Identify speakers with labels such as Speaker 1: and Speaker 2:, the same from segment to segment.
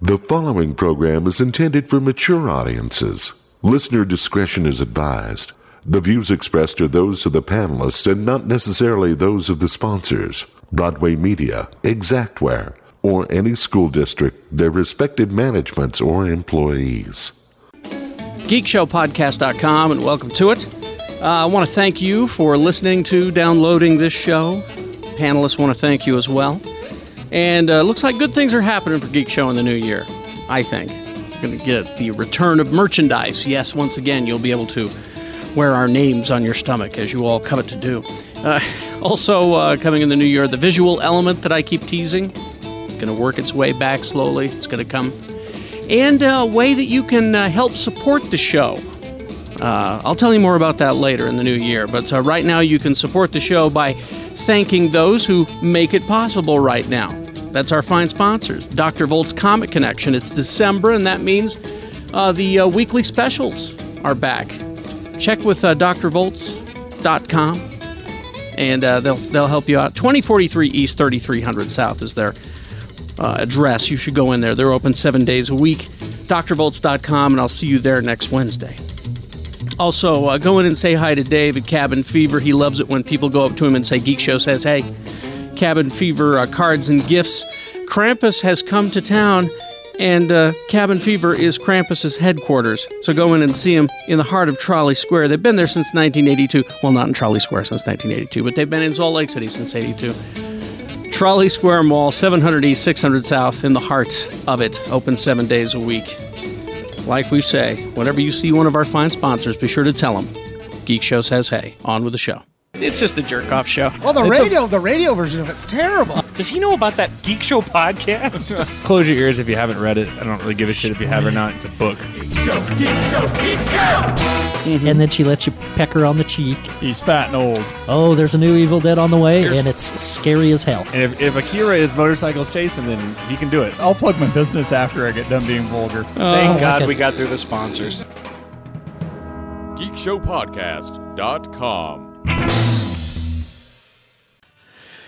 Speaker 1: The following program is intended for mature audiences. Listener discretion is advised. The views expressed are those of the panelists and not necessarily those of the sponsors, Broadway Media, Exactware, or any school district, their respective managements or employees.
Speaker 2: geekshowpodcast.com and welcome to it. Uh, I want to thank you for listening to, downloading this show. Panelists want to thank you as well. And uh, looks like good things are happening for Geek Show in the new year, I think. Going to get the return of merchandise. Yes, once again, you'll be able to wear our names on your stomach, as you all covet to do. Uh, also, uh, coming in the new year, the visual element that I keep teasing, going to work its way back slowly. It's going to come and a way that you can uh, help support the show. Uh, I'll tell you more about that later in the new year, but uh, right now you can support the show by thanking those who make it possible right now. That's our fine sponsors Dr. Volt's Comic Connection. It's December, and that means uh, the uh, weekly specials are back. Check with uh, drvolts.com and uh, they'll, they'll help you out. 2043 East, 3300 South is their uh, address. You should go in there. They're open seven days a week. DrVolts.com, and I'll see you there next Wednesday. Also, uh, go in and say hi to Dave at Cabin Fever. He loves it when people go up to him and say, Geek Show says, hey, Cabin Fever uh, cards and gifts. Krampus has come to town, and uh, Cabin Fever is Krampus's headquarters. So go in and see him in the heart of Trolley Square. They've been there since 1982. Well, not in Trolley Square since 1982, but they've been in Salt Lake City since 82. Trolley Square Mall, 700 East, 600 South, in the heart of it, open seven days a week. Like we say, whenever you see one of our fine sponsors, be sure to tell them Geek Show says hey. On with the show.
Speaker 3: It's just a jerk off show.
Speaker 4: Well, the
Speaker 3: It's a-
Speaker 4: radio, the radio version of it's terrible.
Speaker 3: does he know about that Geek Show podcast?
Speaker 5: Close your ears if you haven't read it. I don't really give a shit if you have or not. It's a book.
Speaker 6: and then she lets you peck her on the cheek.
Speaker 5: He's fat and old.
Speaker 6: Oh, there's a new Evil Dead on the way, and it's scary as hell.
Speaker 5: And if, if Akira is motorcycles chasing, then he can do it.
Speaker 7: I'll plug my business after I get done being vulgar.
Speaker 3: Thank God
Speaker 6: Oh, okay.
Speaker 3: we got through the sponsors.
Speaker 8: geekshowpodcast.com.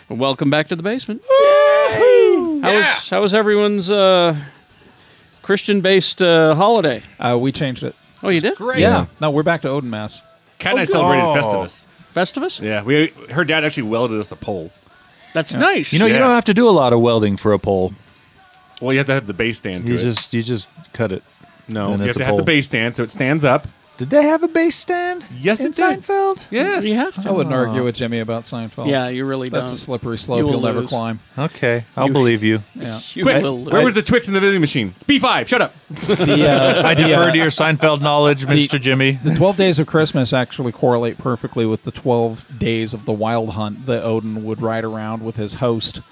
Speaker 2: Welcome back to the basement. How was how was everyone's uh, Christian based uh, holiday?
Speaker 7: Uh, we changed it.
Speaker 2: Oh, you did?
Speaker 7: Great.
Speaker 5: Yeah.
Speaker 7: No, we're back to Odin Mass.
Speaker 3: oh,
Speaker 5: Kind of celebrated Festivus.
Speaker 2: Festivus?
Speaker 5: Yeah, we her dad actually welded us a pole.
Speaker 2: That's nice.
Speaker 9: You know,
Speaker 5: Yeah.
Speaker 9: you don't have to do a lot of welding for a pole.
Speaker 5: Well, you have to have the base stand. To
Speaker 9: You
Speaker 5: it.
Speaker 9: just you just cut it.
Speaker 5: no,
Speaker 9: then
Speaker 5: you have
Speaker 9: it's
Speaker 5: to
Speaker 9: a
Speaker 5: have the
Speaker 9: pole.
Speaker 5: base stand so it stands up.
Speaker 9: Did they have a base stand?
Speaker 5: Yes,
Speaker 9: in
Speaker 5: it did.
Speaker 9: Seinfeld.
Speaker 5: Yes,
Speaker 2: you have to.
Speaker 7: I wouldn't argue with Jimmy about Seinfeld.
Speaker 2: yeah, you really
Speaker 7: That's
Speaker 2: don't.
Speaker 7: a slippery slope
Speaker 2: You will
Speaker 7: you'll never
Speaker 2: lose.
Speaker 7: climb.
Speaker 9: Okay, I'll
Speaker 2: You-
Speaker 9: believe you.
Speaker 7: Yeah.
Speaker 2: You
Speaker 5: Wait,
Speaker 2: will Uh,
Speaker 5: where was the Twix in the vending machine? It's B five. Shut up.
Speaker 7: The, uh,
Speaker 9: I defer to your Seinfeld knowledge, Mr. Jimmy.
Speaker 7: the 12 days of Christmas actually correlate perfectly with the 12 days of the wild hunt that Odin would ride around with his host,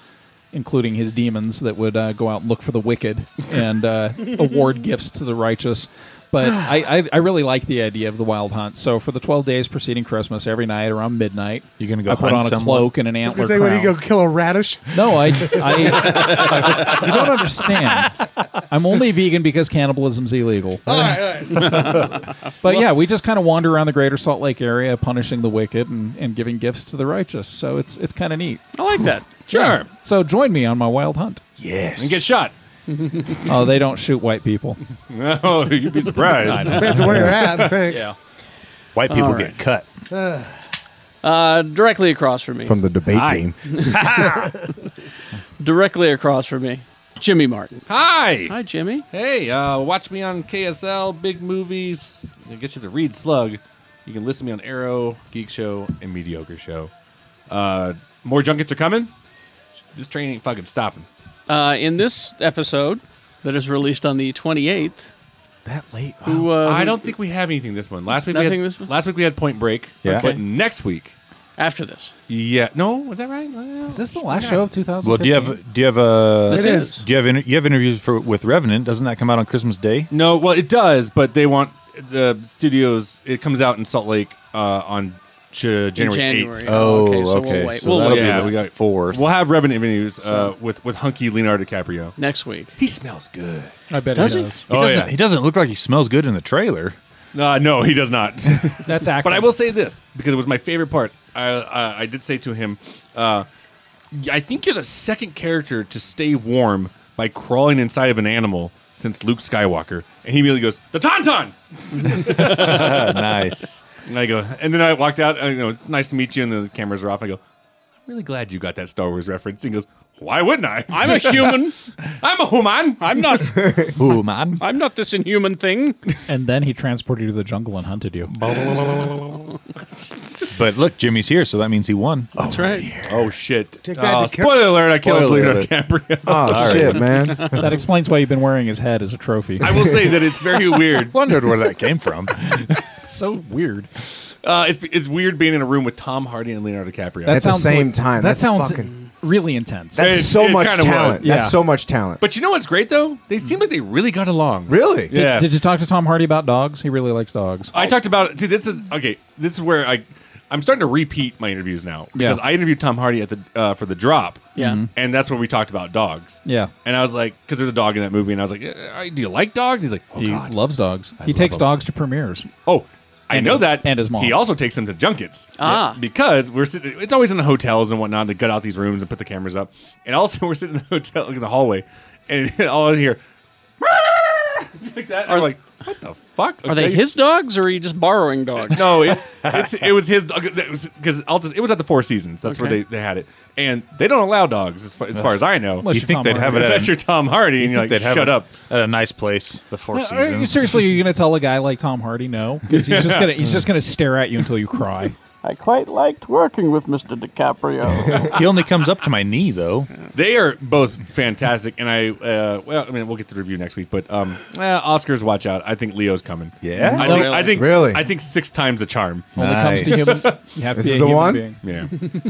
Speaker 7: including his demons that would uh, go out and look for the wicked and uh, award gifts to the righteous. But I, I, I really like the idea of the wild hunt. So for the 12 days preceding Christmas, every night around midnight,
Speaker 9: You're gonna go
Speaker 7: I put
Speaker 9: hunt
Speaker 7: on a
Speaker 9: someone?
Speaker 7: cloak and an
Speaker 4: I was gonna
Speaker 7: antler
Speaker 4: say,
Speaker 7: crown.
Speaker 4: when you go kill a radish,
Speaker 7: No, I, I, you don't understand. I'm only vegan because cannibalism's illegal. but yeah, we just kind of wander around the greater Salt Lake area, punishing the wicked and, and giving gifts to the righteous. So it's it's kind of neat.
Speaker 2: I like that.
Speaker 5: Sure.
Speaker 7: Yeah. So join me on my wild hunt.
Speaker 5: And get shot.
Speaker 7: Oh, they don't shoot white people.
Speaker 5: No, Oh, you'd be surprised.
Speaker 4: depends on where you're at. I think.
Speaker 5: yeah.
Speaker 9: White people get cut.
Speaker 2: Uh, directly across from me.
Speaker 10: from the debate
Speaker 5: Hi.
Speaker 10: team.
Speaker 2: directly across from me, Jimmy Martin.
Speaker 5: Hi.
Speaker 2: Hi, Jimmy.
Speaker 5: Hey, uh, watch me on KSL, big movies. I guess you have to read Slug. You can listen to me on Arrow, Geek Show, and Mediocre Show. Uh, more junkets are coming. This train ain't fucking stopping.
Speaker 2: Uh, in this episode that is released on the 28th,
Speaker 7: That late.
Speaker 2: who, uh,
Speaker 5: I
Speaker 2: who-
Speaker 5: don't think we have anything this one. Last week, we
Speaker 2: Nothing
Speaker 5: had,
Speaker 2: this one?
Speaker 5: last week we had Point Break.
Speaker 10: Yeah.
Speaker 5: But
Speaker 2: Okay.
Speaker 5: next week,
Speaker 2: after this.
Speaker 5: yeah. No, was that right? Well,
Speaker 7: Is this the last show of 2015?
Speaker 9: Well, do you have do you have a
Speaker 2: This
Speaker 4: It
Speaker 2: is.
Speaker 4: is.
Speaker 9: do you have inter- you have interviews for with Revenant? Doesn't that come out on Christmas Day?
Speaker 5: No, well it does, but they want the studios. It comes out in Salt Lake uh, on J-
Speaker 2: In
Speaker 5: January. 8th.
Speaker 2: January.
Speaker 9: Oh,
Speaker 2: Oh, okay. So we'll wait. we'll
Speaker 9: that'll
Speaker 2: wait
Speaker 5: be
Speaker 9: be
Speaker 5: Yeah.
Speaker 9: the
Speaker 5: the
Speaker 9: week four.
Speaker 5: We'll have revenue news uh, with with hunky Leonardo DiCaprio.
Speaker 2: next week.
Speaker 5: He smells good.
Speaker 7: I bet
Speaker 2: Does
Speaker 7: he
Speaker 2: he?
Speaker 7: does.
Speaker 9: He,
Speaker 5: Oh,
Speaker 9: doesn't,
Speaker 5: yeah.
Speaker 9: he doesn't look like he smells good in the trailer.
Speaker 5: Uh, no, he does not.
Speaker 7: That's accurate.
Speaker 5: but I will say this because it was my favorite part. I uh, I did say to him, uh, I think you're the second character to stay warm by crawling inside of an animal since Luke Skywalker. And he immediately goes, The Tauntauns!
Speaker 9: nice.
Speaker 5: And I go, and then I walked out. I, you know, nice to meet you. And the cameras are off. I go, I'm really glad you got that Star Wars reference. He goes, Why wouldn't I?
Speaker 2: I'm a human.
Speaker 5: I'm a human.
Speaker 2: I'm not.
Speaker 9: Ooh, man.
Speaker 2: I'm not this inhuman thing.
Speaker 7: And then he transported you to the jungle and hunted you.
Speaker 9: But look, Jimmy's here, so that means he won.
Speaker 2: That's right.
Speaker 5: Oh shit!
Speaker 4: Take that,
Speaker 5: oh,
Speaker 4: DiCap-
Speaker 5: spoiler alert! I killed
Speaker 9: Spoiler
Speaker 5: Leonardo
Speaker 9: alert.
Speaker 5: DiCaprio.
Speaker 4: Ah.
Speaker 10: Oh, shit, man.
Speaker 7: that explains why you've been wearing his head as a trophy.
Speaker 5: I will say that it's very weird.
Speaker 9: Wondered where that came from.
Speaker 7: It's so weird.
Speaker 5: Uh, it's, it's weird being in a room with Tom Hardy and Leonardo DiCaprio.
Speaker 7: That
Speaker 10: At the
Speaker 7: sounds
Speaker 10: same
Speaker 7: like-
Speaker 10: time,
Speaker 7: That
Speaker 10: that's
Speaker 7: sounds
Speaker 10: fucking-
Speaker 7: really intense.
Speaker 10: That's
Speaker 5: It-
Speaker 10: so
Speaker 5: it
Speaker 10: much
Speaker 5: kinda was.
Speaker 10: talent.
Speaker 7: Yeah.
Speaker 10: That's so much talent.
Speaker 5: but you know what's great though? They seem like they really got along.
Speaker 10: really?
Speaker 7: Did-
Speaker 5: Yeah.
Speaker 7: Did, you talk to Tom Hardy about dogs? He really likes dogs.
Speaker 5: I talked about see this is okay. This is where I I'm starting to repeat my interviews now because
Speaker 7: Yeah.
Speaker 5: I interviewed Tom Hardy at the uh, for the drop. Mm-hmm.
Speaker 2: Yeah. Mhm.
Speaker 5: and that's where we talked about dogs.
Speaker 7: Yeah.
Speaker 5: and I was like, because there's a dog in that movie, and I was like, "Eh, do you like dogs? He's like, oh
Speaker 7: he
Speaker 5: god,
Speaker 7: loves dogs. he
Speaker 5: love
Speaker 7: takes
Speaker 5: him.
Speaker 7: dogs to premieres.
Speaker 5: oh. I
Speaker 7: And
Speaker 5: know
Speaker 7: his-
Speaker 5: that,
Speaker 7: and his mom.
Speaker 5: He also takes them to junkets,
Speaker 2: Ah.
Speaker 5: Yeah, because we're sitting. It's always in the hotels and whatnot. They gut out these rooms and put the cameras up, and also we're sitting in the hotel in the hallway, and all I hear like that. Are like, what the fuck?
Speaker 2: Are they
Speaker 5: Okay.
Speaker 2: his dogs or are you just borrowing dogs?
Speaker 5: No, it's, it's it was his because I'll just it was at the Four Seasons. That's where
Speaker 2: Okay.
Speaker 5: they, they had it, and they don't allow dogs as far as, far as I know.
Speaker 7: Unless
Speaker 9: You
Speaker 7: you're
Speaker 9: think
Speaker 7: Tom
Speaker 9: they'd have
Speaker 7: Hardy.
Speaker 9: it
Speaker 5: That's
Speaker 9: at
Speaker 5: your
Speaker 9: a,
Speaker 5: Tom Hardy, and you're like,
Speaker 9: they'd have it
Speaker 5: shut up.
Speaker 9: at a nice place, the Four
Speaker 7: Uh, Are you,
Speaker 9: Seasons.
Speaker 7: seriously, you're gonna tell a guy like Tom Hardy no? Because he's just gonna he's just gonna stare at you until you cry.
Speaker 2: I quite liked working with Mr. DiCaprio.
Speaker 9: He only comes up to my knee, though.
Speaker 5: They are both fantastic, and I uh, well, I mean, we'll get to the review next week, but um, eh, Oscars, watch out. I think Leo's coming.
Speaker 9: Yeah?
Speaker 2: Oh,
Speaker 5: I think
Speaker 2: really?
Speaker 5: I think
Speaker 10: Really?
Speaker 5: I think six times the charm.
Speaker 7: Only comes to
Speaker 9: Nice.
Speaker 7: human. You have
Speaker 10: This
Speaker 7: to be
Speaker 10: is
Speaker 7: a
Speaker 10: the
Speaker 7: human
Speaker 10: one?
Speaker 7: being.
Speaker 5: Yeah,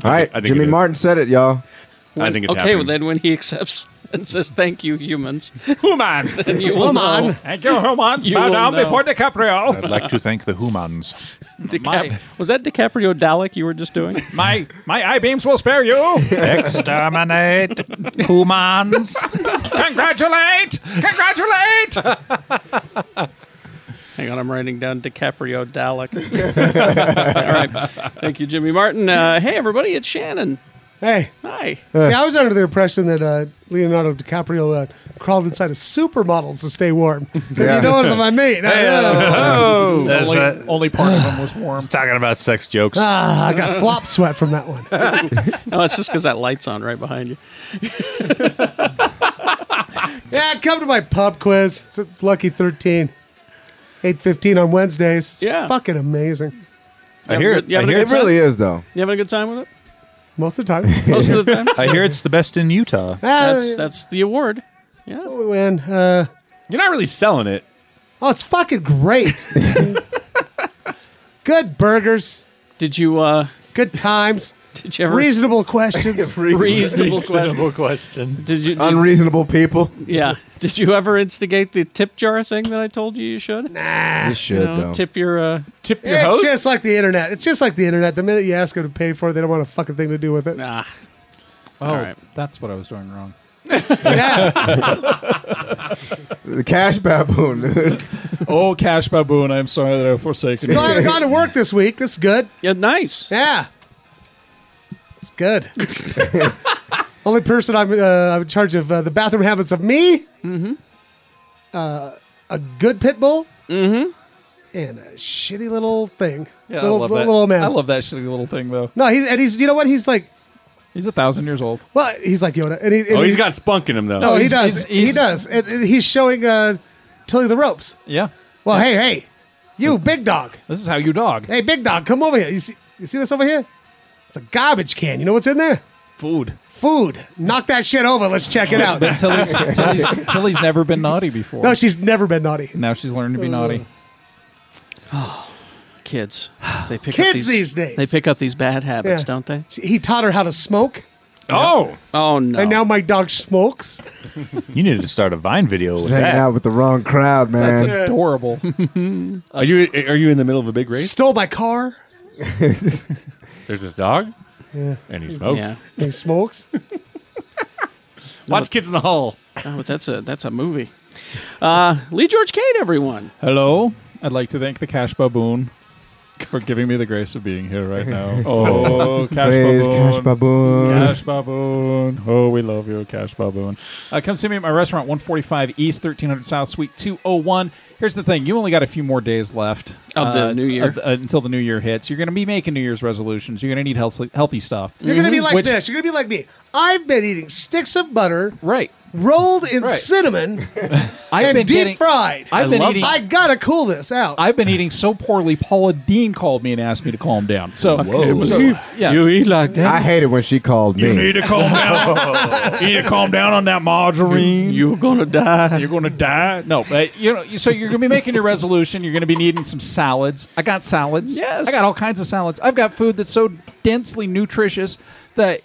Speaker 10: All right.
Speaker 5: I think
Speaker 10: Jimmy
Speaker 5: it is.
Speaker 10: Martin said it, y'all.
Speaker 5: I think it's
Speaker 2: okay,
Speaker 5: happening.
Speaker 2: well then when he accepts and says thank you, humans,
Speaker 5: Who man?
Speaker 2: then you will know.
Speaker 7: Thank you, Romans.
Speaker 2: You will know.
Speaker 7: DiCaprio.
Speaker 9: I'd like to thank the Humans.
Speaker 2: DiCap- was that DiCaprio Dalek you were just doing?
Speaker 7: My my eye beams will spare you.
Speaker 9: Exterminate Humans.
Speaker 7: Congratulate! Congratulate!
Speaker 2: Hang on, I'm writing down DiCaprio Dalek. All right, thank you, Jimmy Martin. Uh, hey everybody, it's Shannon.
Speaker 4: Hey,
Speaker 2: Hi.
Speaker 5: Uh,
Speaker 10: Uh.
Speaker 4: see, I was under the impression that uh, Leonardo DiCaprio uh, crawled inside of supermodels to stay warm. You know what I mean? I, know.
Speaker 10: uh,
Speaker 2: Oh.
Speaker 9: That's
Speaker 7: only,
Speaker 9: right.
Speaker 7: only part of him was warm.
Speaker 9: Talking about sex jokes.
Speaker 4: Ah, I got flop sweat from that one.
Speaker 2: No, Oh, it's just because that light's on right behind you.
Speaker 4: Yeah, come to my pub quiz. It's at Lucky 13. 8.15 on Wednesdays. It's
Speaker 2: Yeah.
Speaker 4: fucking amazing.
Speaker 9: I hear it.
Speaker 2: You
Speaker 9: I
Speaker 2: having, a
Speaker 9: hear
Speaker 2: good
Speaker 10: It
Speaker 2: time?
Speaker 10: really is, though.
Speaker 2: you having a good time with it?
Speaker 4: Most of the time. Ah,
Speaker 2: Most of the time?
Speaker 9: I hear it's the best in Utah.
Speaker 2: That's, that's the award. Yeah.
Speaker 4: we win. Uh,
Speaker 5: You're not really selling it.
Speaker 4: oh, it's fucking great. good burgers.
Speaker 2: Did you, uh,
Speaker 4: Good times.
Speaker 2: did you ever?
Speaker 4: Reasonable questions.
Speaker 2: Reasonable question.
Speaker 9: question.
Speaker 2: Did you? Did,
Speaker 10: Unreasonable people.
Speaker 2: yeah. Did you ever instigate the tip jar thing that I told you you should? Nah,
Speaker 10: You should, though.
Speaker 2: tip your. Uh,
Speaker 5: Tip your
Speaker 4: It's
Speaker 5: host.
Speaker 4: just like the internet. It's just like the internet. The minute you ask them to pay for it, they don't want a fucking thing to do with it.
Speaker 2: nah.
Speaker 7: Oh,
Speaker 2: All right.
Speaker 7: that's what I was doing wrong.
Speaker 4: Yeah.
Speaker 10: The cash baboon, dude.
Speaker 7: Oh, Cash Baboon, I'm sorry that I forsaken
Speaker 4: so I
Speaker 7: you.
Speaker 4: haven't gone to work this week. This is good.
Speaker 2: Yeah. Nice.
Speaker 4: Yeah. It's good. Only person I'm, uh, I'm in charge of uh, the bathroom habits of me, mm-hmm. uh, a good pit bull, mm-hmm. and a shitty little thing.
Speaker 7: Yeah,
Speaker 4: little,
Speaker 7: I love
Speaker 4: little,
Speaker 7: that.
Speaker 4: little man.
Speaker 7: I love that shitty little thing though.
Speaker 4: no, he's, and he's, you know what? He's like,
Speaker 7: He's a thousand years old.
Speaker 4: well, he's like Yoda. And he, and
Speaker 5: Oh,
Speaker 4: he-
Speaker 5: he's got spunk in him though.
Speaker 7: No,
Speaker 4: oh, he
Speaker 7: he's-
Speaker 4: does.
Speaker 7: he's- he's-
Speaker 4: he does. And, and he's showing uh, Tilly the ropes.
Speaker 7: Yeah,
Speaker 4: Well, hey, hey, you big dog.
Speaker 7: this is how you dog.
Speaker 4: Hey, big dog, come over here. You see, you see this over here? It's a garbage can. You know what's in there?
Speaker 7: Food.
Speaker 4: Food. Knock that shit over. Let's check it out.
Speaker 7: But Tilly's, Tilly's, Tilly's never been naughty before.
Speaker 4: No, she's never been naughty.
Speaker 7: now she's learning to be naughty.
Speaker 2: Kids. They pick up
Speaker 4: Kids
Speaker 2: these,
Speaker 4: these days.
Speaker 2: They pick up these bad habits,
Speaker 4: Yeah.
Speaker 2: don't they?
Speaker 4: She- He taught her how to smoke,
Speaker 5: Oh,
Speaker 2: Oh no.
Speaker 4: and now my dog smokes.
Speaker 9: You needed to start a Vine video with
Speaker 10: Just hanging
Speaker 9: that.
Speaker 10: out with the wrong crowd,
Speaker 7: That's
Speaker 10: man.
Speaker 7: adorable.
Speaker 5: are you are you in the middle of a big race?
Speaker 4: Stole my car.
Speaker 5: There's this dog, and he smokes.
Speaker 2: Yeah.
Speaker 4: He smokes.
Speaker 5: Watch Kids in the Hall.
Speaker 2: Oh, but that's a that's a movie. Uh, Lee George Kate, everyone.
Speaker 7: Hello, I'd like to thank the Cash Baboon for giving me the grace of being here right now. Oh, Cash
Speaker 10: Praise
Speaker 7: Baboon.
Speaker 10: Cash Baboon.
Speaker 7: Cash Baboon. Oh, we love you, Cash Baboon. Uh, come see me at my restaurant, 145 East, 1300 South, Suite 201. Here's the thing you only got a few more days left
Speaker 2: Of the new year.
Speaker 7: of the- uh, until the new year hits. You're going to be making New Year's resolutions. You're going to need healthy, healthy stuff.
Speaker 4: You're gonna be like
Speaker 7: Which-
Speaker 4: this. You're gonna be like me. I've been eating sticks of butter,
Speaker 7: right,
Speaker 4: rolled in
Speaker 7: Right.
Speaker 4: cinnamon
Speaker 7: I've
Speaker 4: and
Speaker 7: been
Speaker 4: deep
Speaker 7: getting-
Speaker 4: fried.
Speaker 7: I've been
Speaker 4: I
Speaker 7: eating-
Speaker 4: I gotta cool this out.
Speaker 7: I've been eating so poorly, Paula Dean called me and asked me to calm down. So, so, yeah.
Speaker 5: You eat like
Speaker 10: I
Speaker 5: that.
Speaker 10: hate it when she called me.
Speaker 7: to calm down. you need to calm down on that margarine.
Speaker 2: You're gonna die.
Speaker 7: You're going to die. No, Oh, but you know, you- so you're going to be making your resolution. You're going to be needing some salads. I got salads.
Speaker 2: Yes.
Speaker 7: I got all kinds of salads. I've got food that's so densely nutritious that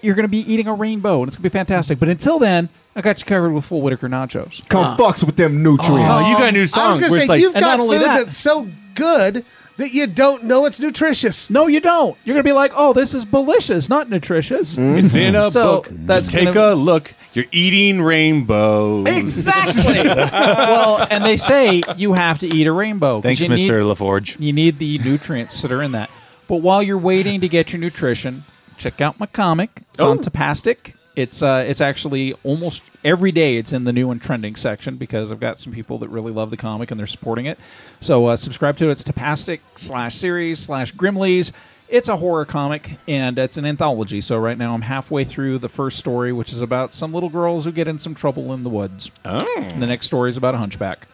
Speaker 7: you're going to be eating a rainbow, and it's going to be fantastic. But until then, I got you covered with full Whitaker nachos.
Speaker 10: Come fucks with them nutrients.
Speaker 5: Oh, you got a new song.
Speaker 4: I was gonna
Speaker 5: where
Speaker 4: say
Speaker 5: it's like,
Speaker 4: you've
Speaker 7: and
Speaker 4: got
Speaker 7: not only
Speaker 4: food
Speaker 7: that-
Speaker 4: that's so good that you don't know it's nutritious.
Speaker 7: No, you don't. You're going to be like, oh, this is delicious, not nutritious.
Speaker 5: it's in a
Speaker 7: So,
Speaker 5: book.
Speaker 7: that's
Speaker 5: Just take
Speaker 7: gonna-
Speaker 5: a look. You're eating rainbow.
Speaker 7: Exactly. well, and they say you have to eat a rainbow. 'cause
Speaker 9: Thanks,
Speaker 7: you need-
Speaker 9: Mr. LaForge.
Speaker 7: You need the nutrients that are in that. But while you're waiting to get your nutrition, check out my comic. It's on Tapastic. It's uh, it's actually almost every day. It's in the new and trending section because I've got some people that really love the comic and they're supporting it. So uh, subscribe to it. It's Tapastic slash series slash Grimleys. It's a horror comic and it's an anthology. So right now I'm halfway through the first story, which is about some little girls who get in some trouble in the woods. Oh. the next story is about a hunchback.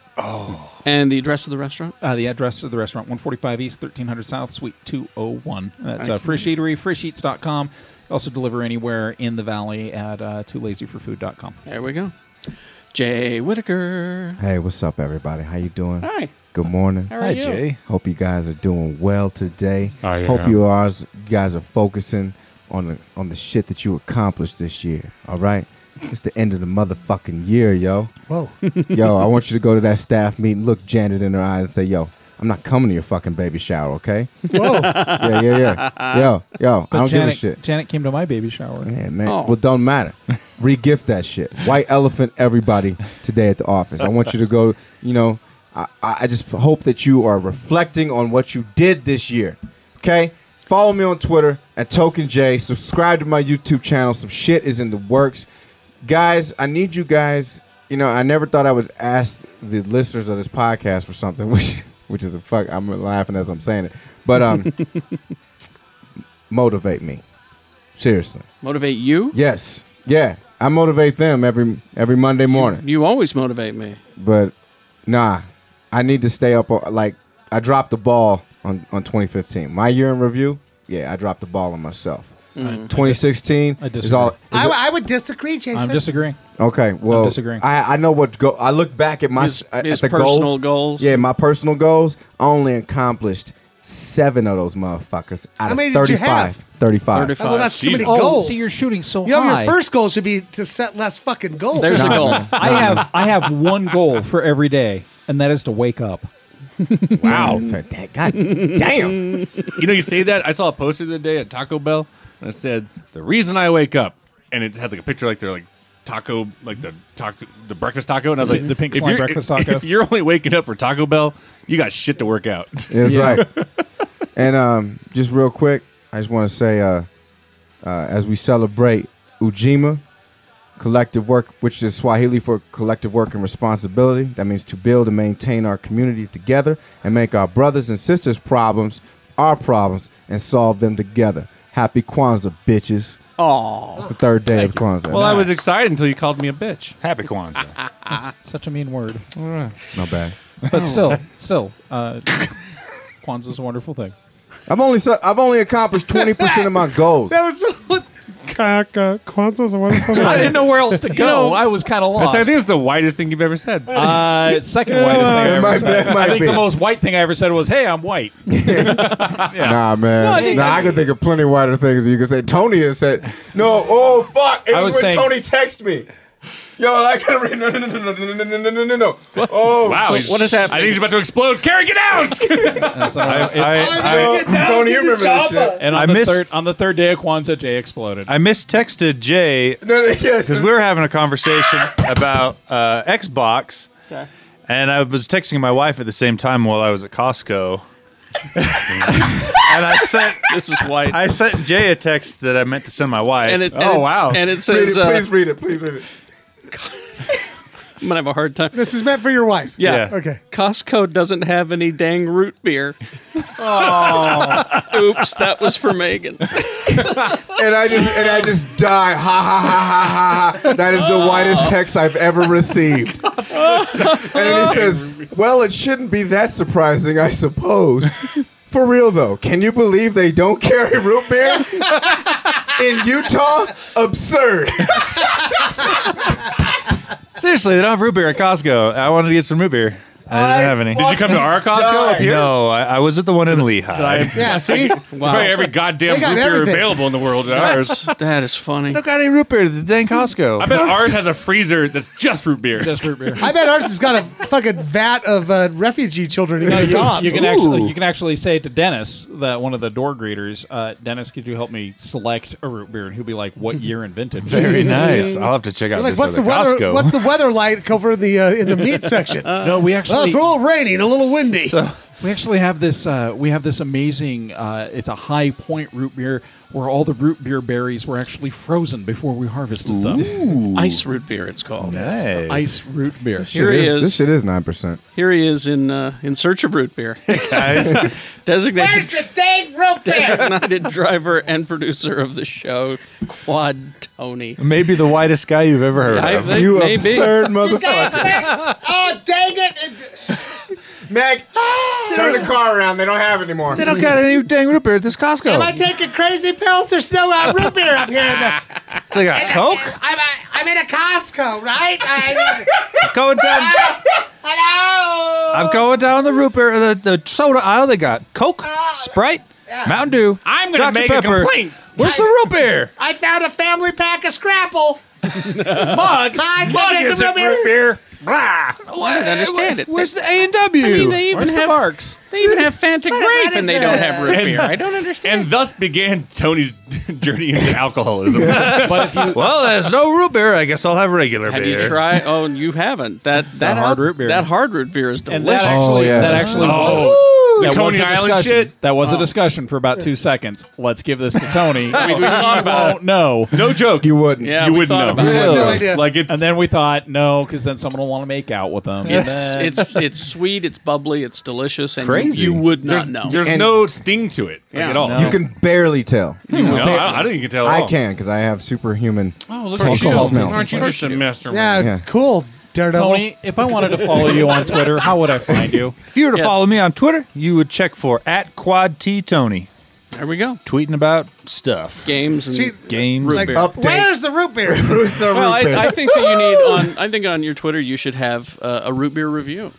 Speaker 2: And the address of the restaurant?
Speaker 7: Uh, the address of the restaurant, 145 East, 1300 South, Suite 201. That's uh, Free Sheetery, freesheets.com. Also deliver anywhere in the valley at uh, toolazyforfood.com.
Speaker 2: There we go. Jay Whitaker.
Speaker 7: Oh.
Speaker 10: Hey, what's up, everybody? How you doing?
Speaker 2: Hi.
Speaker 10: Good morning.
Speaker 2: How are Hi, you? Jay.
Speaker 10: Hope you guys are doing well today.
Speaker 5: I
Speaker 10: Hope
Speaker 5: am.
Speaker 10: you are you guys are focusing on the on the shit that you accomplished this year. All right. It's the end of the motherfucking year, yo.
Speaker 4: Whoa.
Speaker 10: Yo, I want you to go to that staff meeting, look Janet in her eyes, and say, "Yo, I'm not coming to your fucking baby shower, okay?
Speaker 4: Whoa.
Speaker 10: yeah, yeah, yeah. Yo, yo, I don't
Speaker 7: Janet,
Speaker 10: give a shit.
Speaker 7: Janet came to my baby shower.
Speaker 10: Yeah, man.
Speaker 2: Oh.
Speaker 10: Well, don't matter. Regift that shit. White elephant, everybody today at the office. I want you to go. You know, I, I I just hope that you are reflecting on what you did this year. Okay. Follow me on Twitter at Token J. Subscribe to my YouTube channel. Some shit is in the works, guys. I need you guys. You know, I never thought I would ask the listeners of this podcast for something, which which is a fuck. I'm laughing as I'm saying it, but um, motivate me. Seriously.
Speaker 2: Motivate you?
Speaker 10: Yes. Yeah. I motivate them every every Monday morning.
Speaker 2: You always motivate me.
Speaker 10: But nah, I need to stay up on- like I dropped the ball on on 2015. My year in review? Yeah, I dropped the ball on myself. 2016
Speaker 7: I
Speaker 10: is all
Speaker 7: disagree.
Speaker 10: is
Speaker 4: Mm. I, I would disagree, Jason.
Speaker 7: I'm disagreeing.
Speaker 10: Okay, well,
Speaker 7: disagreeing.
Speaker 10: I, I know what go. I look back at my
Speaker 2: His-
Speaker 10: at
Speaker 2: his
Speaker 10: the
Speaker 2: personal
Speaker 10: goals.
Speaker 2: goals.
Speaker 10: Yeah, my personal goals. I only accomplished seven of those motherfuckers out
Speaker 4: How many
Speaker 10: of
Speaker 4: did you
Speaker 10: 35.
Speaker 4: have?
Speaker 10: 35.
Speaker 4: Oh, well, that's too many
Speaker 5: Jesus.
Speaker 4: goals.
Speaker 7: see, you're shooting so
Speaker 4: you know,
Speaker 7: high.
Speaker 4: your first goal should be to set less fucking goals.
Speaker 2: There's a
Speaker 10: Nah,
Speaker 2: goal.
Speaker 10: man.
Speaker 7: I have I have one goal for every day, and that is to wake up.
Speaker 5: Wow.
Speaker 10: Oh, God damn.
Speaker 5: you know, you say that. I saw a poster the other day at Taco Bell, and it said, "The reason I wake up," and it had like a picture like they're like taco, like the taco, the breakfast taco, and I was like,
Speaker 7: The pink
Speaker 5: if
Speaker 7: slime
Speaker 5: you're-
Speaker 7: breakfast taco.
Speaker 5: If you're only waking up for Taco Bell, you got shit to work out.
Speaker 10: That's right. and um, just real quick, I just want to say, uh, uh, as we celebrate Ujima collective work, which is Swahili for collective work and responsibility, that means to build and maintain our community together and make our brothers and sisters' problems our problems and solve them together. Happy Kwanzaa, bitches!
Speaker 2: Aw.
Speaker 10: It's the third day of Kwanzaa.
Speaker 5: Well, I was excited until you called me a bitch.
Speaker 9: Happy Kwanzaa.
Speaker 7: That's such a mean word,
Speaker 10: It's not bad.
Speaker 7: but still, still, uh, Kwanzaa's a wonderful thing.
Speaker 10: I've only se- I've only accomplished twenty percent of my goals.
Speaker 4: that was so. Kaka, Kwanzaa's a wonderful
Speaker 7: I didn't know where else to go. I was kind of lost.
Speaker 5: I think it's the whitest thing you've ever said.
Speaker 7: Uh, it's second whitest thing I
Speaker 10: It
Speaker 7: ever
Speaker 10: might-
Speaker 7: said.
Speaker 10: that might
Speaker 7: I think
Speaker 10: be.
Speaker 7: the most white thing I ever said was, "Hey, I'm white."
Speaker 10: Nah, man.
Speaker 7: I think-
Speaker 10: nah, I can think of plenty wider things you can say. Tony has said, no, oh, fuck. It
Speaker 7: I
Speaker 10: was,
Speaker 7: was
Speaker 10: when
Speaker 7: saying-
Speaker 10: Tony texted me. Yo, I gotta read. No, no, no, no, no, no, no, no, no, no, no. Oh,
Speaker 5: wow,
Speaker 10: shit.
Speaker 5: what is happening? I think he's about to explode. Carrie, get out!
Speaker 7: That's all right. It's-
Speaker 10: I, Tony, you remember this shit.
Speaker 7: and on
Speaker 9: I
Speaker 7: the
Speaker 9: missed-
Speaker 7: third on the third day of Kwanzaa, Jay exploded.
Speaker 9: I mistexted Jay
Speaker 10: No, no, yes.
Speaker 9: because we were having a conversation about uh, Xbox, and I was texting my wife at the same time while I was at Costco,
Speaker 11: and I sent
Speaker 2: this is white.
Speaker 11: I sent Jay a text that I meant to send my wife.
Speaker 2: And it-
Speaker 11: oh
Speaker 2: and it's-
Speaker 11: wow!
Speaker 2: and it says, Read it, uh, please
Speaker 10: read it. Please read it.
Speaker 2: I'm gonna have a hard time.
Speaker 4: This is meant for your wife.
Speaker 2: Yeah.
Speaker 4: Okay.
Speaker 2: Costco doesn't have any dang root beer.
Speaker 4: Oh.
Speaker 2: Oops, that was for Megan.
Speaker 10: and I just and I just die. Ha ha ha ha ha ha. That is the whitest
Speaker 2: Oh.
Speaker 10: text I've ever received. and then he says, "Well, it shouldn't be that surprising, I suppose." For real though, can you believe they don't carry root beer in Utah? Absurd.
Speaker 11: Seriously, they don't have root beer at Costco. I wanted to get some root beer. I didn't have any.
Speaker 5: Did you come to our Costco up here?
Speaker 11: No, I, I was at the one in Lehigh.
Speaker 5: I- Yeah, see? Wow. Probably every goddamn They got root beer everything. available in the world is ours.
Speaker 2: that is funny.
Speaker 11: Look, I didn't root beer. at The dang Costco.
Speaker 5: I bet ours has a freezer that's just root beer. Just
Speaker 7: root beer.
Speaker 4: I bet ours has got a fucking vat of uh, refugee children he got adopt.
Speaker 7: You can actually you can actually say to Dennis that one of the door greeters, uh, Dennis, could you help me select a root beer? And he'll be like, "What year and vintage?"
Speaker 11: Very nice. I'll have to check out
Speaker 4: You're like,
Speaker 11: this
Speaker 4: what's the
Speaker 11: other
Speaker 4: weather?
Speaker 11: Costco.
Speaker 4: What's the weather like over in the uh, in the meat section?
Speaker 7: No, we
Speaker 4: Well,
Speaker 7: actually.
Speaker 4: it's a little rainy and a little windy.
Speaker 7: we actually have this. Uh, we have this amazing. Uh, it's a high point root beer where all the root beer berries were actually frozen before we harvested them.
Speaker 2: Ice root beer, it's called.
Speaker 7: Yes, Ice root beer.
Speaker 2: Here he is.
Speaker 10: This shit is nine percent.
Speaker 2: Here he is in uh, in search of root beer.
Speaker 11: guys.
Speaker 2: designated
Speaker 12: the dang rope
Speaker 2: designated driver and producer of the show, Quad Tony.
Speaker 11: Maybe the whitest guy you've ever heard
Speaker 2: I
Speaker 11: of.
Speaker 2: think You maybe. absurd
Speaker 12: oh, dang it. Ah.
Speaker 10: Meg, turn the car around. They don't have it anymore.
Speaker 11: They don't got any dang root beer at this Costco.
Speaker 12: Am I taking crazy pills? There's no uh, root beer up here. In the,
Speaker 11: They got Coke.
Speaker 12: I'm, uh, I'm in a Costco, right? I'm,
Speaker 11: Going down.
Speaker 12: hello.
Speaker 11: I'm going down the root beer, the, the soda aisle. They got Coke, Sprite, Mountain Dew.
Speaker 12: I'm gonna
Speaker 11: Dr.
Speaker 12: make a
Speaker 11: Pepper.
Speaker 12: complaint.
Speaker 11: Where's the root beer?
Speaker 12: I found a family pack of Scrapple.
Speaker 11: Mug.
Speaker 12: Mug, give
Speaker 11: Mug
Speaker 12: me some
Speaker 11: isn't
Speaker 12: root
Speaker 11: root beer. Blah.
Speaker 2: I don't understand it.
Speaker 11: Where's the A and W?
Speaker 2: I mean, they even have
Speaker 7: marks.
Speaker 2: They even have Fanta grape, and they don't have root beer. I don't
Speaker 5: understand. And thus began Tony's journey into alcoholism.
Speaker 11: but if you, well, there's no root beer. I guess I'll have regular
Speaker 2: Have
Speaker 11: beer.
Speaker 2: you tried? Oh, you haven't. That that
Speaker 11: hard root
Speaker 2: beer. That hard root beer is
Speaker 7: And
Speaker 10: Oh,
Speaker 7: that
Speaker 2: delicious.
Speaker 7: actually, that actually
Speaker 5: Oh.
Speaker 7: was,
Speaker 5: The
Speaker 7: that was
Speaker 5: Coney
Speaker 7: a
Speaker 5: Island
Speaker 7: discussion.
Speaker 5: shit? Oh.
Speaker 7: That was a discussion for about two seconds. Let's give this to Tony. we,
Speaker 5: we thought about
Speaker 7: won't know.
Speaker 5: No joke.
Speaker 10: You wouldn't.
Speaker 2: Yeah,
Speaker 5: you
Speaker 2: we
Speaker 5: wouldn't
Speaker 2: thought
Speaker 5: know.
Speaker 2: about it.
Speaker 7: Really?
Speaker 5: Like it's,
Speaker 7: and then we thought no, because then someone will want to make out with them.
Speaker 2: It's it's it's sweet. It's bubbly. It's delicious. And
Speaker 7: Crazy.
Speaker 2: you would not
Speaker 5: there's,
Speaker 2: know.
Speaker 5: there's
Speaker 10: And-
Speaker 5: no sting to it like,
Speaker 2: Yeah.
Speaker 5: at all.
Speaker 10: You can barely tell.
Speaker 5: No, I, I don't think you can tell. At
Speaker 10: I
Speaker 5: all.
Speaker 10: can because I have superhuman
Speaker 5: Oh, look at you.
Speaker 10: alcohol smells.
Speaker 5: Aren't you just a mastermind?
Speaker 4: Yeah, cool, Daredevil.
Speaker 7: Tony, if I wanted to follow you on Twitter, how would I find you?
Speaker 11: If you were to follow me on Twitter, you would check for at Quad T Tony.
Speaker 2: There we go.
Speaker 11: Tweeting about stuff,
Speaker 2: Games and
Speaker 11: games,
Speaker 2: root beer.
Speaker 4: Where's the root beer?
Speaker 2: well, I, I think that you need on. I think on your Twitter you should have uh, a root beer review.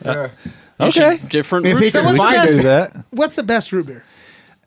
Speaker 2: You
Speaker 11: Okay.
Speaker 2: should- different.
Speaker 10: Uh, If
Speaker 2: root
Speaker 10: he
Speaker 2: beer
Speaker 10: can
Speaker 2: reviews.
Speaker 10: find
Speaker 4: best-
Speaker 10: do that.
Speaker 4: What's the best root beer?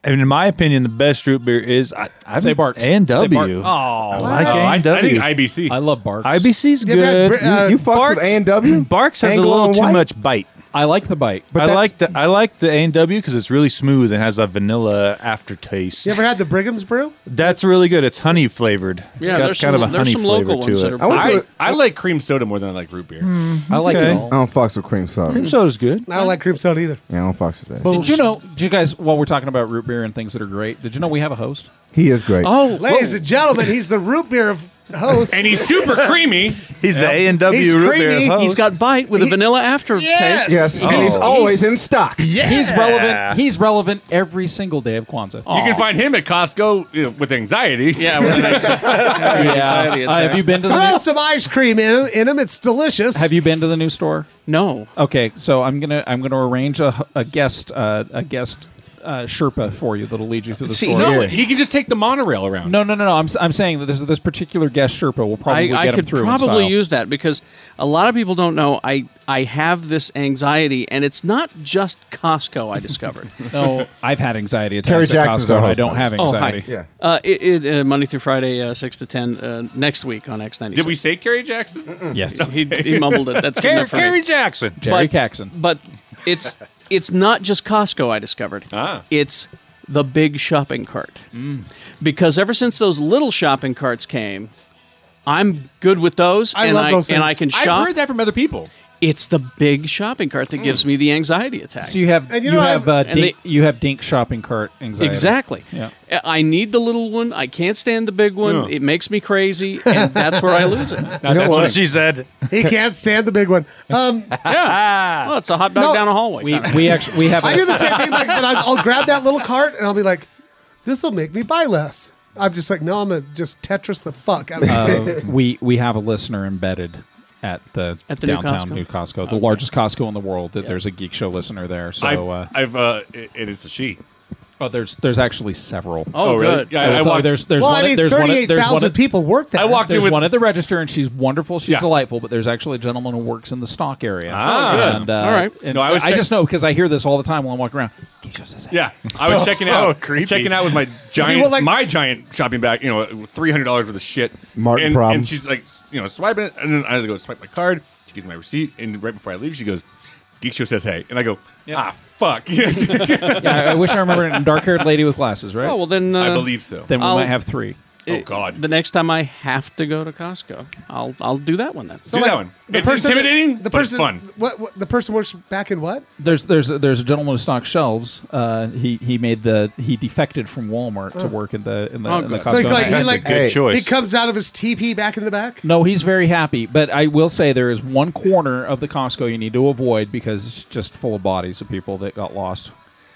Speaker 11: And in my opinion, the best root beer is I, I
Speaker 7: Say Barks.
Speaker 11: A and
Speaker 7: Say
Speaker 11: W.
Speaker 7: Bark. Aw.
Speaker 11: I like
Speaker 5: Oh,
Speaker 11: A
Speaker 5: I, I
Speaker 11: and
Speaker 5: think
Speaker 11: W.
Speaker 5: IBC.
Speaker 7: I love Barks.
Speaker 11: IBC's
Speaker 4: Yeah, but,
Speaker 11: good.
Speaker 4: uh,
Speaker 10: You, you fucks with A and W.
Speaker 11: Barks has
Speaker 10: Anglo
Speaker 11: a little
Speaker 10: and
Speaker 11: too
Speaker 10: White?
Speaker 11: much bite.
Speaker 7: I like the bite.
Speaker 10: But
Speaker 11: I
Speaker 10: that's-
Speaker 11: like the I like the A and W because it's really smooth and has a vanilla aftertaste.
Speaker 4: You ever had the Brigham's Brew?
Speaker 11: That's really good. It's honey flavored.
Speaker 2: Yeah,
Speaker 11: got
Speaker 2: there's
Speaker 11: kind
Speaker 2: some-
Speaker 11: of a
Speaker 2: there's
Speaker 11: honey
Speaker 2: some
Speaker 11: flavor
Speaker 2: local
Speaker 11: to
Speaker 2: ones
Speaker 11: it.
Speaker 2: that are
Speaker 10: I went
Speaker 5: I,
Speaker 10: to
Speaker 5: I like cream soda more than I like root beer.
Speaker 7: I like
Speaker 11: okay.
Speaker 7: it
Speaker 10: I
Speaker 7: all.
Speaker 10: don't fucks with cream soda.
Speaker 11: Cream soda's good.
Speaker 4: I don't like cream soda either.
Speaker 10: Yeah, I don't fucks with that.
Speaker 4: Bull-
Speaker 7: Did you know? Did you guys? While we're talking about root beer and things that are great, did you know we have a host?
Speaker 10: He is great.
Speaker 2: Oh,
Speaker 4: Ladies and gentlemen, he's the root beer of hosts.
Speaker 5: And he's super creamy.
Speaker 11: He's the A and
Speaker 4: He's
Speaker 11: W root
Speaker 4: creamy.
Speaker 11: beer.
Speaker 2: whoa.
Speaker 11: host.
Speaker 2: he's got bite with a vanilla aftertaste.
Speaker 12: Yes.
Speaker 10: Yes,
Speaker 5: oh.
Speaker 10: and he's always in stock.
Speaker 11: yeah.
Speaker 7: He's relevant. He's relevant every single day of Kwanzaa.
Speaker 5: You can find him at Costco you know, with anxiety.
Speaker 2: Yeah, with an anxiety- with an anxiety
Speaker 7: Uh, have
Speaker 2: attack.
Speaker 7: you been to the?
Speaker 4: Throw
Speaker 7: New,
Speaker 4: some ice cream in him. In him. It's delicious.
Speaker 7: have you been to the new store?
Speaker 2: No.
Speaker 7: Okay, so I'm gonna I'm gonna arrange a, a guest uh, a guest uh, Sherpa for you that'll lead you through the
Speaker 2: See,
Speaker 7: store.
Speaker 5: No, he can just take the monorail around.
Speaker 7: No, no, no, no. I'm, s- I'm saying that this this particular guest Sherpa will probably
Speaker 2: I,
Speaker 7: get
Speaker 2: I
Speaker 7: him
Speaker 2: could
Speaker 7: through. in
Speaker 2: probably
Speaker 7: style.
Speaker 2: use that because a lot of people don't know I I have this anxiety and it's not just Costco I discovered.
Speaker 7: No, I've had anxiety attacks
Speaker 10: Terry
Speaker 7: at
Speaker 10: Jackson's
Speaker 7: Costco.
Speaker 10: our
Speaker 7: I
Speaker 10: host,
Speaker 7: don't
Speaker 10: by
Speaker 7: have
Speaker 10: the
Speaker 2: oh
Speaker 7: anxiety.
Speaker 2: hi. Uh, it, it, uh, Monday through Friday uh, 6 to 10 uh, next week on X96.
Speaker 5: Did we say Kerry Jackson?
Speaker 7: Yes,
Speaker 2: he, he mumbled it. That's good
Speaker 5: Kerry
Speaker 2: enough for me.
Speaker 5: Kerry Jackson.
Speaker 7: Jerry
Speaker 2: but-
Speaker 7: Caxon.
Speaker 2: But it's it's not just Costco I discovered.
Speaker 5: Ah. Mm.
Speaker 2: It's the big shopping cart. Because ever since those little shopping carts came, I'm good with those
Speaker 4: I
Speaker 2: and
Speaker 4: love
Speaker 2: I
Speaker 4: those
Speaker 2: and
Speaker 4: things.
Speaker 2: I can
Speaker 5: I've
Speaker 2: shop
Speaker 5: heard that from other people. Mm.
Speaker 2: It's the big shopping cart that gives me the anxiety attack.
Speaker 7: So you have you, have uh,
Speaker 2: And they-
Speaker 7: dink, you have dink shopping cart anxiety.
Speaker 2: Exactly.
Speaker 7: Yeah.
Speaker 2: I need the little one. I can't stand the big one.
Speaker 7: Yeah.
Speaker 2: It makes me crazy, and that's where I lose it.
Speaker 4: You know what?
Speaker 2: said.
Speaker 4: He can't stand the big one. Um,
Speaker 2: yeah. Well, it's a hot dog
Speaker 4: No.
Speaker 2: down a hallway.
Speaker 4: We-
Speaker 7: we actually we have uh,
Speaker 4: I do the same thing. Like, but I- I'll grab that little cart and I'll be like, "This will make me buy less." I'm just like, "No, I'm gonna just Tetris the fuck out of
Speaker 7: uh,
Speaker 4: this."
Speaker 7: we we have a listener embedded at the,
Speaker 4: At the new
Speaker 7: downtown
Speaker 4: Costco?
Speaker 7: new Costco, the largest Costco in the world. That There's a Geek Show listener there. So
Speaker 5: I've,
Speaker 7: uh,
Speaker 5: I've uh, it, it is a she.
Speaker 7: Oh, there's there's actually several.
Speaker 5: Oh, Oh, really? good. Yeah, I- I
Speaker 7: so
Speaker 5: walked-
Speaker 7: there's there's
Speaker 5: Well,
Speaker 7: one
Speaker 5: I
Speaker 7: at-
Speaker 5: mean,
Speaker 7: there's one at- there's one
Speaker 4: 38,000
Speaker 7: at-
Speaker 4: people work there. I walked in
Speaker 7: there's
Speaker 4: with-
Speaker 7: one at the register, and she's wonderful. She's
Speaker 4: Yeah.
Speaker 7: delightful, but there's actually a gentleman who works in the stock area.
Speaker 5: Ah. Oh, good.
Speaker 7: And, uh,
Speaker 5: All right.
Speaker 7: And
Speaker 5: No, I
Speaker 7: I,
Speaker 5: was check-
Speaker 7: just know because I hear this all the time while I'm walking around.
Speaker 5: Yeah, I was checking
Speaker 7: Oh,
Speaker 5: out,
Speaker 7: creepy.
Speaker 5: checking out with my
Speaker 7: See,
Speaker 5: giant,
Speaker 7: well, like-
Speaker 5: my giant shopping bag. You know, three hundred dollars worth of shit.
Speaker 10: Martin
Speaker 5: and,
Speaker 10: problem.
Speaker 5: And she's like, s- you know, swiping it, and then I go swipe my card. She gives me my receipt, and right before I leave, she goes, "Geek Show says hey," and I go, "Ah, fuck."
Speaker 7: yeah, I, I wish I remembered a dark haired lady with glasses, right?
Speaker 2: Oh well, then uh,
Speaker 7: I believe so. Then we might have three.
Speaker 2: Oh God! The next time I have to go to Costco, I'll I'll do that one then.
Speaker 4: So, like, the person that- the person, What, what the person works back in what?
Speaker 7: There's there's there's a gentleman who stocks shelves. Uh, he he made the he defected from Walmart to
Speaker 4: Oh.
Speaker 7: work in the in the,
Speaker 4: Oh,
Speaker 7: in the
Speaker 4: good.
Speaker 7: Costco.
Speaker 4: So he, like, he,
Speaker 7: That's
Speaker 4: like, He comes out of his teepee back in the back.
Speaker 7: No, he's very happy, but I will say there is one corner of the Costco you need to avoid because it's just full of bodies of people that got lost,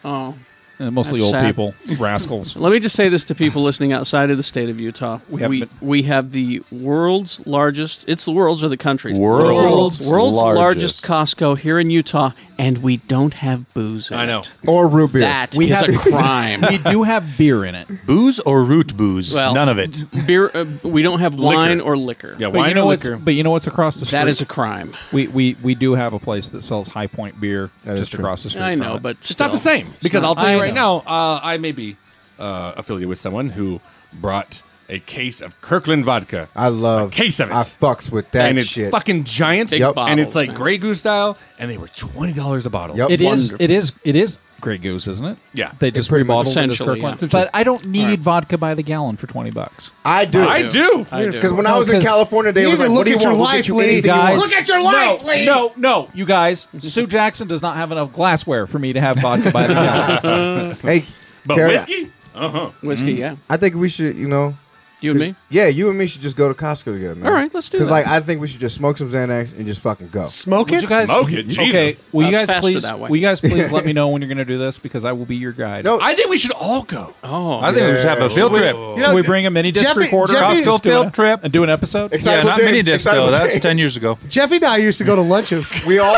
Speaker 2: Oh.
Speaker 7: and mostly
Speaker 2: That's
Speaker 7: old
Speaker 2: sad.
Speaker 7: people, rascals.
Speaker 2: Let me just say this to people listening outside of the state of Utah. We
Speaker 7: haven't
Speaker 2: we, have the world's largest. It's the world's or the country's
Speaker 11: World's
Speaker 2: world's largest
Speaker 11: largest.
Speaker 2: Costco here in Utah, and we don't have booze. In I know.
Speaker 10: Or root
Speaker 11: beer.
Speaker 2: That
Speaker 11: We
Speaker 2: is
Speaker 11: have-
Speaker 2: a crime.
Speaker 7: we do have beer in it.
Speaker 11: Booze or root booze?
Speaker 2: Well,
Speaker 11: None of it.
Speaker 2: Beer. Uh, we don't have
Speaker 11: Liquor.
Speaker 2: wine or liquor.
Speaker 7: but you know what's- But you know what's across the street?
Speaker 2: That is a crime.
Speaker 7: We we, we do have a place that sells High Point beer just across the street.
Speaker 2: I
Speaker 7: from
Speaker 2: know,
Speaker 7: it.
Speaker 2: but
Speaker 5: It's not the
Speaker 2: still.
Speaker 5: same
Speaker 2: It's
Speaker 5: because
Speaker 2: not-
Speaker 5: I'll tell
Speaker 2: I
Speaker 5: you right
Speaker 2: know.
Speaker 5: now, uh, I may be uh, affiliated with someone who brought a case of Kirkland vodka.
Speaker 10: I love
Speaker 5: case of it.
Speaker 10: I fucks with that
Speaker 5: and it's
Speaker 10: shit.
Speaker 5: fucking giant,
Speaker 10: Big
Speaker 5: and
Speaker 10: bottles,
Speaker 5: it's like
Speaker 10: man.
Speaker 5: Grey Goose style, and they were twenty dollars a bottle.
Speaker 7: It is. It is. It is Grey Goose, isn't it?
Speaker 5: Yeah.
Speaker 7: they
Speaker 5: It's
Speaker 7: just
Speaker 5: pretty much
Speaker 7: rebottled it as
Speaker 5: essentially,
Speaker 7: Kirkland.
Speaker 5: yeah.
Speaker 7: But I don't need vodka by the gallon for twenty bucks.
Speaker 10: I do.
Speaker 7: I do. I do.
Speaker 10: Because when I
Speaker 7: No,
Speaker 10: was in
Speaker 7: 'cause-
Speaker 10: California, they
Speaker 7: You need
Speaker 10: were
Speaker 7: to
Speaker 10: like,
Speaker 7: look
Speaker 10: "What do you
Speaker 7: at your
Speaker 10: want? Look
Speaker 7: life,
Speaker 10: at your anything you
Speaker 7: guys.
Speaker 10: want."
Speaker 7: Look at your
Speaker 13: life,
Speaker 7: No, no, no, you guys. Sue Jackson does not have enough glassware for me to have vodka by the gallon.
Speaker 10: hey, Carrie, whiskey?
Speaker 5: Uh huh.
Speaker 2: Whiskey, yeah.
Speaker 10: I think we should, you know.
Speaker 2: You and
Speaker 10: 'cause-
Speaker 2: me?
Speaker 10: Yeah, you and me should just go to Costco together, man.
Speaker 2: All right, let's do
Speaker 10: Because,
Speaker 2: that.
Speaker 10: like, I think we should just smoke some Xanax and just fucking go.
Speaker 4: Smoke
Speaker 7: Would you guys, Okay, will you guys please? Will you guys please let me know when you're going to do this because I will be your guide.
Speaker 10: No,
Speaker 5: I think we should all go.
Speaker 2: Oh,
Speaker 7: I think we should have a field trip.
Speaker 5: Should
Speaker 7: Should we bring a mini disc
Speaker 4: Jeffy-
Speaker 7: recorder?
Speaker 4: Jeffy's-
Speaker 7: Costco
Speaker 4: field
Speaker 7: trip and do an episode.
Speaker 10: Excitable
Speaker 11: yeah, not
Speaker 10: James,
Speaker 11: mini disc
Speaker 10: Excitable
Speaker 11: though. That's
Speaker 10: James.
Speaker 11: ten years ago.
Speaker 4: Jeffy and I used to go to lunches.
Speaker 10: we all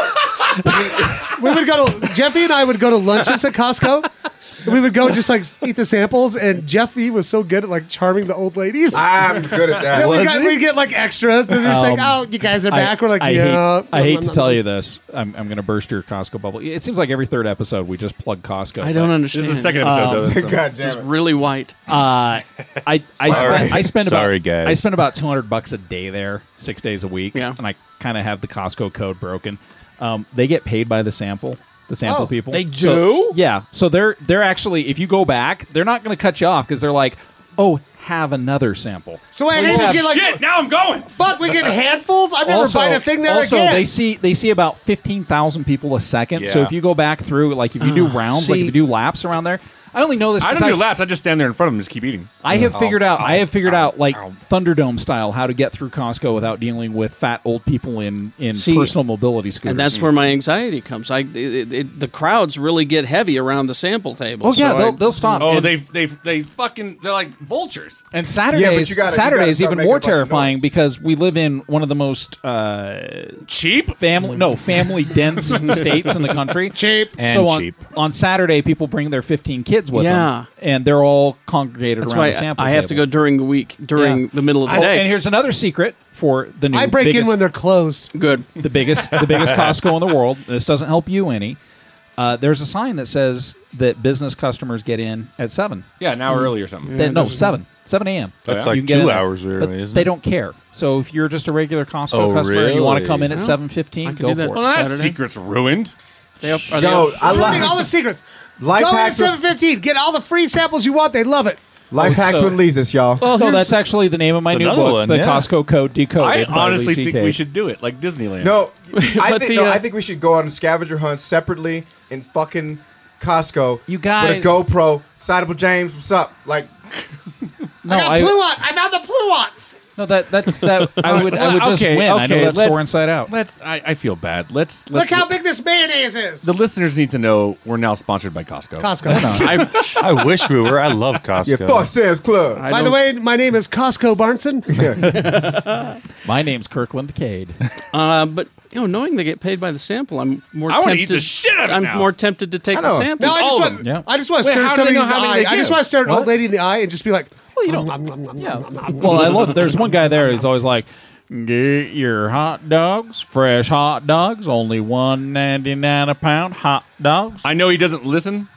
Speaker 4: we would go to Jeffy and I would go to lunches at Costco. And we would go just like eat the samples, and Jeffy was so good at like charming the old ladies.
Speaker 10: I'm good at that.
Speaker 4: Then we
Speaker 10: Was
Speaker 4: got,
Speaker 10: he?
Speaker 4: we get like extras. Then we're just like,
Speaker 7: Um,
Speaker 4: oh, you guys are
Speaker 7: I-
Speaker 4: back. we're like,
Speaker 7: I
Speaker 4: yeah.
Speaker 7: Hate, I hate to tell you this. I'm, I'm going to burst your Costco bubble. It seems like every third episode we just plug Costco.
Speaker 2: I don't
Speaker 7: but-
Speaker 2: understand.
Speaker 11: Uh,
Speaker 2: Um, This is really white.
Speaker 7: Uh, I I
Speaker 2: Sorry.
Speaker 7: spend, I spend
Speaker 11: Sorry,
Speaker 7: about
Speaker 11: guys.
Speaker 7: I spend about two hundred bucks a day there, six days a week, and I kind of have the Costco code broken. Um, they get paid by the sample, the sample
Speaker 2: Oh,
Speaker 7: people.
Speaker 2: they
Speaker 7: So- yeah. So they're they're actually if you go back, they're not going to cut you off because they're like, oh, have another sample.
Speaker 4: So wait, I
Speaker 7: Please
Speaker 4: just
Speaker 7: have-
Speaker 4: get like,
Speaker 5: Oh, Shit, now I'm going.
Speaker 4: Fuck, we get handfuls? I'm never buying a thing there
Speaker 7: also,
Speaker 4: again.
Speaker 7: they see they see about fifteen thousand people a second. So
Speaker 5: Yeah.
Speaker 7: if you go back through, like if you do
Speaker 4: Ah,
Speaker 5: Ugh,
Speaker 7: rounds, like
Speaker 5: see-
Speaker 7: if you do laps around there, I only know this.
Speaker 5: I
Speaker 7: 'cause
Speaker 5: don't do
Speaker 7: I've-
Speaker 5: laps. I just stand there in front of them and just keep eating.
Speaker 7: I have
Speaker 10: Oh.
Speaker 5: Ow,
Speaker 7: figured out. I
Speaker 5: ow,
Speaker 7: have figured
Speaker 5: ow.
Speaker 7: out like Thunderdome style how to get through Costco without dealing with fat old people in in
Speaker 2: See,
Speaker 7: personal mobility scooters.
Speaker 2: And that's where my anxiety comes. I it, it, it, the crowds really get heavy around the sample table.
Speaker 7: Oh, yeah,
Speaker 2: so
Speaker 7: they'll-
Speaker 2: I-
Speaker 7: they'll stop.
Speaker 5: Oh,
Speaker 7: And-
Speaker 5: they they they fucking they're like vultures.
Speaker 7: And Saturdays, Saturdays even more terrifying because we live in one of the most uh,
Speaker 5: cheap
Speaker 7: family no family dense states in the country.
Speaker 2: Cheap
Speaker 11: And
Speaker 7: so on,
Speaker 11: cheap.
Speaker 7: on Saturday, people bring their fifteen kids with
Speaker 2: Yeah.
Speaker 7: them, and they're all congregated
Speaker 2: That's
Speaker 7: around
Speaker 2: why
Speaker 7: the sample.
Speaker 2: I have to go during the week, during the middle of the
Speaker 7: Oh,
Speaker 2: day.
Speaker 7: And here's another secret for the new.
Speaker 4: I break in
Speaker 7: biggest-
Speaker 4: when they're closed.
Speaker 2: Good.
Speaker 7: the biggest the biggest Costco in the world. This doesn't help you any. Uh, there's a sign that says that business customers get in at seven.
Speaker 5: Yeah, an hour early or something.
Speaker 7: Then- no, seven, seven a.m.
Speaker 11: That's
Speaker 7: You
Speaker 11: like
Speaker 7: can get
Speaker 11: two
Speaker 7: in there.
Speaker 11: hours early,
Speaker 7: But
Speaker 11: isn't
Speaker 7: they
Speaker 11: it?
Speaker 7: don't care. So if you're just a regular Costco
Speaker 11: Oh,
Speaker 7: customer and you want to come in at
Speaker 11: really?
Speaker 7: seven fifteen, go for it.
Speaker 5: Well, that secret's ruined.
Speaker 2: They up,
Speaker 4: Ruining all the secrets.
Speaker 10: Life
Speaker 4: Go in at
Speaker 10: hacks are-
Speaker 4: 715. Get all the free samples you want. They love it.
Speaker 10: Life hacks
Speaker 7: so-
Speaker 10: with Lesus, y'all.
Speaker 7: Oh, that's actually the name of my
Speaker 10: It's
Speaker 7: new
Speaker 10: another
Speaker 7: book,
Speaker 10: one,
Speaker 7: The
Speaker 10: yeah.
Speaker 7: Costco Code Decoded.
Speaker 5: I
Speaker 7: by Lee
Speaker 5: honestly think
Speaker 7: TK.
Speaker 5: we should do it like Disneyland.
Speaker 10: No, I
Speaker 7: But
Speaker 10: think
Speaker 7: the,
Speaker 10: no,
Speaker 7: uh,
Speaker 10: I think we should go on scavenger hunts separately in fucking Costco. You
Speaker 13: guys-
Speaker 10: with a GoPro, Excitable James, what's up? Like,
Speaker 7: No,
Speaker 13: I got pluot. I found the pluots.
Speaker 7: No, that that's that. I would I would just
Speaker 5: Okay,
Speaker 7: win. I
Speaker 5: okay,
Speaker 7: know that
Speaker 5: let's-
Speaker 7: store inside out.
Speaker 5: Let's. I, I feel bad. Let's.
Speaker 13: Look
Speaker 5: let's
Speaker 13: how big this mayonnaise is.
Speaker 5: The listeners need to know we're now sponsored by Costco.
Speaker 4: Costco.
Speaker 5: I, I wish we were. I love Costco.
Speaker 10: yeah, fuck Sam's Club.
Speaker 4: By the way, my name is Costco Barnson.
Speaker 7: My name's Kirkland Cade.
Speaker 2: Uh, but you know, knowing they get paid by the sample, I'm more.
Speaker 4: I wanna
Speaker 2: tempted,
Speaker 4: eat the shit out of it
Speaker 2: I'm
Speaker 4: now.
Speaker 2: more tempted to take
Speaker 4: I
Speaker 2: the
Speaker 4: know.
Speaker 2: sample.
Speaker 4: No, I just want, I just want to stare somebody in the eye. I just want to stare at an old lady in the eye and just be like, well, you don't.
Speaker 7: Well, I love. There's one guy there who's always like, "Get your hot dogs, fresh hot dogs, only one ninety nine a pound, hot dogs."
Speaker 5: I know he doesn't listen.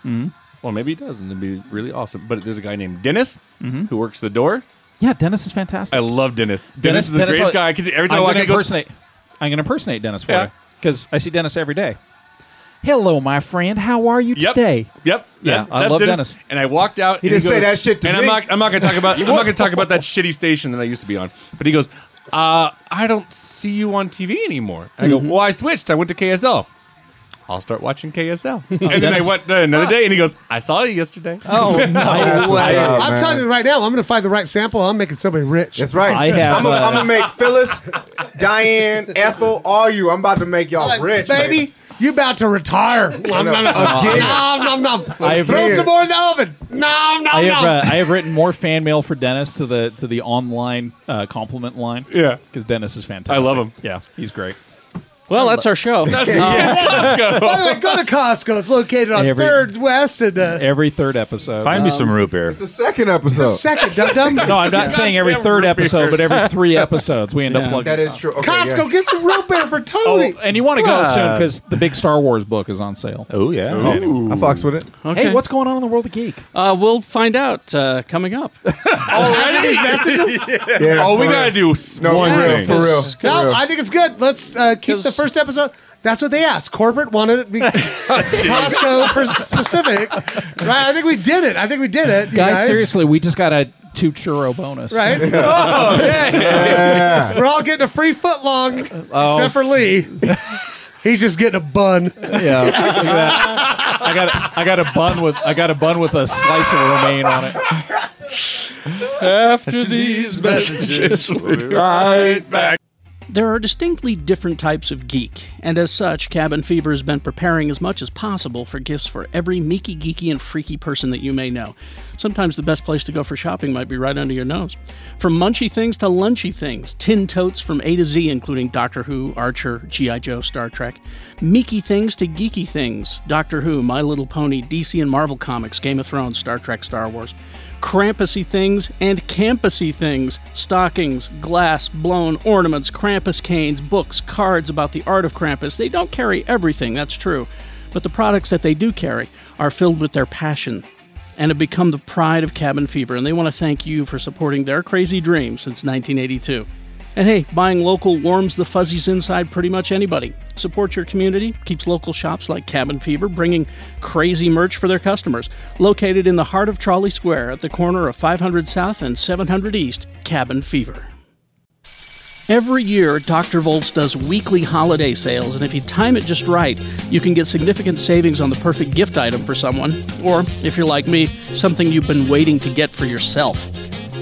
Speaker 5: Well, maybe he does, and it'd be really awesome. But there's a guy named Dennis
Speaker 7: Mhm.
Speaker 5: who works the door.
Speaker 7: Yeah, Dennis is fantastic.
Speaker 5: I love Dennis. Dennis, is the greatest guy. I can, every time I
Speaker 7: I'm
Speaker 5: walk
Speaker 7: gonna
Speaker 5: in, he goes,
Speaker 7: impersonate. I'm going to impersonate Dennis for
Speaker 5: Yeah.
Speaker 7: you because I see Dennis every day. Hello, my friend. How are you
Speaker 5: Yep.
Speaker 7: today?
Speaker 5: Yep.
Speaker 7: Yeah,
Speaker 5: That's-
Speaker 7: I
Speaker 5: that's
Speaker 7: love Dennis.
Speaker 5: And I walked out.
Speaker 7: He
Speaker 5: and
Speaker 7: didn't say
Speaker 5: goes-
Speaker 7: that shit to
Speaker 5: and
Speaker 7: me.
Speaker 5: I'm not, I'm not going to talk about. I'm not going to talk about that shitty station that I used to be on. But he goes, uh, I don't see you on TV anymore. And I
Speaker 7: Mhm.
Speaker 5: go, Well, I switched. I went to KSL. I'll start watching KSL. and then I
Speaker 7: Dennis. Ah.
Speaker 5: went uh, another day, and he goes, I saw you yesterday.
Speaker 7: Oh, no That's what's way. up,
Speaker 4: I'm
Speaker 7: man.
Speaker 4: telling you right now, I'm going to find the right sample. I'm making somebody rich.
Speaker 10: That's right.
Speaker 4: I
Speaker 10: I'm gonna I'm gonna make Phyllis, Diane, Ethel, all you. I'm about to make y'all rich,
Speaker 4: baby. You about to retire? Nom, nom, nom.
Speaker 10: Again.
Speaker 4: Nom, nom, nom.
Speaker 7: I have-
Speaker 4: Throw some more in the oven. Nom nom
Speaker 7: I
Speaker 5: Oh,
Speaker 7: have,
Speaker 4: nom.
Speaker 7: uh, I have written more fan mail for Dennis to the to the online uh, compliment line.
Speaker 5: Yeah,
Speaker 7: because Dennis is fantastic.
Speaker 5: love him.
Speaker 7: Yeah, he's great.
Speaker 2: Well, that's our show.
Speaker 4: By the way, go to Costco. It's located on
Speaker 7: Every-
Speaker 4: Third West and uh,
Speaker 7: Every third episode,
Speaker 4: Find me some
Speaker 7: root beer.
Speaker 10: The second episode.
Speaker 4: The second, dum-dum.
Speaker 7: oh. No, I'm not saying every third episode, but every three episodes we end
Speaker 10: Yeah.
Speaker 7: up plugging.
Speaker 10: That is true. Okay,
Speaker 4: Costco.
Speaker 10: yeah.
Speaker 4: Get some root beer for
Speaker 7: Oh,
Speaker 4: Tony.
Speaker 7: and you want to go
Speaker 4: Ah.
Speaker 7: soon because the big Star Wars book is on sale.
Speaker 5: Oh yeah,
Speaker 10: Ooh. I fucks with it.
Speaker 7: Hey, what's going on in the world of geek?
Speaker 2: Uh, we'll find out uh, coming up.
Speaker 7: Oh,
Speaker 4: These messages.
Speaker 5: Yeah, oh, we gotta do s- one thing.
Speaker 4: No, I think it's good. Let's uh, keep the first episode. That's what they asked. Corporate wanted it to be Costco pers- specific. Right? I think we did it. I think we did it. you
Speaker 7: guys,
Speaker 4: guys.
Speaker 7: seriously, we just got a two churro bonus.
Speaker 4: Right? Oh, We're all getting a free foot
Speaker 10: Uh,
Speaker 4: long,
Speaker 7: Oh.
Speaker 4: except for Lee. He's just getting a bun.
Speaker 7: Yeah, look at that. I got a, I got a bun with I got a bun with a slice of romaine on it.
Speaker 5: After
Speaker 7: these messages,
Speaker 5: we'll be right back.
Speaker 2: There are distinctly different types of geek, and as such, Cabin Fever has been preparing as much as possible for gifts for every meeky, geeky, and freaky person that you may know. Sometimes the best place to go for shopping might be right under your nose. From munchy things to lunchy things, tin totes from A to Z, including Doctor Who, Archer, G.I. Joe, Star Trek, meeky things to geeky things, Doctor Who, My Little Pony, DC and Marvel Comics, Game of Thrones, Star Trek, Star Wars. Krampusy things and campusy things stockings, glass, blown ornaments, Krampus canes, books, cards about the art of Krampus. They don't carry everything, that's true, but the products that they do carry are filled with their passion and have become the pride of Cabin Fever, and they want to thank you for supporting their crazy dream since 1982. And hey, buying local warms the fuzzies inside pretty much anybody. Support your community, keeps local shops like Cabin Fever bringing crazy merch for their customers. Located in the heart of Trolley Square at the corner of 500 South and 700 East, Cabin Fever. Every year, Dr. Volts does weekly holiday sales, and if you time it just right, you can get significant savings on the perfect gift item for someone, or if you're like me, something you've been waiting to get for yourself.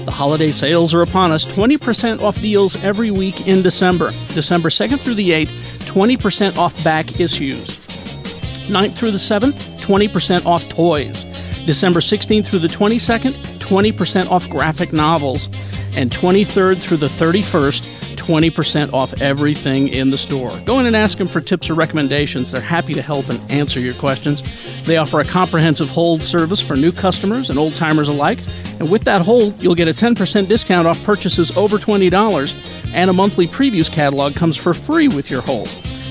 Speaker 2: The holiday sales are upon us 20% off deals every week in December. December 2nd through the 8th, 20% off back issues. 9th through the 7th, 20% off toys. December 16th through the 22nd, 20% off graphic novels. And 23rd through the 31st, 20% off everything in the store. Go in and ask them for tips or recommendations. They're happy to help and answer your questions. They offer a comprehensive hold service for new customers and old timers alike. And with that hold, you'll get a 10% discount off purchases over $20, and a monthly previews catalog comes for free with your hold.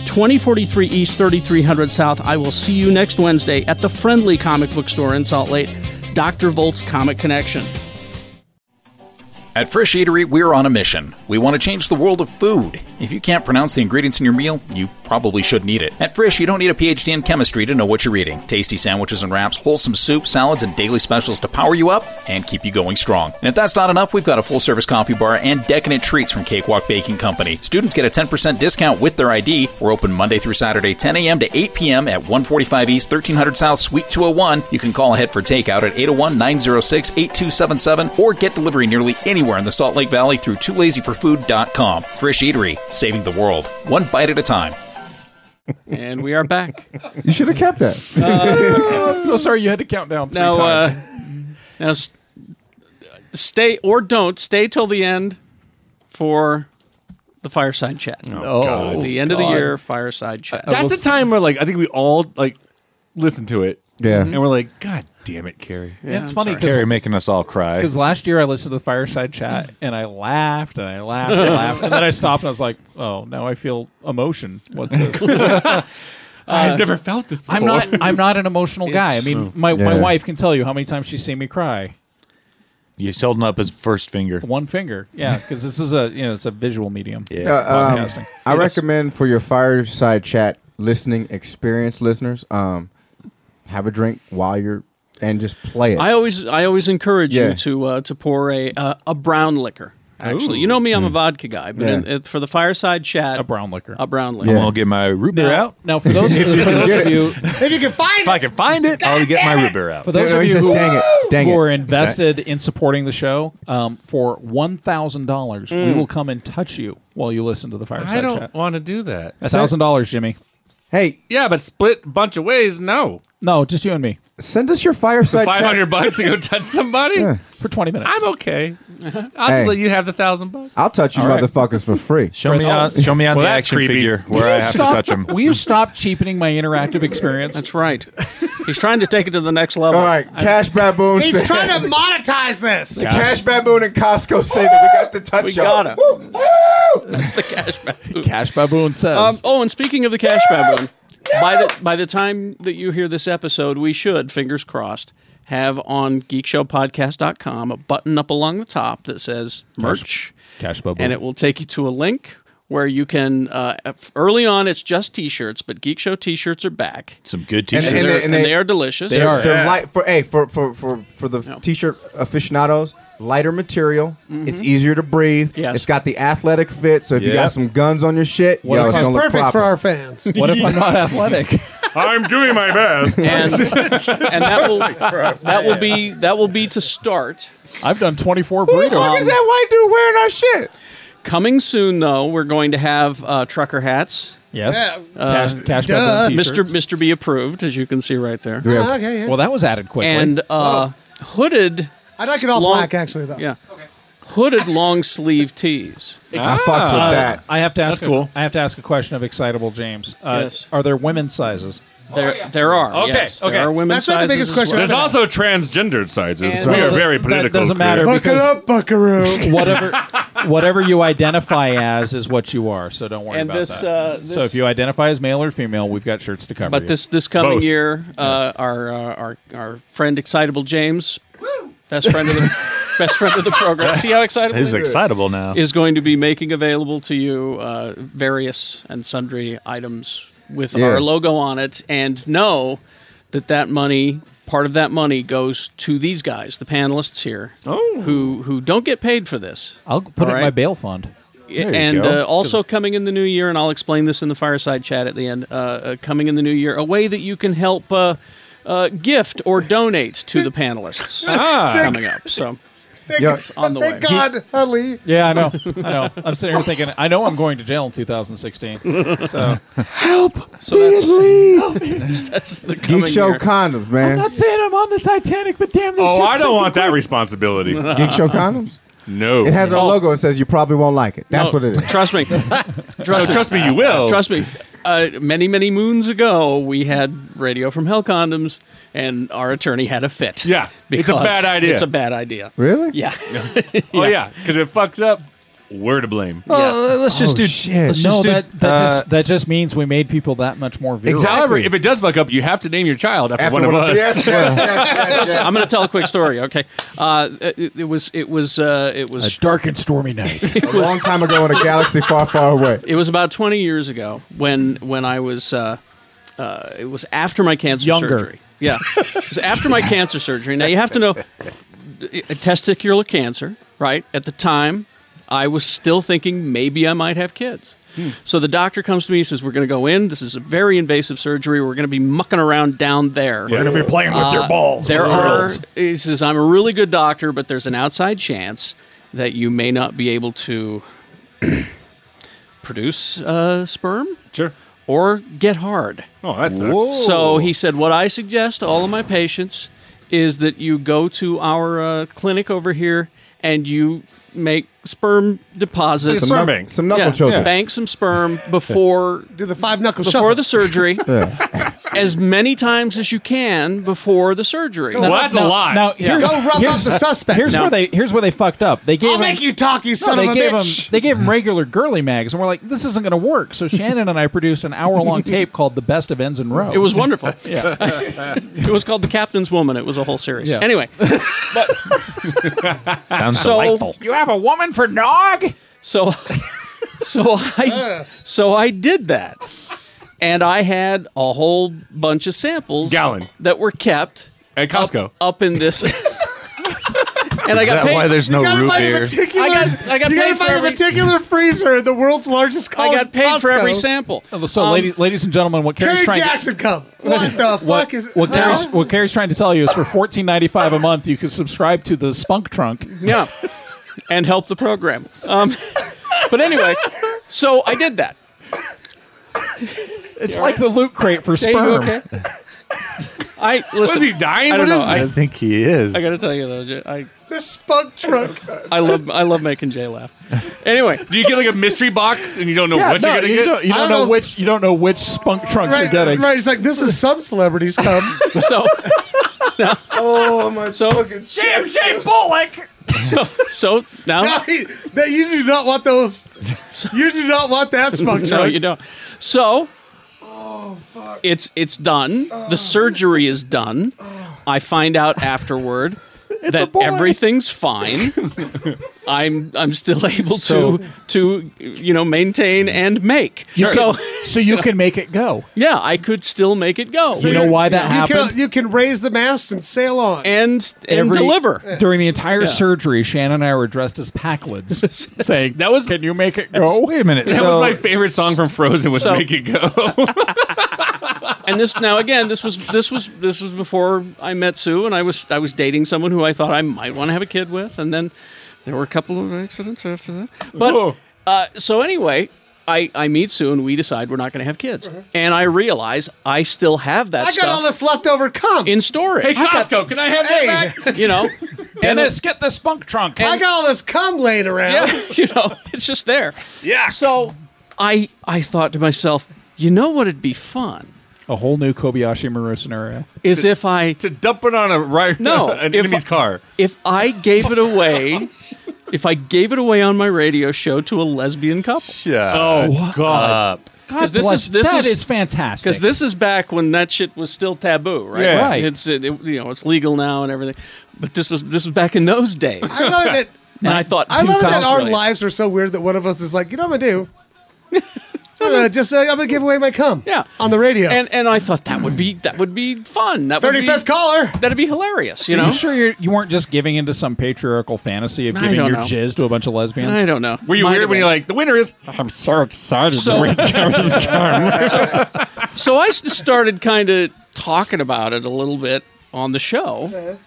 Speaker 2: 2043 East, 3300 South. I will see you next Wednesday at the friendly comic book store in Salt Lake, Dr. Volt's Comic Connection.
Speaker 14: At Fresh Eatery, we're on a mission. We want to change the world of food. If you can't pronounce the ingredients in your meal, you probably should need it. At Frisch, you don't need a PhD in chemistry to know what you're eating. Tasty sandwiches and wraps, wholesome soup, salads, and daily specials to power you up and keep you going strong. And if that's not enough, we've got a full service coffee bar and decadent treats from Cakewalk Baking Company. Students get a 10% discount with their ID. We're open Monday through Saturday, 10 a.m. to 8 p.m. at 145 East, 1300 South, Suite 201. You can call ahead for takeout at 801 906 8277 or get delivery nearly anywhere in the Salt Lake Valley through toolazyforfood.com. Frisch Eatery, saving the world, one bite at a time.
Speaker 2: And we are back.
Speaker 10: You should have kept that.
Speaker 7: so sorry you had to count down three
Speaker 2: now,
Speaker 7: times.
Speaker 2: Uh, now, s- stay or don't stay till the end for the fireside chat.
Speaker 5: Oh, God.
Speaker 2: the end of the
Speaker 5: God.
Speaker 2: year fireside chat.
Speaker 5: That's the time where like I think we all like listen to it.
Speaker 7: Yeah.
Speaker 5: And we're like, God damn it, Carrie.
Speaker 7: Yeah, It's I'm funny sorry. 'cause-
Speaker 11: Carrie making us all cry.
Speaker 7: Because last year I listened to the fireside chat and I laughed and I laughed and laughed and then I stopped and I was like, oh, now I feel emotion. What's this?
Speaker 5: I've never felt this
Speaker 7: I'm
Speaker 5: before.
Speaker 7: not. I'm not an emotional guy. I
Speaker 11: It's-
Speaker 7: mean,
Speaker 11: Oh.
Speaker 7: my, my
Speaker 11: Yeah.
Speaker 7: wife can tell you how many times she's seen me cry.
Speaker 11: He's holding up his first finger.
Speaker 7: One finger. Yeah, because this is a you know it's a visual medium. Yeah,
Speaker 10: Uh, um,
Speaker 7: podcasting.
Speaker 10: I
Speaker 7: Yes.
Speaker 10: recommend for your fireside chat listening experience, listeners, um, have a drink while you're and just play it.
Speaker 2: I always I always encourage
Speaker 10: Yeah.
Speaker 2: you to uh, to pour a uh, a brown liquor. Actually,
Speaker 11: Ooh.
Speaker 2: you know me, I'm a vodka guy, but
Speaker 11: Yeah.
Speaker 2: in, it, for the fireside chat, a brown
Speaker 7: liquor,
Speaker 2: a brown
Speaker 11: I'm
Speaker 2: liquor.
Speaker 11: gonna get my root beer
Speaker 7: Now-
Speaker 11: out.
Speaker 7: Now, for those, for those of you,
Speaker 4: if you can find
Speaker 11: if I can find it, I'll get my root beer out.
Speaker 7: For those
Speaker 11: No,
Speaker 7: of
Speaker 11: he
Speaker 7: you
Speaker 11: says,
Speaker 7: who,
Speaker 11: "Dang it, dang
Speaker 7: who
Speaker 11: it."
Speaker 7: are invested in supporting the show, um, for one thousand dollars, we
Speaker 5: Mm.
Speaker 7: will come and touch you while you listen to the fireside
Speaker 5: I don't
Speaker 7: chat.
Speaker 5: want to do that.
Speaker 7: A thousand dollars, Jimmy.
Speaker 10: Hey,
Speaker 5: Yeah, but split a bunch of ways. No.
Speaker 7: no, just you and me.
Speaker 10: Send us your fireside
Speaker 5: Five hundred bucks to go touch somebody
Speaker 10: Yeah.
Speaker 7: for twenty minutes.
Speaker 5: I'm okay. I'll just
Speaker 10: Hey.
Speaker 5: let you have the thousand bucks.
Speaker 10: I'll touch you
Speaker 5: All right.
Speaker 10: motherfuckers for free.
Speaker 11: Show me on, show me on
Speaker 5: Well,
Speaker 11: the
Speaker 5: that's
Speaker 11: action
Speaker 5: creepy.
Speaker 11: figure where
Speaker 7: Will
Speaker 11: I
Speaker 7: you
Speaker 11: have
Speaker 7: stop-
Speaker 11: to touch him.
Speaker 7: Will you stop cheapening my interactive experience? That's
Speaker 2: right. He's trying to take it to the next level.
Speaker 10: All right, Cash Baboon.
Speaker 4: He's
Speaker 10: said-
Speaker 4: trying to monetize this.
Speaker 10: The Cash Baboon and Costco say that we got the touch
Speaker 2: We
Speaker 10: up.
Speaker 2: got him. That's the cash baboon.
Speaker 7: Cash baboon says.
Speaker 2: Um, oh, and speaking of the cash baboon, by the by the time that you hear this episode, we should, fingers crossed, have on geekshowpodcast.com a button up along the top that says merch.
Speaker 7: Cash baboon.
Speaker 2: and it will take you to a link where you can. Uh, early on, it's just T-shirts, but Geek Show T-shirts are back.
Speaker 11: Some good
Speaker 10: And-
Speaker 2: and,
Speaker 10: and
Speaker 2: they're,
Speaker 10: they- and
Speaker 2: and
Speaker 10: they-
Speaker 2: they are delicious.
Speaker 10: They're- They're light for hey for for for for the t-shirt aficionados. Lighter material. It's easier to breathe.
Speaker 2: Mm-hmm. Yes.
Speaker 10: It's got the athletic fit. So if you
Speaker 4: Yep.
Speaker 10: got some guns on your shit, yo, it's
Speaker 4: it's
Speaker 10: gonna look
Speaker 4: perfect
Speaker 10: proper.
Speaker 4: for our fans.
Speaker 10: What if I'm not
Speaker 7: athletic?
Speaker 5: I'm doing my best.
Speaker 2: and, and that will that will be that will be to start.
Speaker 7: I've done twenty four
Speaker 10: Who the fuck is that white dude wearing our shit?
Speaker 2: Coming soon, though, we're going to have uh, trucker hats.
Speaker 7: Yes. Yeah. Cash- cash duh. baboon
Speaker 2: Mr.
Speaker 7: t-shirts.
Speaker 2: Mr. B approved, as you can see right there.
Speaker 7: Yeah. Ah, okay, yeah. Well, that was added quickly.
Speaker 2: And uh,
Speaker 7: Oh.
Speaker 2: hooded.
Speaker 4: I'd like it all
Speaker 2: long-
Speaker 4: black, actually, though.
Speaker 2: Yeah. Hooded long sleeve tees.
Speaker 7: Uh, I have to
Speaker 2: That's
Speaker 7: ask.
Speaker 2: cool.
Speaker 7: A, I have to ask a question of excitable James. Uh,
Speaker 2: Yes.
Speaker 7: Are there women's sizes?
Speaker 2: There, there are.
Speaker 7: Oh, Okay,
Speaker 2: yes.
Speaker 7: okay.
Speaker 2: There are women's
Speaker 7: That's not the
Speaker 2: sizes
Speaker 7: biggest
Speaker 2: as
Speaker 7: question
Speaker 2: well.
Speaker 5: There's also transgendered sizes.
Speaker 7: And-
Speaker 5: we are
Speaker 7: Well,
Speaker 5: very
Speaker 7: that
Speaker 5: political.
Speaker 7: doesn't matter
Speaker 5: Korea.
Speaker 7: Buck it because- up,
Speaker 4: buckaroo.
Speaker 7: whatever, whatever you identify as is what you are. So don't worry
Speaker 2: And
Speaker 7: about
Speaker 2: this,
Speaker 7: that.
Speaker 2: uh,
Speaker 7: so
Speaker 2: this-
Speaker 7: if you identify as male or female, we've got shirts to cover.
Speaker 2: But
Speaker 7: you.
Speaker 2: this this coming year, uh, our, uh, our our friend excitable James, best friend of the best friend of the program. See how excitable
Speaker 11: He's
Speaker 2: he is?
Speaker 11: excitable now.
Speaker 2: Is going to be making available to you uh, various and sundry items with
Speaker 11: Yeah.
Speaker 2: our logo on it, and know that that money. Part of that money goes to these guys, the panelists here, oh. who who don't get paid for this.
Speaker 7: I'll put
Speaker 2: All
Speaker 7: it in my
Speaker 2: right?
Speaker 7: bail fund.
Speaker 2: and uh, also coming in the new year, and I'll explain this in the fireside chat at the end. Uh, uh, coming in the new year, a way that you can help uh, uh, gift or donate to the panelists
Speaker 4: Ah.
Speaker 2: coming up. So
Speaker 4: Thank,
Speaker 2: Yo, on the
Speaker 4: thank
Speaker 2: way.
Speaker 4: God, uh, Ali.
Speaker 7: Yeah, I know. I know. I'm sitting here thinking. I know I'm going to jail in 2016. So help.
Speaker 2: So that's
Speaker 7: please.
Speaker 2: that's the
Speaker 10: Geek Show condoms, man.
Speaker 7: saying I'm on the Titanic, but damn,
Speaker 5: Oh, I don't want that responsibility.
Speaker 10: Geek Show condoms.
Speaker 5: No.
Speaker 10: It has our logo. It says you probably won't like it. That's
Speaker 2: No,
Speaker 10: what it is.
Speaker 2: Trust me.
Speaker 5: No, trust me, you will.
Speaker 2: Trust me. Uh, many, many moons ago, we had radio from hell condoms, and our attorney had a fit. Yeah,
Speaker 5: it's a bad idea.
Speaker 2: It's a bad idea.
Speaker 10: Really?
Speaker 2: Yeah.
Speaker 5: Oh yeah, because it fucks up.
Speaker 11: We're to blame.
Speaker 7: Yeah.
Speaker 11: let's just
Speaker 7: Oh,
Speaker 11: do.
Speaker 7: shit.
Speaker 11: Let's
Speaker 7: no,
Speaker 11: just do,
Speaker 7: that that, just,
Speaker 11: uh,
Speaker 7: that just means we made people that much more virile.
Speaker 5: However, if it does fuck up, you have to name your child after, one, of us.
Speaker 2: I'm going to tell a quick story. Okay, uh, it, it was it was uh, it was
Speaker 7: a dark and stormy night.
Speaker 2: it
Speaker 10: a long time ago in a galaxy far, far away.
Speaker 2: It was about 20 years ago when when I was uh, uh, it was after my cancer
Speaker 7: Younger.
Speaker 2: surgery. Yeah, it was after my cancer surgery. Now you have to know uh, testicular cancer, right? At the time, I was still thinking maybe I might have kids.
Speaker 15: Hmm.
Speaker 2: So the doctor comes to me. He says, "We're going to go in. This is a very invasive surgery. We're going to be mucking around down there. Uh,
Speaker 15: We're gonna be playing with your balls
Speaker 2: There
Speaker 15: with
Speaker 2: are.
Speaker 15: drills."
Speaker 2: He says, "I'm a really good doctor, but there's an outside chance that you may not be able to produce uh, sperm. Sure. Or get hard. Oh,
Speaker 5: that sucks. Whoa.
Speaker 2: So he said, What I suggest to all of my patients is that you go to our uh, clinic over here and you make sperm deposits.
Speaker 10: Some Sperm knuck- bank. some knuckle
Speaker 2: Yeah,
Speaker 10: children.
Speaker 2: Bank some sperm before
Speaker 4: do the five knuckle
Speaker 2: before
Speaker 4: shuffle.
Speaker 2: the surgery. As many times as you can before the surgery.
Speaker 7: Now- now- Now, here's, here's- Here's
Speaker 2: No.
Speaker 7: where they here's where they fucked up. They gave
Speaker 2: I'll
Speaker 7: him,
Speaker 2: make you talk, you son
Speaker 7: they
Speaker 2: of a
Speaker 7: gave
Speaker 2: bitch.
Speaker 7: Him, they gave him regular girly mags, and we're like, this isn't going to work. So Shannon and I produced an hour long tape called "The Best of Ends and Row."
Speaker 2: It was wonderful.
Speaker 7: yeah.
Speaker 2: it was called The Captain's Woman. It was a whole series.
Speaker 7: Yeah.
Speaker 2: Anyway,
Speaker 7: Sounds
Speaker 2: so,
Speaker 7: delightful.
Speaker 2: You have a woman for nog? So, so I, so I did that, and I had a whole bunch of samples
Speaker 5: Gallon.
Speaker 2: that were kept
Speaker 5: at Costco
Speaker 2: up, up in this. And I
Speaker 11: Is
Speaker 2: got
Speaker 11: that
Speaker 2: paid.
Speaker 11: why there's You no gotta root find a beer?
Speaker 4: particular-
Speaker 2: I got, I got
Speaker 4: you
Speaker 2: paid
Speaker 4: gotta
Speaker 2: for
Speaker 4: find a
Speaker 2: every,
Speaker 4: particular freezer in the world's largest
Speaker 2: I
Speaker 4: college.
Speaker 2: got paid for
Speaker 4: Costco.
Speaker 2: every sample.
Speaker 7: So,
Speaker 2: Um,
Speaker 7: ladies, ladies and gentlemen, what Carrie's
Speaker 4: Kerry
Speaker 7: trying
Speaker 4: Jackson, come. What the
Speaker 7: to, what,
Speaker 4: fuck is?
Speaker 7: what
Speaker 4: Huh?
Speaker 7: Carrie's, what Carrie's trying to tell you is for fourteen ninety five a month, you can subscribe to the Spunk Trunk.
Speaker 2: Yeah, and help the program. Um, but anyway, so I did that.
Speaker 7: It's like the loot crate for
Speaker 2: Jay, you
Speaker 7: sperm.
Speaker 2: okay? I listen.
Speaker 5: Was he dying?
Speaker 2: I don't
Speaker 5: What
Speaker 2: know.
Speaker 5: is
Speaker 2: I,
Speaker 5: this?
Speaker 11: think he is.
Speaker 2: I got to tell you though, Jay, I
Speaker 4: The spunk truck.
Speaker 2: I love I love making Jay laugh. Anyway,
Speaker 5: do you get like a mystery box and you don't know
Speaker 7: Yeah,
Speaker 5: what
Speaker 7: no,
Speaker 5: you're gonna
Speaker 7: you
Speaker 5: get?
Speaker 7: don't- you I don't don't know know. which you don't know which spunk trunk
Speaker 4: Right, right. He's like, this is some celebrities come.
Speaker 2: so,
Speaker 4: oh my
Speaker 2: so,
Speaker 4: fucking
Speaker 5: Jam Shane Bullock.
Speaker 2: So, so now
Speaker 4: No, he- that you do not want those. You do not want that spunk
Speaker 2: no,
Speaker 4: truck.
Speaker 2: you don't. So,
Speaker 4: Oh,
Speaker 2: It's it's done. The surgery is done. I find out afterward that everything's fine. I'm I'm still able
Speaker 7: So-
Speaker 2: to to you know maintain and make.
Speaker 7: You
Speaker 2: so
Speaker 7: can- so you can make it go.
Speaker 2: Yeah, I could still make it go.
Speaker 7: So You know you're- why that
Speaker 4: you Can,
Speaker 7: happened?
Speaker 4: you can raise the mast and sail on.
Speaker 2: And,
Speaker 7: during the entire
Speaker 4: Yeah.
Speaker 7: surgery. Shannon and I were dressed as Packlets, saying that was. Can you make it go?
Speaker 2: Wait a minute,
Speaker 5: That
Speaker 2: so-
Speaker 5: was my favorite song from Frozen. Was
Speaker 2: So-
Speaker 5: "Make It Go."
Speaker 2: and this now again this was this was this was before I met Sue and I was I was dating someone who I thought I might want to have a kid with and then there were a couple of accidents after that but uh, so anyway I, I meet Sue and we decide we're not going to have kids and I realize I still have that
Speaker 4: I got all
Speaker 2: stuff
Speaker 4: this leftover cum
Speaker 2: in storage
Speaker 4: Hey, Costco,
Speaker 5: can I have
Speaker 4: that
Speaker 2: back you know
Speaker 7: Dennis, get the spunk trunk
Speaker 4: I got all this cum laying around.
Speaker 2: Yeah, you know, it's just there. Yeah. So I I thought to myself, you know what would be fun
Speaker 7: a whole new Kobayashi Maru scenario.
Speaker 2: is if I
Speaker 5: to dump it on a right
Speaker 2: no
Speaker 5: an
Speaker 2: if
Speaker 5: enemy's
Speaker 2: I-
Speaker 5: car.
Speaker 2: If I gave it
Speaker 4: Oh,
Speaker 2: away, if I gave it away on my radio show to a lesbian couple.
Speaker 5: Uh,
Speaker 7: What? God
Speaker 2: 'Cause this
Speaker 7: bless-
Speaker 2: is- this
Speaker 7: that
Speaker 2: is-
Speaker 7: is fantastic.
Speaker 2: Because this is back when that shit was still taboo, right?
Speaker 7: Yeah. Right.
Speaker 2: It's it, it- you know it's legal now and everything, but this was this was back in those days.
Speaker 4: I love it that.
Speaker 2: and I thought
Speaker 4: I love it that
Speaker 2: 2000
Speaker 4: our
Speaker 2: really-
Speaker 4: lives are so weird that one of us is like, you know what I'm gonna do? I'm gonna just uh, I'm gonna give away my cum. Yeah. On the radio.
Speaker 2: And and I thought that would be that would be fun. That would be-
Speaker 4: 35th caller.
Speaker 2: That'd be hilarious. You know.
Speaker 7: Are you sure you're, you weren't just giving into some patriarchal fantasy of
Speaker 2: I
Speaker 7: giving
Speaker 2: don't
Speaker 7: your
Speaker 2: know.
Speaker 7: jizz to a bunch of lesbians?
Speaker 2: I don't know.
Speaker 5: Were you
Speaker 2: Might
Speaker 5: weird
Speaker 2: have
Speaker 5: when
Speaker 2: been.
Speaker 5: you're like the winner is? I'm so excited.
Speaker 2: So- so I s- started kind of talking about it a little bit on the show.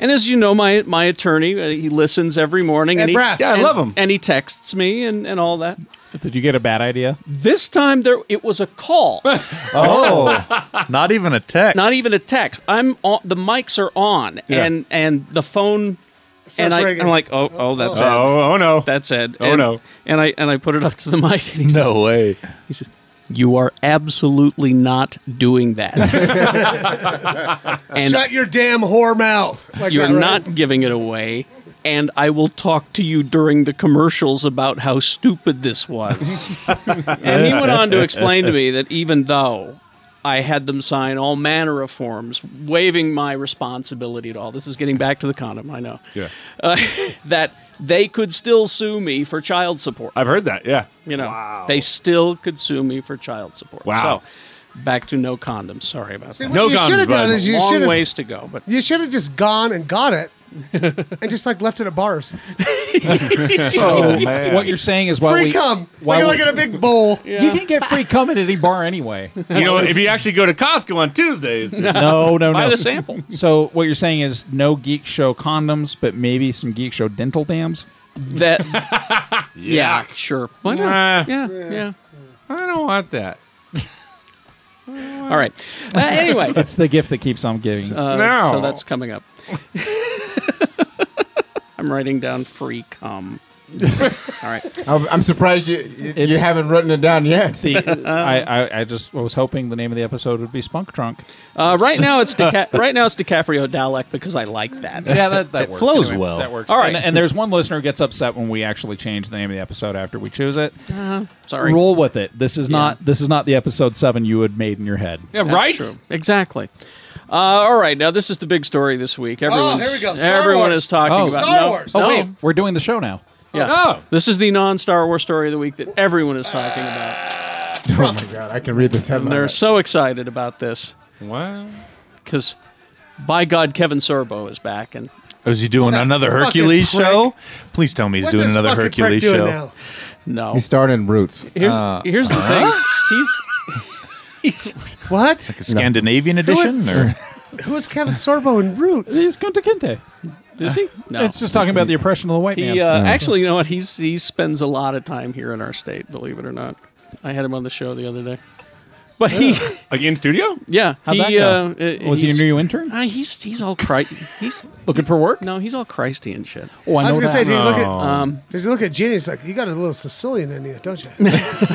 Speaker 2: And as you know, my my attorney, uh, he listens every morning.
Speaker 7: Ed
Speaker 2: and he,
Speaker 7: Brass. Yeah, I
Speaker 2: and-
Speaker 7: love him.
Speaker 2: And he texts me and, and all that.
Speaker 7: Did you get a bad idea?
Speaker 2: This time there, it was a call.
Speaker 11: Oh, not even a text.
Speaker 2: Not even a text. I'm on. The mics are on,
Speaker 11: Yeah.
Speaker 2: and and the phone.
Speaker 11: Starts
Speaker 2: And I,
Speaker 11: ringing.
Speaker 2: I'm like, oh, oh, that's
Speaker 11: Oh.
Speaker 2: Ed.
Speaker 5: Oh, no,
Speaker 2: that's Ed.
Speaker 11: Oh,
Speaker 2: And-
Speaker 11: no.
Speaker 2: And I and I put it up to the mic. And he
Speaker 11: No
Speaker 2: says,
Speaker 11: way.
Speaker 2: He says, "You are absolutely not doing that." and
Speaker 4: Shut your damn whore mouth. Like
Speaker 2: you're
Speaker 4: that, right?
Speaker 2: not giving it away. and I will talk to you during the commercials about how stupid this was. and he went on to explain to me that even though I had them sign all manner of forms, waiving my responsibility at all, this is getting back to the condom, I know,
Speaker 5: Yeah.
Speaker 2: uh, that they could still sue me for child support.
Speaker 5: I've heard that, yeah.
Speaker 2: You know, they still could sue me for child support.
Speaker 5: Wow.
Speaker 2: So, back to no condoms. Sorry about
Speaker 4: See,
Speaker 2: that.
Speaker 4: what you should have done is you should
Speaker 2: long
Speaker 4: have
Speaker 2: ways to go, but
Speaker 4: you should have just gone and got it, and just like left it at bars.
Speaker 7: so what you're saying is while
Speaker 4: free
Speaker 7: we
Speaker 4: cum,
Speaker 7: while
Speaker 4: like,
Speaker 7: we-
Speaker 4: like in a big bowl.
Speaker 7: you can get free cum at any bar anyway.
Speaker 5: You know, if you actually go to Costco on Tuesdays, uh,
Speaker 7: no, no, no.
Speaker 5: buy the sample.
Speaker 7: So what you're saying is no geek show condoms, but maybe some geek show dental dams.
Speaker 2: That yeah, sure. Why not? yeah, yeah,
Speaker 5: I don't want that.
Speaker 2: All right. Uh, anyway,
Speaker 7: it's the gift that keeps on giving.
Speaker 2: Uh, So that's coming up. I'm writing down free cum. All right.
Speaker 10: I'm, I'm surprised you you, you
Speaker 7: It's-
Speaker 10: haven't written it down yet.
Speaker 7: the, I, I, I just was hoping the name of the episode would be Spunk Trunk.
Speaker 2: Uh, right now it's Dica- right now it's DiCaprio Dalek because I like that.
Speaker 7: Yeah, that, that works. Anyway, That works. All right. And, and
Speaker 2: there's
Speaker 7: there's one listener who gets upset when we actually change the name of the episode after we choose it.
Speaker 2: Uh, sorry.
Speaker 7: Roll with it. This is not this is not the episode seven you had made in your head.
Speaker 2: That's true. Exactly. Uh, all right. Now this is the big story this week. Everyone,
Speaker 7: Oh, here we go. Star
Speaker 2: everyone
Speaker 7: Wars.
Speaker 2: is talking
Speaker 7: Oh.
Speaker 2: about
Speaker 7: Star
Speaker 2: no,
Speaker 7: Wars.
Speaker 2: no.
Speaker 7: Oh, wait. We're doing the show now.
Speaker 5: Oh.
Speaker 2: Yeah. This is the non-Star Wars story of the week that everyone is talking about.
Speaker 10: Oh my god, I can read this
Speaker 2: And
Speaker 10: headline.
Speaker 2: they're so excited about this.
Speaker 5: Wow.
Speaker 2: Because, by God, Kevin Sorbo is back. And
Speaker 11: Oh, Is he doing
Speaker 2: That
Speaker 11: another
Speaker 2: fucking
Speaker 11: Hercules
Speaker 2: prick.
Speaker 11: show? Please tell me he's
Speaker 2: What's
Speaker 11: doing
Speaker 2: this
Speaker 11: another
Speaker 2: fucking prick
Speaker 11: Hercules
Speaker 2: doing
Speaker 11: show.
Speaker 2: now? no.
Speaker 10: He starred in Roots.
Speaker 2: here's
Speaker 11: Uh,
Speaker 2: here's the
Speaker 11: huh?
Speaker 2: thing. He's he's
Speaker 4: what?
Speaker 11: Like a Scandinavian edition, or
Speaker 4: Who is Kevin Sorbo in Roots?
Speaker 7: He's Kunta Kinte.
Speaker 2: Is he? No.
Speaker 7: It's just talking about the oppression of the white
Speaker 2: He
Speaker 7: man.
Speaker 2: uh, actually, you know what? He's he spends a lot of time here in our state. Believe it or not, I had him on the show the other day. But he
Speaker 5: like in studio.
Speaker 2: Yeah,
Speaker 7: How'd
Speaker 2: he,
Speaker 7: that go?
Speaker 2: uh, uh,
Speaker 7: Was he a
Speaker 2: he's-
Speaker 7: new intern?
Speaker 2: Uh, he's he's all Christ. He's
Speaker 7: looking for work.
Speaker 2: No, he's all Christy and shit.
Speaker 7: Oh,
Speaker 4: I, was gonna say, dude, look at
Speaker 2: Um,
Speaker 4: does he look at Genie? He's like, you got a little Sicilian in you, don't you?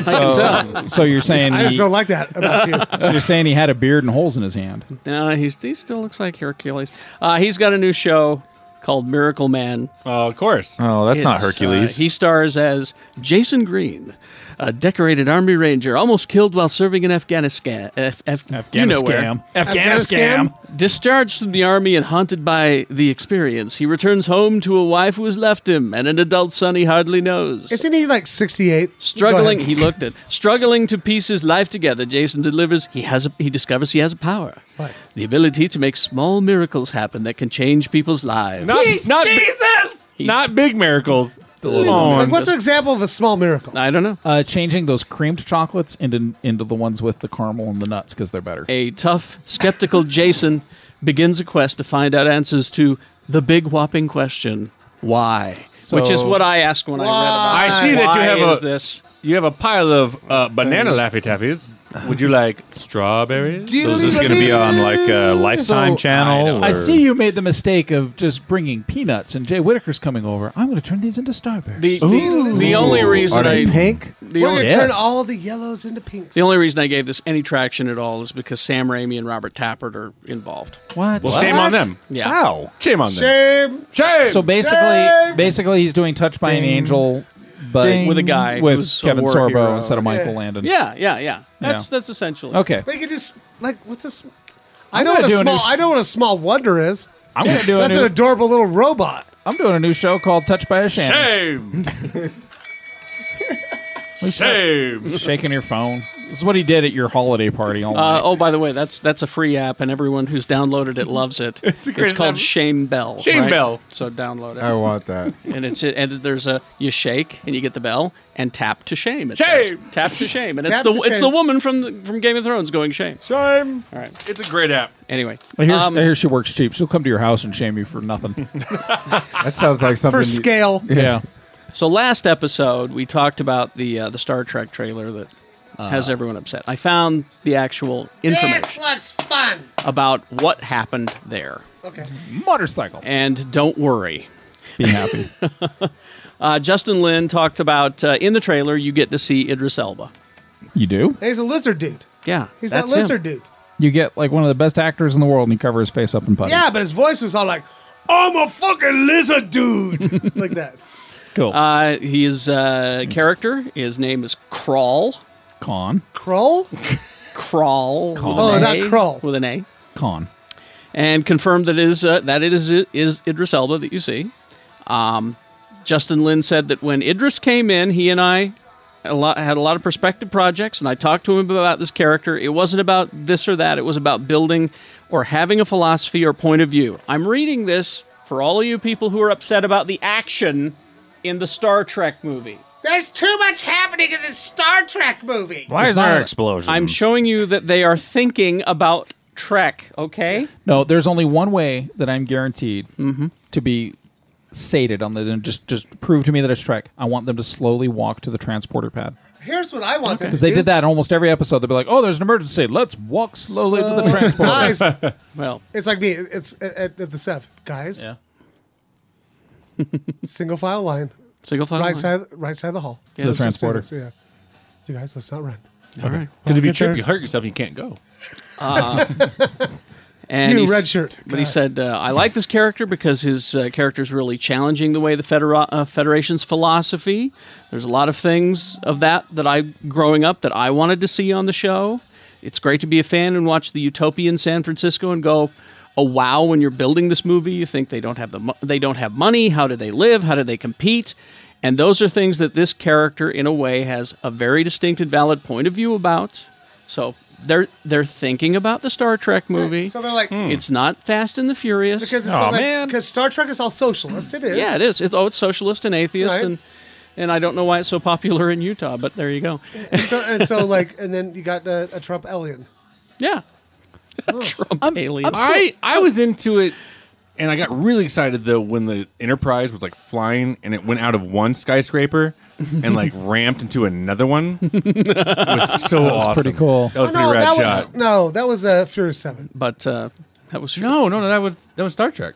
Speaker 7: so, so you're saying
Speaker 4: I just
Speaker 7: he-
Speaker 4: don't like that about you.
Speaker 7: so you're saying he had a beard and holes in his hand.
Speaker 2: No, he's, he still looks like Hercules. Uh, he's got a new show called Miracle Man. uh,
Speaker 5: Oh, of course.
Speaker 11: Oh, that's not Hercules.
Speaker 2: he stars as Jason Green, a decorated Army Ranger, almost killed while serving in Afghanistan. Af- Af- you know where.
Speaker 7: Afghanistan. Afghanistan.
Speaker 2: Discharged from the army and haunted by the experience, he returns home to a wife who has left him and an adult son he hardly knows.
Speaker 4: Isn't he like 68?
Speaker 2: Struggling,
Speaker 4: Go
Speaker 2: he looked at struggling to piece his life together. Jason delivers. He has. A, he discovers he has a power,
Speaker 4: What?
Speaker 2: the ability to make small miracles happen that can change people's lives.
Speaker 5: Not, not Jesus. Not big miracles.
Speaker 4: ahead. It's like, what's an example of a small miracle?
Speaker 2: I don't know.
Speaker 7: Uh, changing those creamed chocolates into into the ones with the caramel and the nuts because they're better.
Speaker 2: A tough, skeptical Jason begins a quest to find out answers to the big whopping question: Why? Which is
Speaker 5: So-
Speaker 2: what I asked when I read about.
Speaker 5: I see
Speaker 2: it.
Speaker 5: that you
Speaker 2: Why
Speaker 5: have
Speaker 2: is
Speaker 5: a
Speaker 2: this.
Speaker 5: You have a pile of uh, banana laffy taffies. Would you like strawberries?
Speaker 11: So is this going to be on like a Lifetime
Speaker 7: So-
Speaker 11: channel?
Speaker 7: I
Speaker 11: or-
Speaker 7: see you made the mistake of just bringing peanuts, and Jay Whitaker's coming over. I'm going to turn these into starbursts.
Speaker 2: The, the, the only reason
Speaker 7: Are they
Speaker 2: I
Speaker 7: pink?
Speaker 2: The
Speaker 4: We're
Speaker 2: only,
Speaker 4: gonna turn all the yellows into pinks.
Speaker 2: The only reason I gave this any traction at all is because Sam Raimi and Robert Tappert are involved.
Speaker 7: What?
Speaker 5: Well, shame on them.
Speaker 2: Yeah.
Speaker 5: Wow. Shame on them.
Speaker 4: Shame.
Speaker 5: Shame.
Speaker 7: So basically, basically he's doing "Touched by an
Speaker 2: Ding.
Speaker 7: Angel," but
Speaker 2: Ding. With a guy
Speaker 7: with
Speaker 2: who's a
Speaker 7: Kevin
Speaker 2: war
Speaker 7: Sorbo
Speaker 2: hero.
Speaker 7: instead of Michael
Speaker 2: Yeah.
Speaker 7: Landon.
Speaker 2: Yeah, yeah, yeah. That's
Speaker 7: Yeah.
Speaker 2: that's essentially
Speaker 7: Okay.
Speaker 4: We could just like what's this?
Speaker 7: I'm
Speaker 4: I know
Speaker 7: gonna
Speaker 4: what a
Speaker 7: do a
Speaker 4: small.
Speaker 7: new s-
Speaker 4: I know what a small wonder is.
Speaker 7: I'm gonna do a
Speaker 4: That's
Speaker 7: new-
Speaker 4: an adorable little robot.
Speaker 7: I'm doing a new show called "Touched by a Shannon."
Speaker 5: Shame.
Speaker 7: Shame. Shaking your phone. This is what he did at your holiday party. All night.
Speaker 2: Uh, oh, by the way, that's that's a free app, and everyone who's downloaded it loves it. it's,
Speaker 7: the greatest
Speaker 2: called
Speaker 7: app.
Speaker 2: Shame Bell.
Speaker 7: Shame
Speaker 2: right?
Speaker 7: Bell.
Speaker 2: So download it.
Speaker 10: I want that.
Speaker 2: And it's and there's a you shake and you get the bell and tap to shame. It says.
Speaker 5: Shame.
Speaker 2: Tap to shame, and it's
Speaker 5: Tap
Speaker 2: the
Speaker 5: to
Speaker 2: it's the
Speaker 5: shame.
Speaker 2: woman from the, from Game of Thrones going shame.
Speaker 5: Shame.
Speaker 2: All right.
Speaker 5: It's a great app.
Speaker 2: Anyway,
Speaker 7: I hear,
Speaker 2: um,
Speaker 7: I hear she works cheap. She'll come to your house and shame you for nothing.
Speaker 10: that sounds like something. you-
Speaker 7: Yeah.
Speaker 2: So last episode we talked about the uh, the Star Trek trailer that
Speaker 5: Uh,
Speaker 2: has everyone upset. I found the actual information
Speaker 4: This looks fun.
Speaker 2: about what happened there.
Speaker 4: Okay.
Speaker 7: Motorcycle.
Speaker 2: And don't worry.
Speaker 7: Be happy.
Speaker 2: uh, Justin Lin talked about uh, in the trailer you get to see Idris Elba.
Speaker 7: You do?
Speaker 4: He's a lizard dude.
Speaker 2: Yeah,
Speaker 4: He's
Speaker 2: that's
Speaker 4: that
Speaker 2: him.
Speaker 4: lizard dude.
Speaker 7: You get like one of the best actors in the world and you cover his face up in putty.
Speaker 4: Yeah, but his voice was all like,
Speaker 15: I'm a fucking lizard dude.
Speaker 4: like that.
Speaker 7: Cool.
Speaker 2: Uh, his uh, character, his name is Crawl.
Speaker 7: Con.
Speaker 4: Crawl?
Speaker 2: Crawl.
Speaker 7: Con.
Speaker 2: with an
Speaker 7: Oh, not
Speaker 2: A,
Speaker 7: Crawl.
Speaker 2: With an A.
Speaker 7: Con.
Speaker 2: And confirmed that it is, uh, that it is, is Idris Elba that you see. Um, Justin Lin said that when Idris came in, he and I had a, lot, had a lot of perspective projects, and I talked to him about this character. It wasn't about this or that, it was about building or having a philosophy or point of view. I'm reading this for all of you people who are upset about the action in the Star Trek movie.
Speaker 13: There's too much happening in this Star Trek movie.
Speaker 2: It's not- I'm showing you that they are thinking about Trek, okay?
Speaker 7: No, there's only one way that I'm guaranteed to be sated on this, and just just prove to me that it's Trek. I want them to slowly walk to the transporter pad
Speaker 4: Here's what I want them to
Speaker 7: because they
Speaker 4: do.
Speaker 7: did that in almost every episode. They'd be like, "Oh, there's an emergency. Let's walk slowly to the
Speaker 4: So,
Speaker 7: transporter."
Speaker 4: guys,
Speaker 2: well,
Speaker 4: it's like me. It's at, at the Sev, guys. Yeah. single file line.
Speaker 2: Single file
Speaker 4: Right
Speaker 2: line.
Speaker 4: side, right side of the hall.
Speaker 5: Yeah. To
Speaker 4: Let's
Speaker 5: the
Speaker 4: just do
Speaker 5: transporter.
Speaker 4: this, Yeah. You guys, let's not run.
Speaker 2: All right.
Speaker 5: Because if you
Speaker 4: Get
Speaker 5: trip,
Speaker 4: there.
Speaker 5: you hurt yourself. and You can't go.
Speaker 2: Uh, and
Speaker 4: You,
Speaker 2: he's-
Speaker 4: red shirt.
Speaker 2: But he said, uh, "I like this character because his uh, character is really challenging the way the federa- uh, Federation's philosophy. There's a lot of things of that that I, growing up, that I wanted to see on the show. It's great to be a fan and watch the utopian San Francisco and go." Oh wow! When you're building this movie, you think they don't have the mo- they don't have money. How do they live? How do they compete? And those are things that this character, in a way, has a very distinct and valid point of view about. So they're they're thinking about the Star Trek movie.
Speaker 4: So they're like- Hmm.
Speaker 2: it's not Fast and the Furious
Speaker 4: Because it's so like, because Star Trek is all socialist. It is.
Speaker 2: yeah, it is. It's, oh, it's socialist and atheist,
Speaker 4: Right.
Speaker 2: and and I don't know why it's so popular in Utah, but there you go.
Speaker 4: And so, and so like, and then you got uh, a Trump alien.
Speaker 2: Yeah. Trump alien.
Speaker 5: I, I was into it, and I got really excited though when the Enterprise was like flying and it went out of one skyscraper and like ramped into another one. it was so
Speaker 7: That was
Speaker 5: awesome.
Speaker 7: pretty cool.
Speaker 5: That was a pretty
Speaker 4: Oh, no,
Speaker 5: rad
Speaker 4: that
Speaker 5: shot.
Speaker 4: was no, that was uh, Fury Seven.
Speaker 2: But uh, that was
Speaker 5: no, no, no. That was that was Star Trek.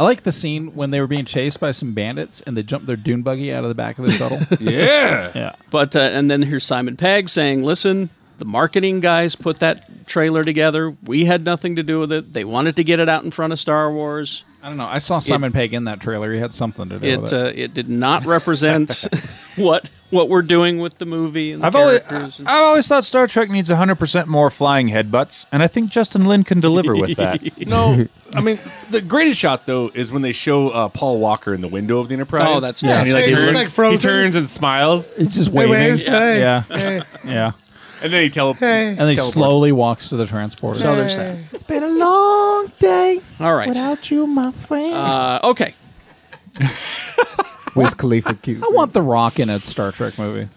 Speaker 7: I like the scene when they were being chased by some bandits and they jumped their dune buggy out of the back of the shuttle. yeah.
Speaker 2: But uh, and then here's Simon Pegg saying, "Listen, the marketing guys put that trailer together. We had nothing to do with it. They wanted to get it out in front of Star Wars."
Speaker 7: I don't know. I saw Simon Pegg in that trailer. He had something to do
Speaker 2: It
Speaker 7: with
Speaker 2: it, uh, it did not represent what what we're doing with the movie and the
Speaker 11: I've always,
Speaker 2: characters.
Speaker 11: I've always thought Star Trek needs 100% more flying headbutts, and I think Justin Lin can deliver with that.
Speaker 5: no, I mean the greatest shot though is when they show uh, Paul Walker in the window of the Enterprise.
Speaker 7: Oh, that's nice.
Speaker 5: And he,
Speaker 7: Yeah,
Speaker 5: like,
Speaker 7: he's just,
Speaker 5: turns,
Speaker 7: like,
Speaker 5: he
Speaker 7: frozen.
Speaker 5: turns and smiles.
Speaker 7: It's just
Speaker 5: waving.
Speaker 7: waving.
Speaker 5: yeah.
Speaker 7: yeah. yeah.
Speaker 5: And then he tele-
Speaker 7: Hey. And then he
Speaker 5: teleports.
Speaker 7: slowly walks to the transporter.
Speaker 2: So there's that.
Speaker 13: It's been a long day.
Speaker 2: All right.
Speaker 13: Without you, my friend.
Speaker 2: Uh, okay.
Speaker 10: Wiz Khalifa cute.
Speaker 7: I want The Rock in a Star Trek movie.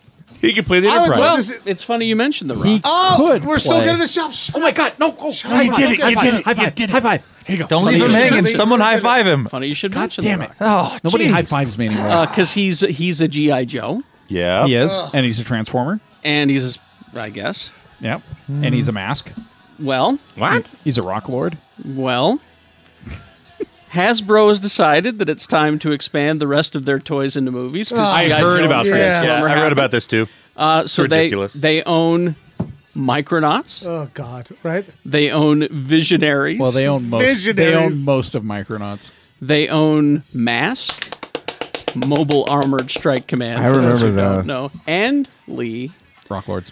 Speaker 5: He could play the
Speaker 4: I would Enterprise. love to
Speaker 2: Well, it's funny you mentioned the rock.
Speaker 7: He
Speaker 4: Oh,
Speaker 7: could
Speaker 4: we're so
Speaker 7: play.
Speaker 4: good at this job. oh
Speaker 2: my god, no! Oh,
Speaker 11: I did it, I did it, I did it.
Speaker 7: High five.
Speaker 5: Here you go.
Speaker 11: Don't leave him hanging. Someone high five him.
Speaker 2: Funny you should
Speaker 11: God
Speaker 2: mention
Speaker 11: damn
Speaker 2: The
Speaker 11: it.
Speaker 2: Rock.
Speaker 11: Oh, Nobody jeez. high fives
Speaker 7: me anymore.
Speaker 2: Because he's he's a GI Joe,
Speaker 11: Yeah.
Speaker 7: He is.
Speaker 2: Ugh.
Speaker 7: And he's a transformer.
Speaker 2: and he's I guess.
Speaker 7: Yep. And he's a mask.
Speaker 2: Well,
Speaker 5: What?
Speaker 7: He's a rock lord.
Speaker 2: Well, Hasbro has decided that it's time to expand the rest of their toys into movies. 'cause
Speaker 11: Ah. I
Speaker 2: G.I.
Speaker 11: heard
Speaker 2: Joe
Speaker 11: about
Speaker 2: is
Speaker 11: this.
Speaker 2: no
Speaker 11: Yeah,
Speaker 2: longer
Speaker 11: I read
Speaker 2: happening.
Speaker 11: about this too.
Speaker 2: Uh, so
Speaker 11: It's
Speaker 2: they
Speaker 11: ridiculous.
Speaker 2: they own Micronauts.
Speaker 4: Oh God, right?
Speaker 2: They own Visionaries.
Speaker 7: Well, they own most. They own most of Micronauts.
Speaker 2: They own Mask, Mobile Armored Strike Command.
Speaker 7: I
Speaker 2: for those
Speaker 7: remember
Speaker 2: who don't
Speaker 7: that.
Speaker 2: know. and Lee.
Speaker 7: Rock Lords.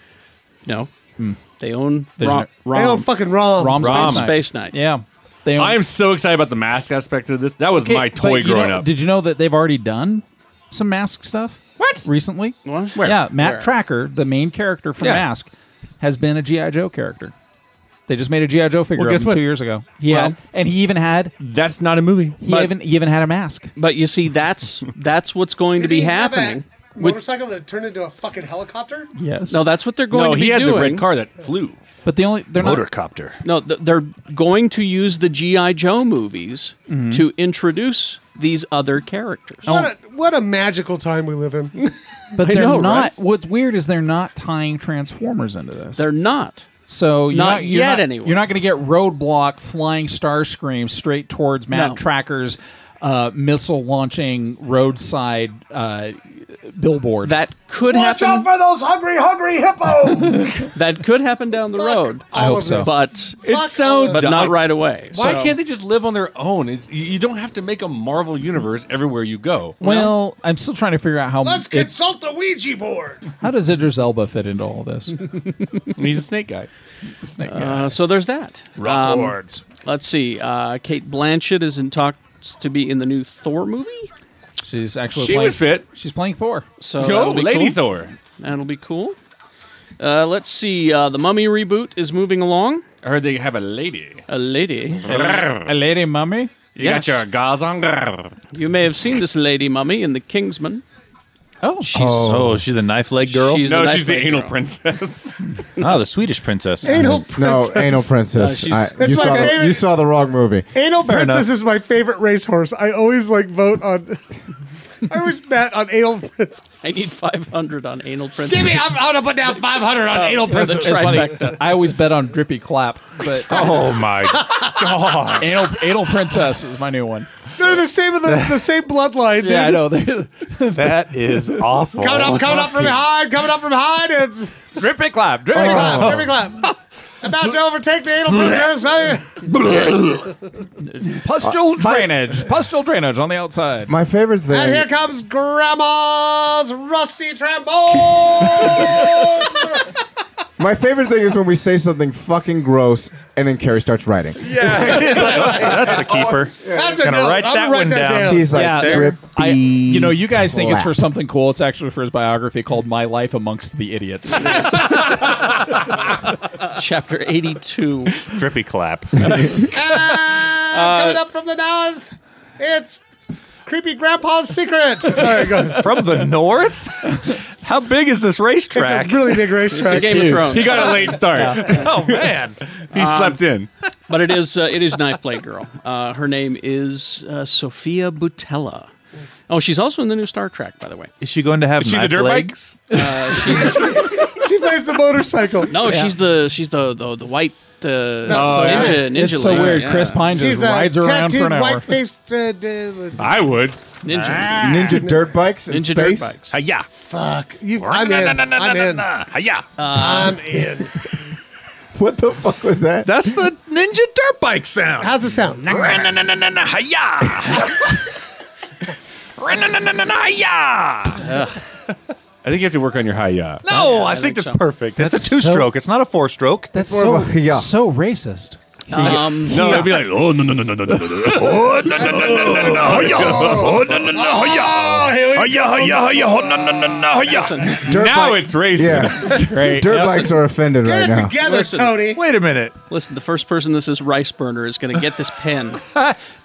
Speaker 2: No,
Speaker 11: Hmm.
Speaker 2: they own Rom.
Speaker 5: Visionar-
Speaker 4: They own fucking ROM.
Speaker 7: ROM Space
Speaker 5: ROM.
Speaker 7: Knight.
Speaker 2: Space Knight.
Speaker 7: Yeah.
Speaker 5: I am so excited about the mask aspect of this. That was
Speaker 7: Okay,
Speaker 5: my
Speaker 7: but
Speaker 5: toy
Speaker 7: you
Speaker 5: growing
Speaker 7: know-
Speaker 5: up.
Speaker 7: Did you know that they've already done some mask stuff? What? Recently?
Speaker 2: What?
Speaker 7: Yeah, Matt
Speaker 2: Where?
Speaker 7: Tracker, the main character from
Speaker 2: Yeah.
Speaker 7: Mask, has been a G.I. Joe character. They just made a G.I. Joe figure
Speaker 2: Well,
Speaker 7: of
Speaker 2: guess
Speaker 7: him
Speaker 2: what?
Speaker 7: two years ago. He
Speaker 2: Well-
Speaker 7: had- and he even had.
Speaker 5: That's not a movie.
Speaker 7: He
Speaker 2: But-
Speaker 7: even he even had a mask.
Speaker 2: But you see, that's that's what's going to
Speaker 4: Did
Speaker 2: be
Speaker 4: he have a
Speaker 2: happening. with-
Speaker 4: Motorcycle that turned into a fucking helicopter.
Speaker 7: Yes.
Speaker 2: No, that's what they're going
Speaker 5: No,
Speaker 2: to
Speaker 5: he
Speaker 2: be
Speaker 5: had the
Speaker 2: doing.
Speaker 5: red car that flew.
Speaker 7: But the only they're not.
Speaker 11: Motorcopter.
Speaker 2: No, th- they're going to use the GI Joe movies
Speaker 5: Mm-hmm.
Speaker 4: Mhm.
Speaker 2: to introduce these other characters.
Speaker 4: What a, what a magical time we live in.
Speaker 7: But
Speaker 4: I
Speaker 7: they're
Speaker 4: know,
Speaker 7: not.
Speaker 4: right?
Speaker 7: What's weird is they're not tying Transformers into this.
Speaker 2: They're not.
Speaker 7: So you're
Speaker 2: Not
Speaker 7: not, you're
Speaker 2: yet
Speaker 7: not-
Speaker 2: anyway.
Speaker 7: You're not going to get Roadblock flying Starscream straight towards Matt
Speaker 2: No.
Speaker 7: Tracker's uh, missile launching roadside uh, billboard.
Speaker 2: That could
Speaker 15: Watch
Speaker 2: happen.
Speaker 15: out for those hungry, hungry hippos!
Speaker 2: that could happen down the road.
Speaker 5: I hope so.
Speaker 2: But
Speaker 5: It's so
Speaker 2: but
Speaker 5: dumb.
Speaker 2: not right away.
Speaker 5: Why
Speaker 2: So-
Speaker 5: can't they just live on their own? It's, you you don't have to make a Marvel universe everywhere you go.
Speaker 7: Well, I'm still trying to figure out how
Speaker 15: Let's
Speaker 7: it-
Speaker 15: consult the Ouija board.
Speaker 7: how does Idris Elba fit into all this?
Speaker 5: He's a snake guy. Um,
Speaker 7: Snake
Speaker 2: Uh, so there's that.
Speaker 7: Rough words.
Speaker 2: Let's see. Uh, Kate Blanchett is in talks to be in the new Thor movie.
Speaker 7: She's actually
Speaker 2: She
Speaker 7: playing,
Speaker 2: would fit.
Speaker 7: She's playing Thor.
Speaker 2: So that'll be cool. That'll be cool. Uh, let's see. Uh, the Mummy reboot is moving along.
Speaker 5: I heard they have a lady.
Speaker 2: A lady.
Speaker 7: A lady mummy.
Speaker 5: You got your gauze on.
Speaker 2: You may have seen this lady mummy in The Kingsman.
Speaker 7: Oh,
Speaker 2: she's
Speaker 11: oh, she's the knife leg girl.
Speaker 2: She's
Speaker 5: No,
Speaker 2: the
Speaker 5: she's the
Speaker 2: knife-like
Speaker 5: anal
Speaker 2: girl.
Speaker 5: princess.
Speaker 11: oh, the Swedish princess.
Speaker 4: Anal
Speaker 10: No,
Speaker 4: princess.
Speaker 10: anal princess.
Speaker 4: No,
Speaker 10: I-
Speaker 4: she's- It's
Speaker 10: you,
Speaker 4: my
Speaker 10: saw the,
Speaker 4: favorite-
Speaker 10: you saw the wrong movie.
Speaker 4: Anal
Speaker 10: Fair
Speaker 4: Princess
Speaker 10: enough.
Speaker 4: is my favorite racehorse. I always like vote on. I always bet on Anal Princess.
Speaker 2: I need 500 on Anal Princess.
Speaker 4: Give me- I'm-
Speaker 2: gonna put down 500
Speaker 4: on Anal
Speaker 7: That's funny. I always bet on Drippy Clap, but
Speaker 11: oh my
Speaker 7: god, anal, anal Princess is my new one.
Speaker 4: They're the same the, the same bloodline.
Speaker 7: Yeah, I
Speaker 4: dude.
Speaker 7: know that
Speaker 11: is awful.
Speaker 4: Coming up, coming up from behind, coming up from behind. It's
Speaker 7: drippy clap,
Speaker 4: drippy
Speaker 7: Oh.
Speaker 4: clap, drippy clap. About to overtake the anal princess.
Speaker 7: Pustule drainage, pustule drainage on the outside.
Speaker 10: My favorite thing.
Speaker 4: and here comes Grandma's rusty trombone.
Speaker 10: My favorite thing is when we say something fucking gross and then Carrie starts writing.
Speaker 11: That's a keeper.
Speaker 4: That's
Speaker 11: Gonna
Speaker 4: note.
Speaker 11: write
Speaker 4: I'm
Speaker 11: that
Speaker 4: gonna
Speaker 11: one down.
Speaker 10: He's like,
Speaker 7: there- I- you know, you guys think it's
Speaker 10: clap.
Speaker 7: for something cool. It's actually for his biography called "My Life Amongst the Idiots."
Speaker 2: Chapter 82.
Speaker 11: Drippy clap.
Speaker 4: Ah, coming up from the north. It's creepy grandpa's secret. Sorry, go. ahead.
Speaker 11: From the north? How big is this racetrack?
Speaker 4: It's a really big racetrack.
Speaker 2: It's a Game of Thrones.
Speaker 5: He got a late start.
Speaker 2: Yeah.
Speaker 5: Oh man, he
Speaker 2: Um,
Speaker 5: slept in.
Speaker 2: but it is uh, it is knife play girl. Uh, her name is uh, Sophia Butella. Oh, she's also in the new Star Trek, by the way.
Speaker 11: Is she going to have
Speaker 2: Is she the
Speaker 11: knife
Speaker 2: dirt bike?
Speaker 11: legs?
Speaker 2: Uh, she's-
Speaker 4: She plays the motorcycle.
Speaker 2: no, she's the she's the the, the white uh,
Speaker 4: so
Speaker 2: ninja.
Speaker 4: weird.
Speaker 2: ninja
Speaker 4: It's so
Speaker 2: lady.
Speaker 4: weird.
Speaker 2: Yeah.
Speaker 7: Chris Pine just
Speaker 4: a
Speaker 7: rides around for an
Speaker 4: tattooed,
Speaker 7: hour.
Speaker 4: White-faced. Uh, dude.
Speaker 5: I would.
Speaker 2: Ninja.
Speaker 10: Ninja dirt bikes in
Speaker 2: Ninja dirt
Speaker 10: space.
Speaker 2: bikes.
Speaker 5: Uh, Yeah.
Speaker 4: Fuck. You, I'm in. I'm in.
Speaker 5: Yeah.
Speaker 4: I'm in.
Speaker 10: What the fuck was that?
Speaker 11: That's the ninja dirt bike sound.
Speaker 4: How's it sound?
Speaker 5: I think you have to work on your high yeah.
Speaker 11: No, I think that's perfect. It's a
Speaker 7: That's so-
Speaker 11: two-stroke. It's not a four-stroke.
Speaker 7: That's so so racist.
Speaker 2: Um,
Speaker 11: No, it'd be like,
Speaker 5: oh no no no no no no no.
Speaker 15: Oh, no, no, no, no, no, no. Hiya. Oh, no, no, no. Hiya. Hiya, hiya, hiya. Oh, no, no, no, no. Hiya.
Speaker 5: now
Speaker 10: bike-
Speaker 5: it's racist.
Speaker 10: Yeah.
Speaker 5: Great.
Speaker 10: Dirt
Speaker 5: Nelson.
Speaker 10: bikes are offended right now.
Speaker 2: Listen.
Speaker 11: Wait a minute.
Speaker 2: Listen, the first person this is rice burner is going to get this pen.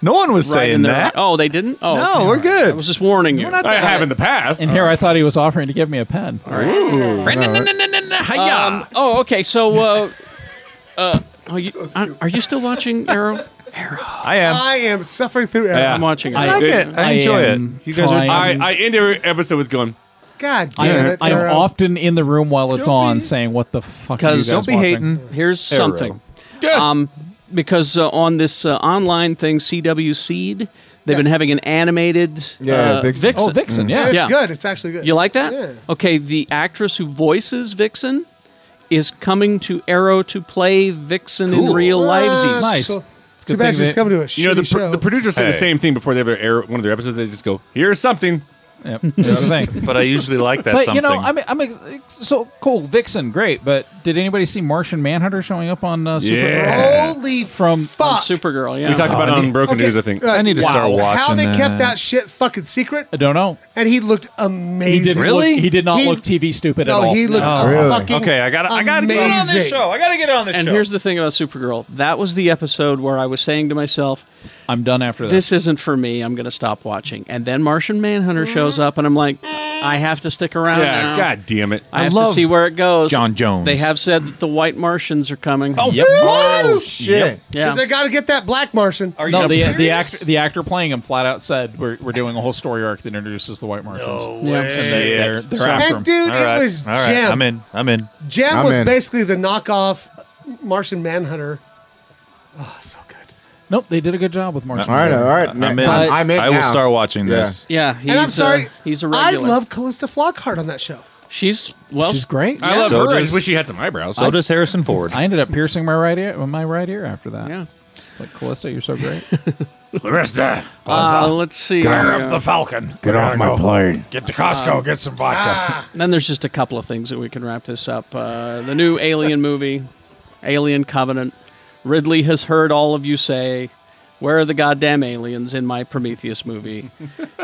Speaker 11: no one was
Speaker 2: right in
Speaker 11: saying
Speaker 2: their-
Speaker 11: that.
Speaker 2: Oh, they didn't. Oh,
Speaker 11: No,
Speaker 2: okay.
Speaker 11: we're good.
Speaker 2: I was just warning you.
Speaker 11: not I that- have in the past.
Speaker 7: And here I thought he was offering to give me a pen. All
Speaker 2: right. Um, oh, okay. So, uh, uh, are, you, are, are you still watching Arrow?
Speaker 11: I am.
Speaker 4: I am suffering through.
Speaker 5: Yeah.
Speaker 4: Arrow.
Speaker 2: I'm watching it.
Speaker 5: I
Speaker 2: I
Speaker 5: like
Speaker 2: did.
Speaker 5: it. I enjoy it.
Speaker 7: am
Speaker 5: You guys are. I,
Speaker 7: trying-
Speaker 5: I end every episode with going.
Speaker 4: God
Speaker 7: I
Speaker 4: damn
Speaker 7: am,
Speaker 4: it.
Speaker 7: I am
Speaker 4: Darrow.
Speaker 7: often in the room while it's on, saying, "What the fuck?" Are you
Speaker 2: Because
Speaker 7: guys watching?"
Speaker 2: Here's
Speaker 7: Arrow.
Speaker 2: something. Um, because uh, on this uh, online thing, CW Seed, they've been having an animated uh,
Speaker 7: Oh, Vixen. Yeah,
Speaker 11: Mm.
Speaker 4: It's good. It's actually good.
Speaker 2: You like that?
Speaker 4: Yeah.
Speaker 2: Okay, the actress who voices Vixen is coming to Arrow to play Vixen in
Speaker 4: Cool.
Speaker 2: real
Speaker 4: Ah,
Speaker 2: lifesies.
Speaker 4: Nice. cool. It's a good Too bad thing she's that- coming to a
Speaker 5: You know, the,
Speaker 4: shitty
Speaker 5: pr-
Speaker 4: show.
Speaker 5: the producers say the
Speaker 11: Hey.
Speaker 5: same thing before they ever air one of their episodes. They just go, "Here's something."
Speaker 7: Yep. That's the thing.
Speaker 11: But I usually like that
Speaker 7: but
Speaker 11: something.
Speaker 7: you know, I'm, I'm ex- ex- so cool. Vixen, great. But did anybody see Martian Manhunter showing up on uh, Supergirl?
Speaker 5: Yeah.
Speaker 4: Holy
Speaker 7: from
Speaker 4: fuck.
Speaker 2: Supergirl. Yeah,
Speaker 5: We talked about it on Broken News. I think
Speaker 4: uh,
Speaker 7: I need to start
Speaker 4: How
Speaker 7: watching
Speaker 4: they kept
Speaker 7: that.
Speaker 4: that shit fucking secret?
Speaker 7: I don't know.
Speaker 4: And he looked amazing.
Speaker 7: He did Look, he did not look TV stupid
Speaker 4: no,
Speaker 7: at all. Uh,
Speaker 4: he looked No. Really? fucking Okay, I gotta- I gotta get on this amazing. show.
Speaker 11: I gotta get on this
Speaker 2: and
Speaker 11: show.
Speaker 2: here's the thing about Supergirl. That was the episode where I was saying to myself,
Speaker 7: "I'm done after
Speaker 2: this." isn't for me. I'm going to stop watching." And then Martian Manhunter
Speaker 4: Mm-hmm.
Speaker 2: shows up, and I'm like, "I have to stick around."
Speaker 5: Yeah,
Speaker 2: now.
Speaker 5: God damn it.
Speaker 2: I,
Speaker 5: I
Speaker 2: have to
Speaker 5: love
Speaker 2: see where it goes.
Speaker 5: John Jones.
Speaker 2: They have said that the White Martians are coming. Oh,
Speaker 7: Yep.
Speaker 4: what?
Speaker 7: Oh,
Speaker 4: shit.
Speaker 2: Yeah.
Speaker 4: Because they got to get that black Martian. Are
Speaker 7: no, the the actor the actor playing him flat out said we're, we're doing a whole story arc that introduces the White Martians.
Speaker 4: way.
Speaker 7: And they, they're, they're
Speaker 4: And
Speaker 7: after him.
Speaker 4: dude, it was
Speaker 11: All right.
Speaker 4: Gem.
Speaker 11: I'm in. I'm in.
Speaker 4: Gem
Speaker 11: I'm
Speaker 4: was
Speaker 11: in.
Speaker 4: basically the knockoff Martian Manhunter. Oh, so good.
Speaker 7: Nope, they did a good job with March.
Speaker 11: All right, all right. I'm in.
Speaker 7: But-
Speaker 11: I'm in I will now. start watching this.
Speaker 2: Yeah,
Speaker 4: and I'm
Speaker 2: he's,
Speaker 4: sorry,
Speaker 2: uh, he's a
Speaker 4: I
Speaker 2: regular.
Speaker 4: love Callista Flockhart on that show.
Speaker 2: She's well.
Speaker 7: She's great.
Speaker 4: I love
Speaker 5: So her. I
Speaker 7: does-
Speaker 5: wish she had some eyebrows.
Speaker 7: so does
Speaker 11: Harrison Ford.
Speaker 7: I ended up piercing my right ear, my right ear after that.
Speaker 2: Yeah.
Speaker 7: It's just like Callisto, you're so great.
Speaker 2: Callisto. Uh, let's see.
Speaker 7: Get
Speaker 2: here.
Speaker 7: off Um, the Falcon.
Speaker 11: Get off my plane.
Speaker 2: Get
Speaker 11: to Costco, get some vodka.
Speaker 7: ah.
Speaker 2: Then there's just a couple of things that we can wrap this up. Uh, the new Alien movie, Alien Covenant. Ridley has heard all of you say, "Where are the goddamn aliens in my Prometheus movie?"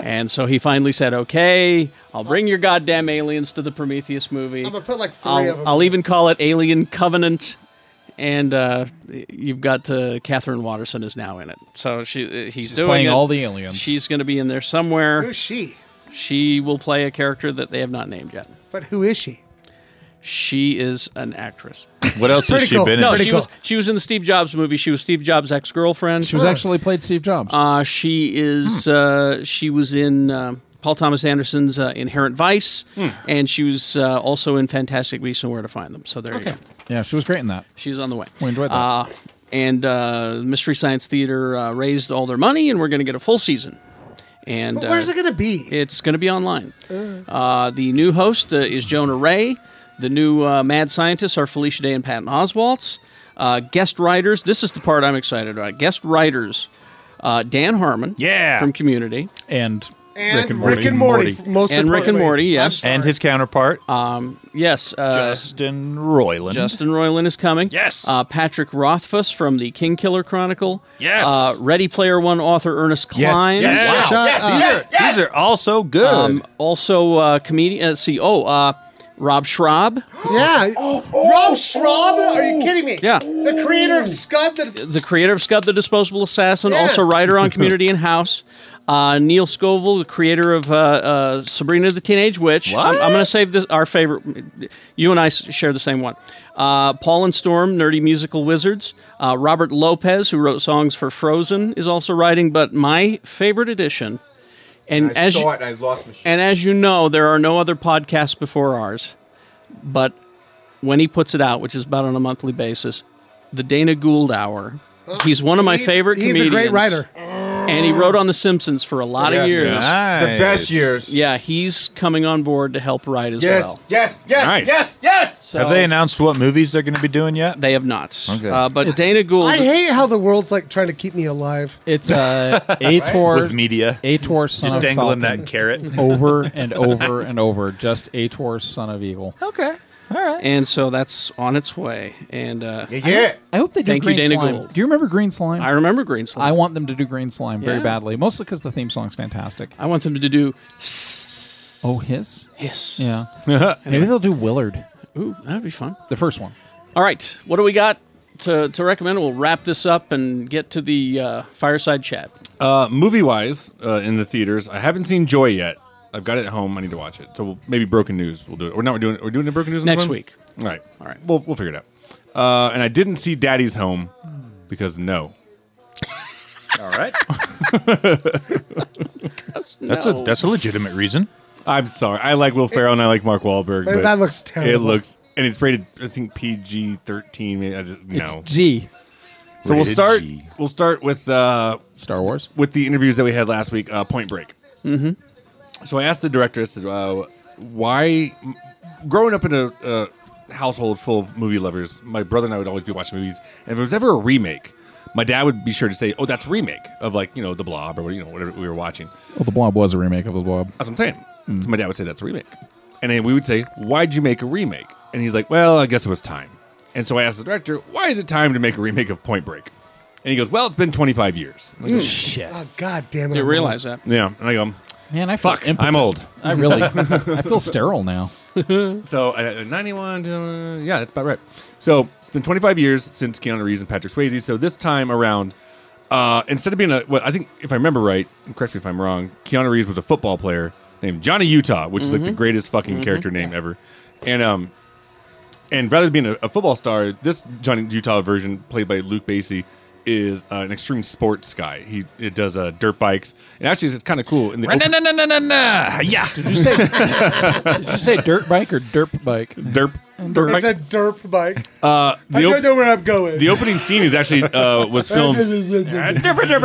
Speaker 2: and so he finally said, "Okay, I'll bring your goddamn aliens to the Prometheus movie.
Speaker 4: I'm gonna put like 3
Speaker 2: I'll,
Speaker 4: of them.
Speaker 2: I'll even call it Alien Covenant." And uh, you've got uh, Catherine Watterson is now in it, so she uh, he's doing
Speaker 7: playing
Speaker 2: it.
Speaker 7: all the aliens.
Speaker 2: She's going to be in there somewhere.
Speaker 4: Who's she?
Speaker 2: She will play a character that they have not named yet.
Speaker 4: But who is she?
Speaker 2: She is an actress.
Speaker 11: What else has Pretty she cool. been in?
Speaker 2: No,
Speaker 11: Pretty
Speaker 2: she
Speaker 11: cool.
Speaker 2: was she was in the Steve Jobs movie. She was Steve Jobs' ex girlfriend.
Speaker 7: She was actually played Steve Jobs.
Speaker 2: Uh, she is. Uh, she was in uh, Paul Thomas Anderson's uh, Inherent Vice,
Speaker 7: Hmm.
Speaker 2: and she was uh, also in Fantastic Beasts and Where to Find Them. So there you go.
Speaker 7: Yeah, she was great in that.
Speaker 2: She's on the way.
Speaker 7: We enjoyed that.
Speaker 2: Uh, and uh, Mystery Science Theater uh, raised all their money, and we're going to get a full season. And
Speaker 4: But where's
Speaker 2: uh,
Speaker 4: it gonna be?
Speaker 2: It's going to be online. Uh, the new host uh, is Jonah Ray. The new uh, mad scientists are Felicia Day and Patton Oswaltz. Uh, guest writers. This is the part I'm excited about. Guest writers. Uh, Dan Harmon. Yeah. From Community.
Speaker 7: And,
Speaker 4: And Rick and Morty. Rick and Morty, most
Speaker 2: and Rick and
Speaker 4: importantly.
Speaker 2: Morty,
Speaker 4: I'm
Speaker 2: yes.
Speaker 4: sorry. And
Speaker 11: his counterpart.
Speaker 2: Um, yes. Uh,
Speaker 11: Justin Roiland.
Speaker 2: Justin Roiland is coming. Yes. Uh, Patrick Rothfuss from the King Killer Chronicle.
Speaker 11: Yes.
Speaker 2: Uh, Ready Player One author Ernest Klein.
Speaker 11: Yes. Wow. Yes. These, are, these are all so good.
Speaker 2: Um, also, uh, comedian. Uh, see, oh, uh, Rob Schraub,
Speaker 4: Yeah. Rob Schraub? Are you kidding me?
Speaker 2: Yeah.
Speaker 4: The creator of Scud, the
Speaker 2: the creator of Scud the Disposable Assassin,
Speaker 4: Yeah.
Speaker 2: also writer on Community and House. Uh, Neil Scovell, the creator of uh, uh, Sabrina the Teenage Witch. I'm, I'm going to save this our favorite. You and I s- share the same one. Uh, Paul and Storm, nerdy musical wizards. Uh, Robert Lopez, who wrote songs for Frozen, is also writing. But my favorite edition, and
Speaker 10: I
Speaker 2: as
Speaker 10: saw
Speaker 2: you,
Speaker 10: it and I lost my shit.
Speaker 2: And as you know, there are no other podcasts before ours. But when he puts it out, which is about on a monthly basis, the Dana Gould Hour. He's one of my
Speaker 4: Oh, He's-
Speaker 2: favorite
Speaker 4: he's a
Speaker 2: comedians.
Speaker 4: great writer.
Speaker 2: And he wrote on The Simpsons for a lot of
Speaker 4: Yes.
Speaker 2: years.
Speaker 4: Nice. The best years.
Speaker 2: Yeah, he's coming on board to help write as
Speaker 11: Yes,
Speaker 2: well.
Speaker 10: Yes,
Speaker 11: yes, Nice. yes,
Speaker 10: yes.
Speaker 11: have they announced what movies they're going to be doing yet?
Speaker 2: They have not.
Speaker 11: Okay.
Speaker 2: Uh, but Dana Gould.
Speaker 4: I hate how the world's like trying to keep me alive.
Speaker 7: It's uh, Ator
Speaker 11: With media.
Speaker 7: Ator son
Speaker 11: Just
Speaker 7: of
Speaker 11: dangling
Speaker 7: Falcon.
Speaker 11: that carrot.
Speaker 7: over and over and over. Just Ator son of Eagle.
Speaker 11: Okay. All right.
Speaker 2: And so that's on its way. And uh,
Speaker 7: I hope- I hope they do
Speaker 2: Thank
Speaker 7: Green
Speaker 2: you, Dana
Speaker 7: Slime.
Speaker 2: Gould.
Speaker 7: Do you remember Green Slime? I
Speaker 2: remember Green Slime.
Speaker 7: I want them to do Green Slime very
Speaker 2: Yeah.
Speaker 7: badly, mostly because the theme song's fantastic.
Speaker 2: I want them to do.
Speaker 7: Oh, his?
Speaker 2: Hiss.
Speaker 7: Yeah. Maybe they'll do Willard.
Speaker 2: Ooh, that'd be fun.
Speaker 7: The first one.
Speaker 2: All right, what do we got to, to recommend? We'll wrap this up and get to the uh, fireside chat.
Speaker 5: Uh, movie wise, uh, in the theaters, I haven't seen Joy yet. I've got it at home. I need to watch it. So we'll, maybe Broken News. We'll do it. Or not. We're doing. We're doing the Broken News on the
Speaker 2: Next
Speaker 5: phone?
Speaker 2: week.
Speaker 5: All right.
Speaker 2: All right.
Speaker 5: We'll we'll figure it out. Uh, and I didn't see Daddy's Home because no.
Speaker 11: All right.
Speaker 5: That's
Speaker 11: That's a that's a legitimate reason.
Speaker 5: I'm sorry. I like Will Ferrell and I like Mark Wahlberg.
Speaker 4: That
Speaker 5: But
Speaker 4: looks
Speaker 5: It
Speaker 4: terrible.
Speaker 5: looks and it's rated. I think PG thirteen. Maybe I just no.
Speaker 7: It's G.
Speaker 5: So we'll
Speaker 7: Rated
Speaker 5: start. We'll start with uh,
Speaker 7: Star Wars
Speaker 5: with the interviews that we had last week. Uh, Point Break.
Speaker 2: Mm-hmm.
Speaker 5: So I asked the directress uh, why, m- growing up in a uh, household full of movie lovers, my brother and I would always be watching movies, and if there was ever a remake, my dad would be sure to say, "Oh, that's a remake of like you know the Blob or what- you know whatever we were watching."
Speaker 7: Well, The Blob was a remake of The Blob.
Speaker 5: That's what I'm saying. So my dad would say that's a remake, and then we would say, "Why'd you make a remake?" And he's like, "Well, I guess it was time." And so I asked the director, "Why is it time to make a remake of Point Break?" And he goes, "Well, it's been 25 years." And I go,
Speaker 7: Shit.
Speaker 4: Oh, God damn it.
Speaker 2: Didn't
Speaker 4: I'm
Speaker 2: realize
Speaker 4: old.
Speaker 2: that.
Speaker 5: Yeah, and I go,
Speaker 7: Man, I feel
Speaker 5: fuck,
Speaker 7: impotent.
Speaker 5: I'm old.
Speaker 7: I really, I feel sterile now.
Speaker 5: so uh, 91 uh, yeah that's about right so it's been 25 years since keanu reeves and patrick swayze so this time around uh, instead of being a well i think if i remember right and correct me if i'm wrong keanu reeves was a football player named johnny utah which is like the
Speaker 11: Mhm.
Speaker 5: greatest fucking
Speaker 11: Mhm.
Speaker 5: character name ever and um and rather than being a, a football star this johnny utah version played by luke basie is uh, an extreme sports guy he it does uh, dirt bikes and actually it's kind of cool in the open-
Speaker 11: Ra-na-na-na-na-na-na. Yeah.
Speaker 7: Did you say? did you say dirt bike or derp bike?
Speaker 5: Derp.
Speaker 4: It's a derp bike.
Speaker 5: Uh,
Speaker 4: I
Speaker 5: op-
Speaker 4: don't know where I'm going.
Speaker 5: the opening scene is actually uh, was filmed.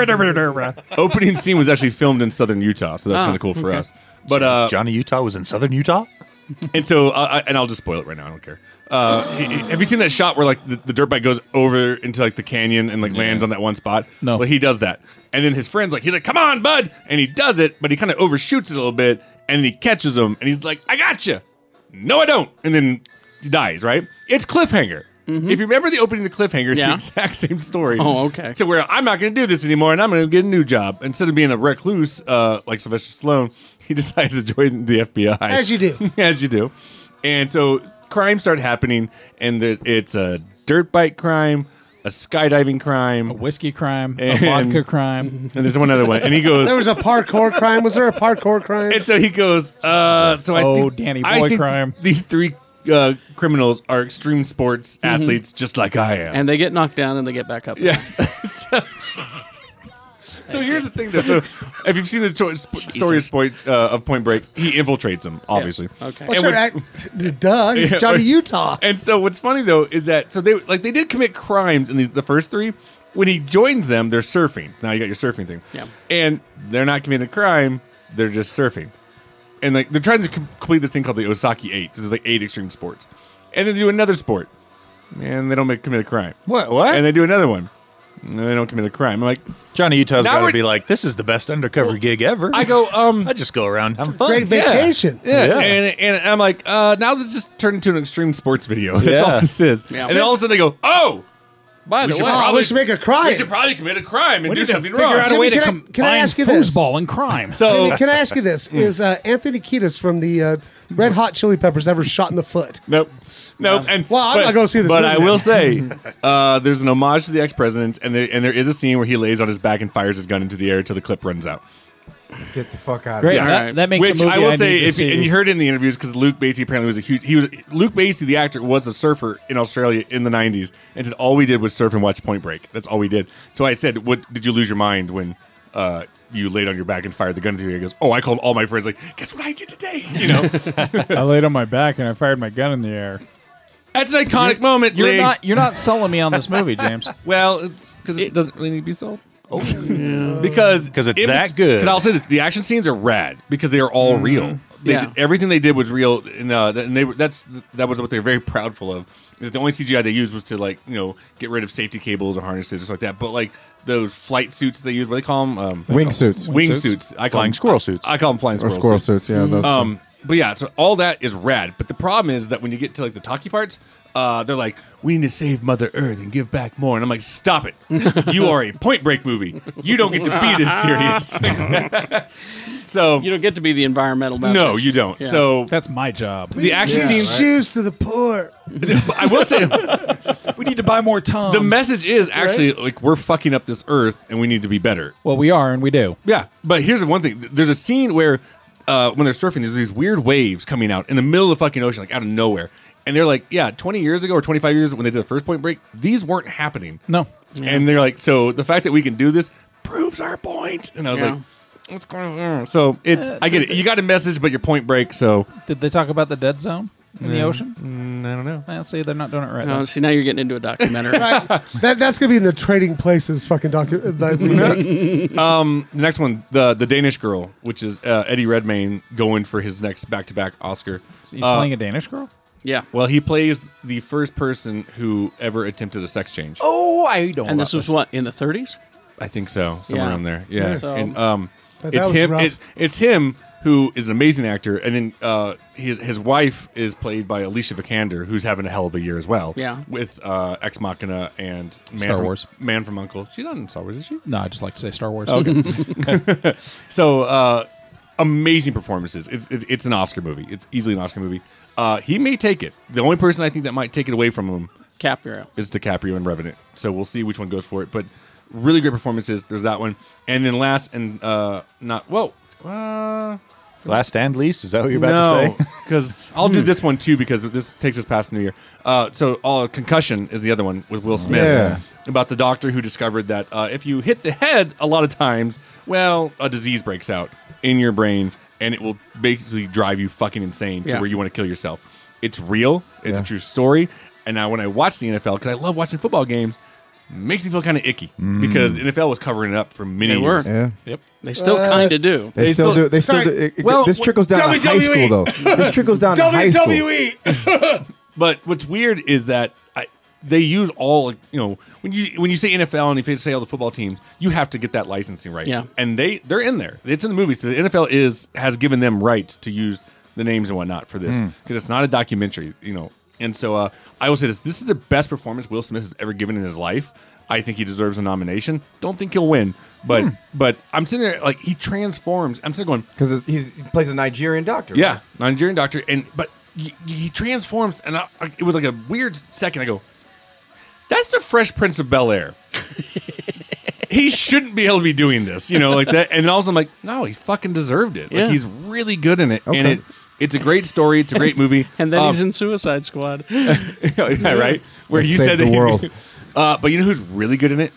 Speaker 5: opening scene was actually filmed in southern Utah, so that's
Speaker 11: Ah,
Speaker 5: kind of cool for
Speaker 11: okay.
Speaker 5: us. But uh,
Speaker 11: Johnny Utah was in Southern Utah.
Speaker 5: and so, uh, I, and I'll just spoil it right now. I don't care. Uh, h- h- have you seen that shot where like the, the dirt bike goes over into like the canyon and like lands on that one spot? No, well, he does that, and then his friends like he's like, "Come on, bud!" and he does it, but he kind of overshoots it a little bit, and he catches him, and he's like, "I got you." No, I don't, and then he dies. Right? It's cliffhanger. If you remember the opening of the cliffhanger, it's the
Speaker 2: Mm-hmm. Yeah.
Speaker 5: exact same story.
Speaker 2: Oh, okay.
Speaker 5: So where I'm not going to do this anymore, and I'm going to get a new job instead of being a recluse uh, like Sylvester Stallone. He decides to join the FBI
Speaker 4: As you do.
Speaker 5: as you do. And so crimes start happening, and the, it's a dirt bike crime, a skydiving crime, a
Speaker 7: whiskey crime,
Speaker 5: and,
Speaker 7: vodka crime,
Speaker 5: and there's one other one. And he goes,
Speaker 4: There was a parkour crime. Was there a parkour crime?
Speaker 5: and so he goes, uh, so I
Speaker 4: Oh,
Speaker 5: think,
Speaker 4: Danny
Speaker 5: I
Speaker 4: Boy
Speaker 5: think
Speaker 4: crime.
Speaker 5: These three uh, criminals are extreme sports
Speaker 4: Mm-hmm.
Speaker 5: athletes, just like I am.
Speaker 2: And they get knocked down and they get back up.
Speaker 5: Yeah. so, so here's the thing, though. So if you've seen the cho- sp- story of, Point- uh, of Point Break, he infiltrates them, obviously.
Speaker 4: Okay.
Speaker 5: And
Speaker 4: Well, sure,
Speaker 5: what's-
Speaker 4: I- duh, he's Johnny Utah.
Speaker 5: And so what's funny though is that so they like they did commit crimes in the, the first three. When he joins them, they're surfing. Now you got your surfing thing.
Speaker 2: Yeah.
Speaker 5: And they're not committing a crime. They're just surfing. And like they're trying to com- complete this thing called the Osaki Eight. So there's like eight extreme sports. And then they do another sport. And they don't make, commit a crime.
Speaker 11: What? What?
Speaker 5: And they do another one. And they don't commit a crime. I'm like,
Speaker 11: Johnny Utah's
Speaker 5: Now
Speaker 11: got
Speaker 5: we're-
Speaker 11: to be like, this is the best undercover gig ever.
Speaker 5: I go, um,
Speaker 11: I just go around having fun.
Speaker 5: Yeah. Yeah.
Speaker 11: Yeah.
Speaker 5: And, and I'm like, uh, now this just turned into an extreme sports video. That's all
Speaker 11: Yeah.
Speaker 5: this is.
Speaker 11: Yeah.
Speaker 5: And then all of a sudden they go, oh, by
Speaker 4: the way- Oh, we should make a crime.
Speaker 5: We should probably commit a crime and
Speaker 4: We
Speaker 5: do
Speaker 4: need to
Speaker 5: something
Speaker 4: figure
Speaker 5: wrong.
Speaker 4: out a Jimmy, way to can I- can I combine ask you this? foosball
Speaker 7: and crime.
Speaker 5: So Mm.
Speaker 4: Jimmy, can I ask you this? Is uh, Anthony Kiedis from the uh, Red Hot Chili Peppers ever shot in the foot?
Speaker 5: Nope. Nope. And
Speaker 4: Well, I'm
Speaker 5: but-
Speaker 4: not going to see this.
Speaker 5: But
Speaker 4: movie
Speaker 5: I
Speaker 4: now.
Speaker 5: will say, uh, there's an homage to the ex presidents, and there, and there is a scene where he lays on his back and fires his gun into the air until the clip runs out.
Speaker 10: Get the fuck out
Speaker 5: Great,
Speaker 10: of here.
Speaker 5: that, makes Which I will say, if, and you heard it in the interviews because Luke Basie apparently was a huge. He was Luke Basie, the actor, was a surfer in Australia in the '90s, and said all we did was surf and watch Point Break. That's all we did. So I said, "What did you lose your mind when uh, you laid on your back and fired the gun into the air?" He goes, "Oh, I called all my friends. Like, guess what I did today? You know,
Speaker 16: I laid on my back and I fired my gun in the air.
Speaker 5: that's an iconic
Speaker 7: You're-
Speaker 5: moment."
Speaker 7: You're
Speaker 5: Lee.
Speaker 7: not you're not selling me on this movie, James.
Speaker 5: Well, it's because it, doesn't really need to be sold. because
Speaker 10: Mm.
Speaker 5: because
Speaker 11: it's that good.
Speaker 5: Because I'll say this: the action scenes are rad because they are all
Speaker 10: Mm-hmm.
Speaker 11: Mhm.
Speaker 5: real. They
Speaker 11: Yeah.
Speaker 5: did, everything they did was real, and, uh, and they were, that's that was what they're very proudful of. Is the only CGI they used was to like you know get rid of safety cables or harnesses or stuff like that. But like those flight suits that they use, what do they call them? Um,
Speaker 10: Wingsuits.
Speaker 5: Wing
Speaker 10: Wingsuits.
Speaker 5: suits. I call
Speaker 10: Flying
Speaker 5: them,
Speaker 10: squirrel suits.
Speaker 5: I call them flying
Speaker 10: Or
Speaker 5: squirrel,
Speaker 10: squirrel suits, yeah, those
Speaker 5: um, but yeah, so all that is rad. But the problem is that when you get to like the talkie parts, uh, they're like, "We need to save Mother Earth and give back more," and I'm like, "Stop it! You are a Point Break movie. You don't get to be this serious." so
Speaker 2: you don't get to be the environmental. Message.
Speaker 5: No, you don't.
Speaker 2: Yeah.
Speaker 5: So
Speaker 7: that's my job.
Speaker 5: The action
Speaker 4: give
Speaker 5: scenes.
Speaker 4: shoes to the poor.
Speaker 5: I will say
Speaker 7: we need to buy more Toms.
Speaker 5: The message is actually like we're fucking up this Earth and we need to be better.
Speaker 7: Well, we are and we do.
Speaker 5: Yeah, but here's the one thing. There's a scene where uh, when they're surfing, there's these weird waves coming out in the middle of the fucking ocean, like out of nowhere. And they're like, yeah, 20 years ago or 25 years when they did the first Point Break, these weren't happening.
Speaker 7: No.
Speaker 5: And they're like, so the fact that we can do this proves our point. And I was
Speaker 7: Yeah.
Speaker 5: like, what's going on? So it's I get it. You got a message, but your Point Break. So
Speaker 7: Did they talk about the dead zone in the
Speaker 5: Mm,
Speaker 7: ocean?
Speaker 5: I don't know.
Speaker 7: I see they're not doing it right.
Speaker 2: Oh,
Speaker 7: then.
Speaker 2: see, now you're getting into a documentary.
Speaker 4: Right. That, that's gonna be in the Trading Places fucking uh, document.
Speaker 5: um, the next one, the the Danish girl, which is uh, Eddie Redmayne going for his next back to back Oscar.
Speaker 7: He's
Speaker 5: Uh,
Speaker 7: playing a Danish girl.
Speaker 2: Yeah.
Speaker 5: Well, he plays the first person who ever attempted a sex change.
Speaker 7: Oh, I don't.
Speaker 2: And
Speaker 5: know
Speaker 2: this
Speaker 5: about
Speaker 2: was
Speaker 5: this.
Speaker 2: what in the 30s.
Speaker 5: I think so, somewhere
Speaker 2: Yeah.
Speaker 5: around there. Yeah.
Speaker 2: Yeah. So-
Speaker 5: and, um,
Speaker 2: But that
Speaker 5: it's
Speaker 2: was
Speaker 5: him.
Speaker 2: rough.
Speaker 5: It, it's him who is an amazing actor, and then uh, his his wife is played by Alicia Vikander, who's having a hell of a year as well.
Speaker 2: Yeah.
Speaker 5: With uh, Ex Machina and Man
Speaker 7: Star
Speaker 5: from,
Speaker 7: Wars.
Speaker 5: Man from Uncle. She's not in Star Wars, is she?
Speaker 7: No, I just like to say Star Wars.
Speaker 5: Okay. so, uh, amazing performances. It's, it's it's an Oscar movie. It's easily an Oscar movie. Uh, he may take it. The only person I think that might take it away from him,
Speaker 2: Caprio,
Speaker 5: is DiCaprio and Revenant. So we'll see which one goes for it. But really great performances. There's that one, and then last and uh, not whoa. Uh,
Speaker 11: Last and least, is that what you're about
Speaker 5: No,
Speaker 11: to say? Hmm.
Speaker 5: Because I'll do this one too because this takes us past New Year. Uh, so, all concussion is the other one with Will Smith
Speaker 11: Yeah.
Speaker 5: about the doctor who discovered that uh, if you hit the head a lot of times, well, a disease breaks out in your brain and it will basically drive you fucking insane
Speaker 2: Yeah.
Speaker 5: to where you want to kill yourself. It's real. It's a true story. And now when I watch the NFL, because I love watching football games, makes me feel kind of icky
Speaker 11: Mm.
Speaker 5: because NFL was covering it up for many
Speaker 2: They were.
Speaker 5: years.
Speaker 10: Yeah.
Speaker 5: Yep.
Speaker 2: They still kind of do.
Speaker 10: They, still, do. They still do. It, it- this trickles down to
Speaker 5: E
Speaker 10: high
Speaker 7: E.
Speaker 10: school, though. This trickles down to high school.
Speaker 5: E. but what's weird is that I, they use all like, you know when you when you say NFL and if you say all the football teams, you have to get that licensing right.
Speaker 2: Yeah.
Speaker 5: and they they're in there. It's in the movie. So the NFL is has given them rights to use the names and whatnot for
Speaker 10: Hmm.
Speaker 5: this
Speaker 11: Mm.
Speaker 5: because it's not a documentary, you know. And so uh, I will say this: this is the best performance Will Smith has ever given in his life. I think he deserves a nomination. Don't think he'll win, but
Speaker 10: Hmm.
Speaker 5: but I'm sitting there like he transforms. I'm sitting there going
Speaker 10: because he's he plays a Nigerian doctor.
Speaker 5: yeah, Nigerian doctor, and but he, he transforms, and I, I- it was like a weird second. I go, that's the Fresh Prince of Bel Air. he shouldn't be able to be doing this, you know, like that. And then all of a sudden, I'm like, no, he fucking deserved it.
Speaker 2: Yeah.
Speaker 5: Like he's really good in it, and
Speaker 2: Okay.
Speaker 5: it it's a great story. It's a great movie.
Speaker 2: And then
Speaker 5: Um,
Speaker 2: he's in Suicide Squad.
Speaker 5: yeah, right. Where
Speaker 10: Let's
Speaker 5: you
Speaker 10: save
Speaker 5: said
Speaker 10: the
Speaker 5: that he's-
Speaker 10: world.
Speaker 5: Uh, but you know who's really good in it,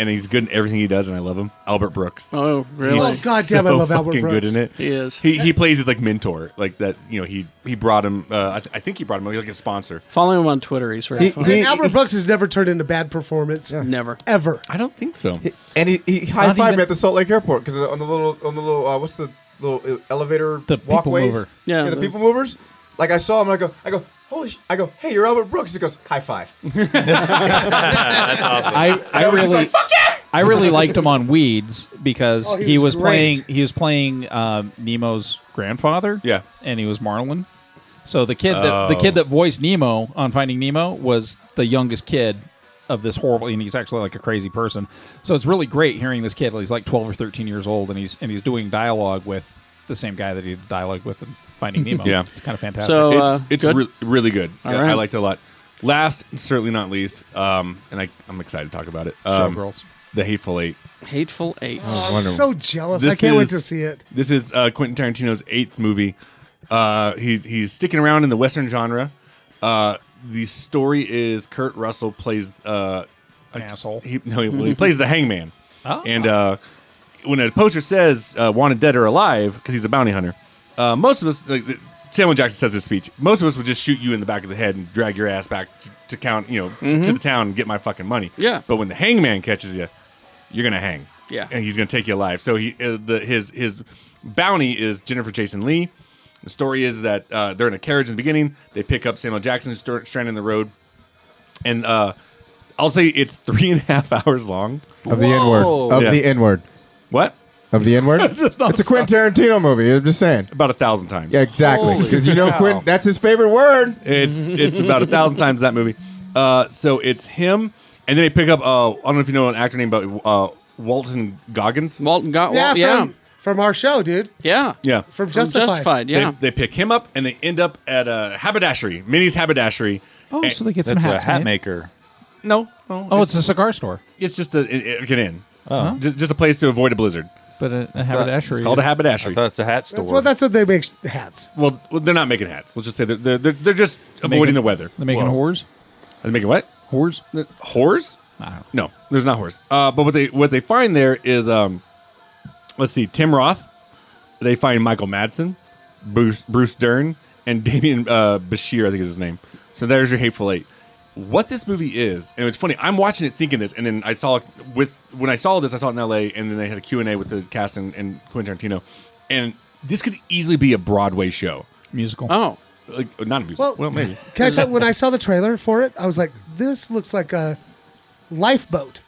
Speaker 5: and he's good in everything he does, and I love him. Albert Brooks.
Speaker 2: Oh, really?
Speaker 5: He's
Speaker 2: Oh, goddamn, I
Speaker 5: so
Speaker 2: love Albert
Speaker 5: fucking
Speaker 2: Brooks.
Speaker 5: Good in it.
Speaker 2: He is.
Speaker 5: He, he plays his like mentor, like that. You know, he he brought him. Uh, I, th- I think he brought him. He's like a sponsor.
Speaker 2: Follow him on Twitter. He's very
Speaker 4: And
Speaker 2: funny.
Speaker 4: Albert Brooks has never turned into bad performance.
Speaker 2: Never.
Speaker 4: Ever.
Speaker 5: I don't think so.
Speaker 10: And he, he high
Speaker 4: Not
Speaker 10: fived
Speaker 4: even-
Speaker 10: me at the Salt Lake Airport because on the little on the little uh, what's the little elevator
Speaker 7: The people
Speaker 10: walkways?
Speaker 7: mover.
Speaker 10: Yeah,
Speaker 7: Yeah,
Speaker 10: the,
Speaker 7: the-
Speaker 10: people movers. Like I saw him, and I go, I go, holy! Sh-. I go, hey, you're Albert Brooks. He goes, high five.
Speaker 11: That's awesome.
Speaker 7: I, I
Speaker 10: I was
Speaker 7: really,
Speaker 10: just like, "Fuck
Speaker 7: I really liked him on Weeds because
Speaker 11: Oh, he
Speaker 7: he, was
Speaker 11: was great.
Speaker 7: playing he was playing um, Nemo's grandfather.
Speaker 5: Yeah,
Speaker 7: and he was Marlin. So the kid that the
Speaker 11: Oh.
Speaker 7: kid that voiced Nemo on Finding Nemo was the youngest kid of this horrible, and he's actually like a crazy person. So it's really great hearing this kid. He's like twelve or thirteen years old, and he's and he's doing dialogue with the same guy that he did dialogue with in Finding Nemo.
Speaker 5: Yeah,
Speaker 7: it's kind of fantastic.
Speaker 5: it's it's re- really good.
Speaker 7: All
Speaker 5: Yeah, I
Speaker 7: right.
Speaker 5: liked it a lot. Last, certainly not least, um, and I, I'm excited to talk about it. Um,
Speaker 2: Showgirls.
Speaker 5: the Hateful Eight.
Speaker 2: Hateful Eight.
Speaker 5: Oh,
Speaker 4: I'm
Speaker 5: wonderful.
Speaker 4: so jealous. I can't wait to see it.
Speaker 5: This is uh, Quentin Tarantino's eighth movie. Uh, he, he's sticking around in the Western genre. Uh, the story is Kurt Russell plays uh, an
Speaker 7: asshole.
Speaker 5: He, no, he, well, he plays the hangman. And uh, when a poster says uh, "wanted dead or alive" because he's a bounty hunter, uh, most of us, like, Samuel Jackson says his speech. Most of us would just shoot you in the back of the head and drag your ass back t- to count, you know, t- to
Speaker 2: Mhm.
Speaker 5: the town and get my fucking money.
Speaker 2: Yeah.
Speaker 5: But when the hangman catches you, you're gonna hang.
Speaker 2: Yeah.
Speaker 5: and he's gonna take you alive. So he, uh, the his his bounty is Jennifer Jason Lee. The story is that uh, they're in a carriage in the beginning. They pick up Samuel Jackson who's stra- stranded in the road, and uh, I'll say it's three and a half hours long
Speaker 10: Of the N word. Of
Speaker 5: Yeah.
Speaker 10: the N word.
Speaker 5: What?
Speaker 10: Of the N word. it's
Speaker 5: not
Speaker 10: a Quentin Tarantino movie. I'm just saying.
Speaker 5: About a thousand times.
Speaker 10: Yeah, exactly.
Speaker 5: Holy
Speaker 10: Because you know
Speaker 5: cow.
Speaker 10: Quentin. That's his favorite word.
Speaker 5: It's it's about a thousand times that movie. Uh, so it's him, and then they pick up. Uh, I don't know if you know an actor named but uh, Walton Goggins.
Speaker 2: Walton Goggins.
Speaker 4: Yeah, From, from our show, dude.
Speaker 2: Yeah.
Speaker 5: Yeah.
Speaker 4: From Justified. yeah.
Speaker 5: They, they pick him up, and they end up at uh, haberdashery, Minnie's haberdashery.
Speaker 7: Oh,
Speaker 5: And-
Speaker 7: so they get some That's a hats hat made.
Speaker 5: maker. No, no.
Speaker 7: oh, it's a cigar store.
Speaker 5: It's just a it, it, get in.
Speaker 7: Oh.
Speaker 5: Just, just a place to avoid a blizzard.
Speaker 7: But a, a haberdashery.
Speaker 5: It's called a haberdashery.
Speaker 7: I
Speaker 5: thought it's a hat store.
Speaker 4: Well, that's what they make s- hats.
Speaker 5: Well, well, they're not making hats. Let's just say they're they're, they're, they're just
Speaker 7: making-
Speaker 5: avoiding the weather.
Speaker 7: they're making whores.
Speaker 5: Are they making what?
Speaker 7: Whores.
Speaker 5: Whores? No, there's not whores. Uh, but what they what they find there is um, let's see, Tim Roth. They find Michael Madsen, Bruce Bruce Dern, and Damien uh, Bashir. I think is his name. So there's your hateful eight. What this movie is, and it's funny. I'm watching it thinking this, and then I saw it with when I saw this, I saw it in L.A., and then they had a Q and A with the cast and, and Quentin Tarantino, and this could easily be a Broadway show,
Speaker 7: musical.
Speaker 2: Oh,
Speaker 5: like not a musical. Well, maybe.
Speaker 4: Can I tell, when I saw the trailer for it, I was like, this looks like a lifeboat.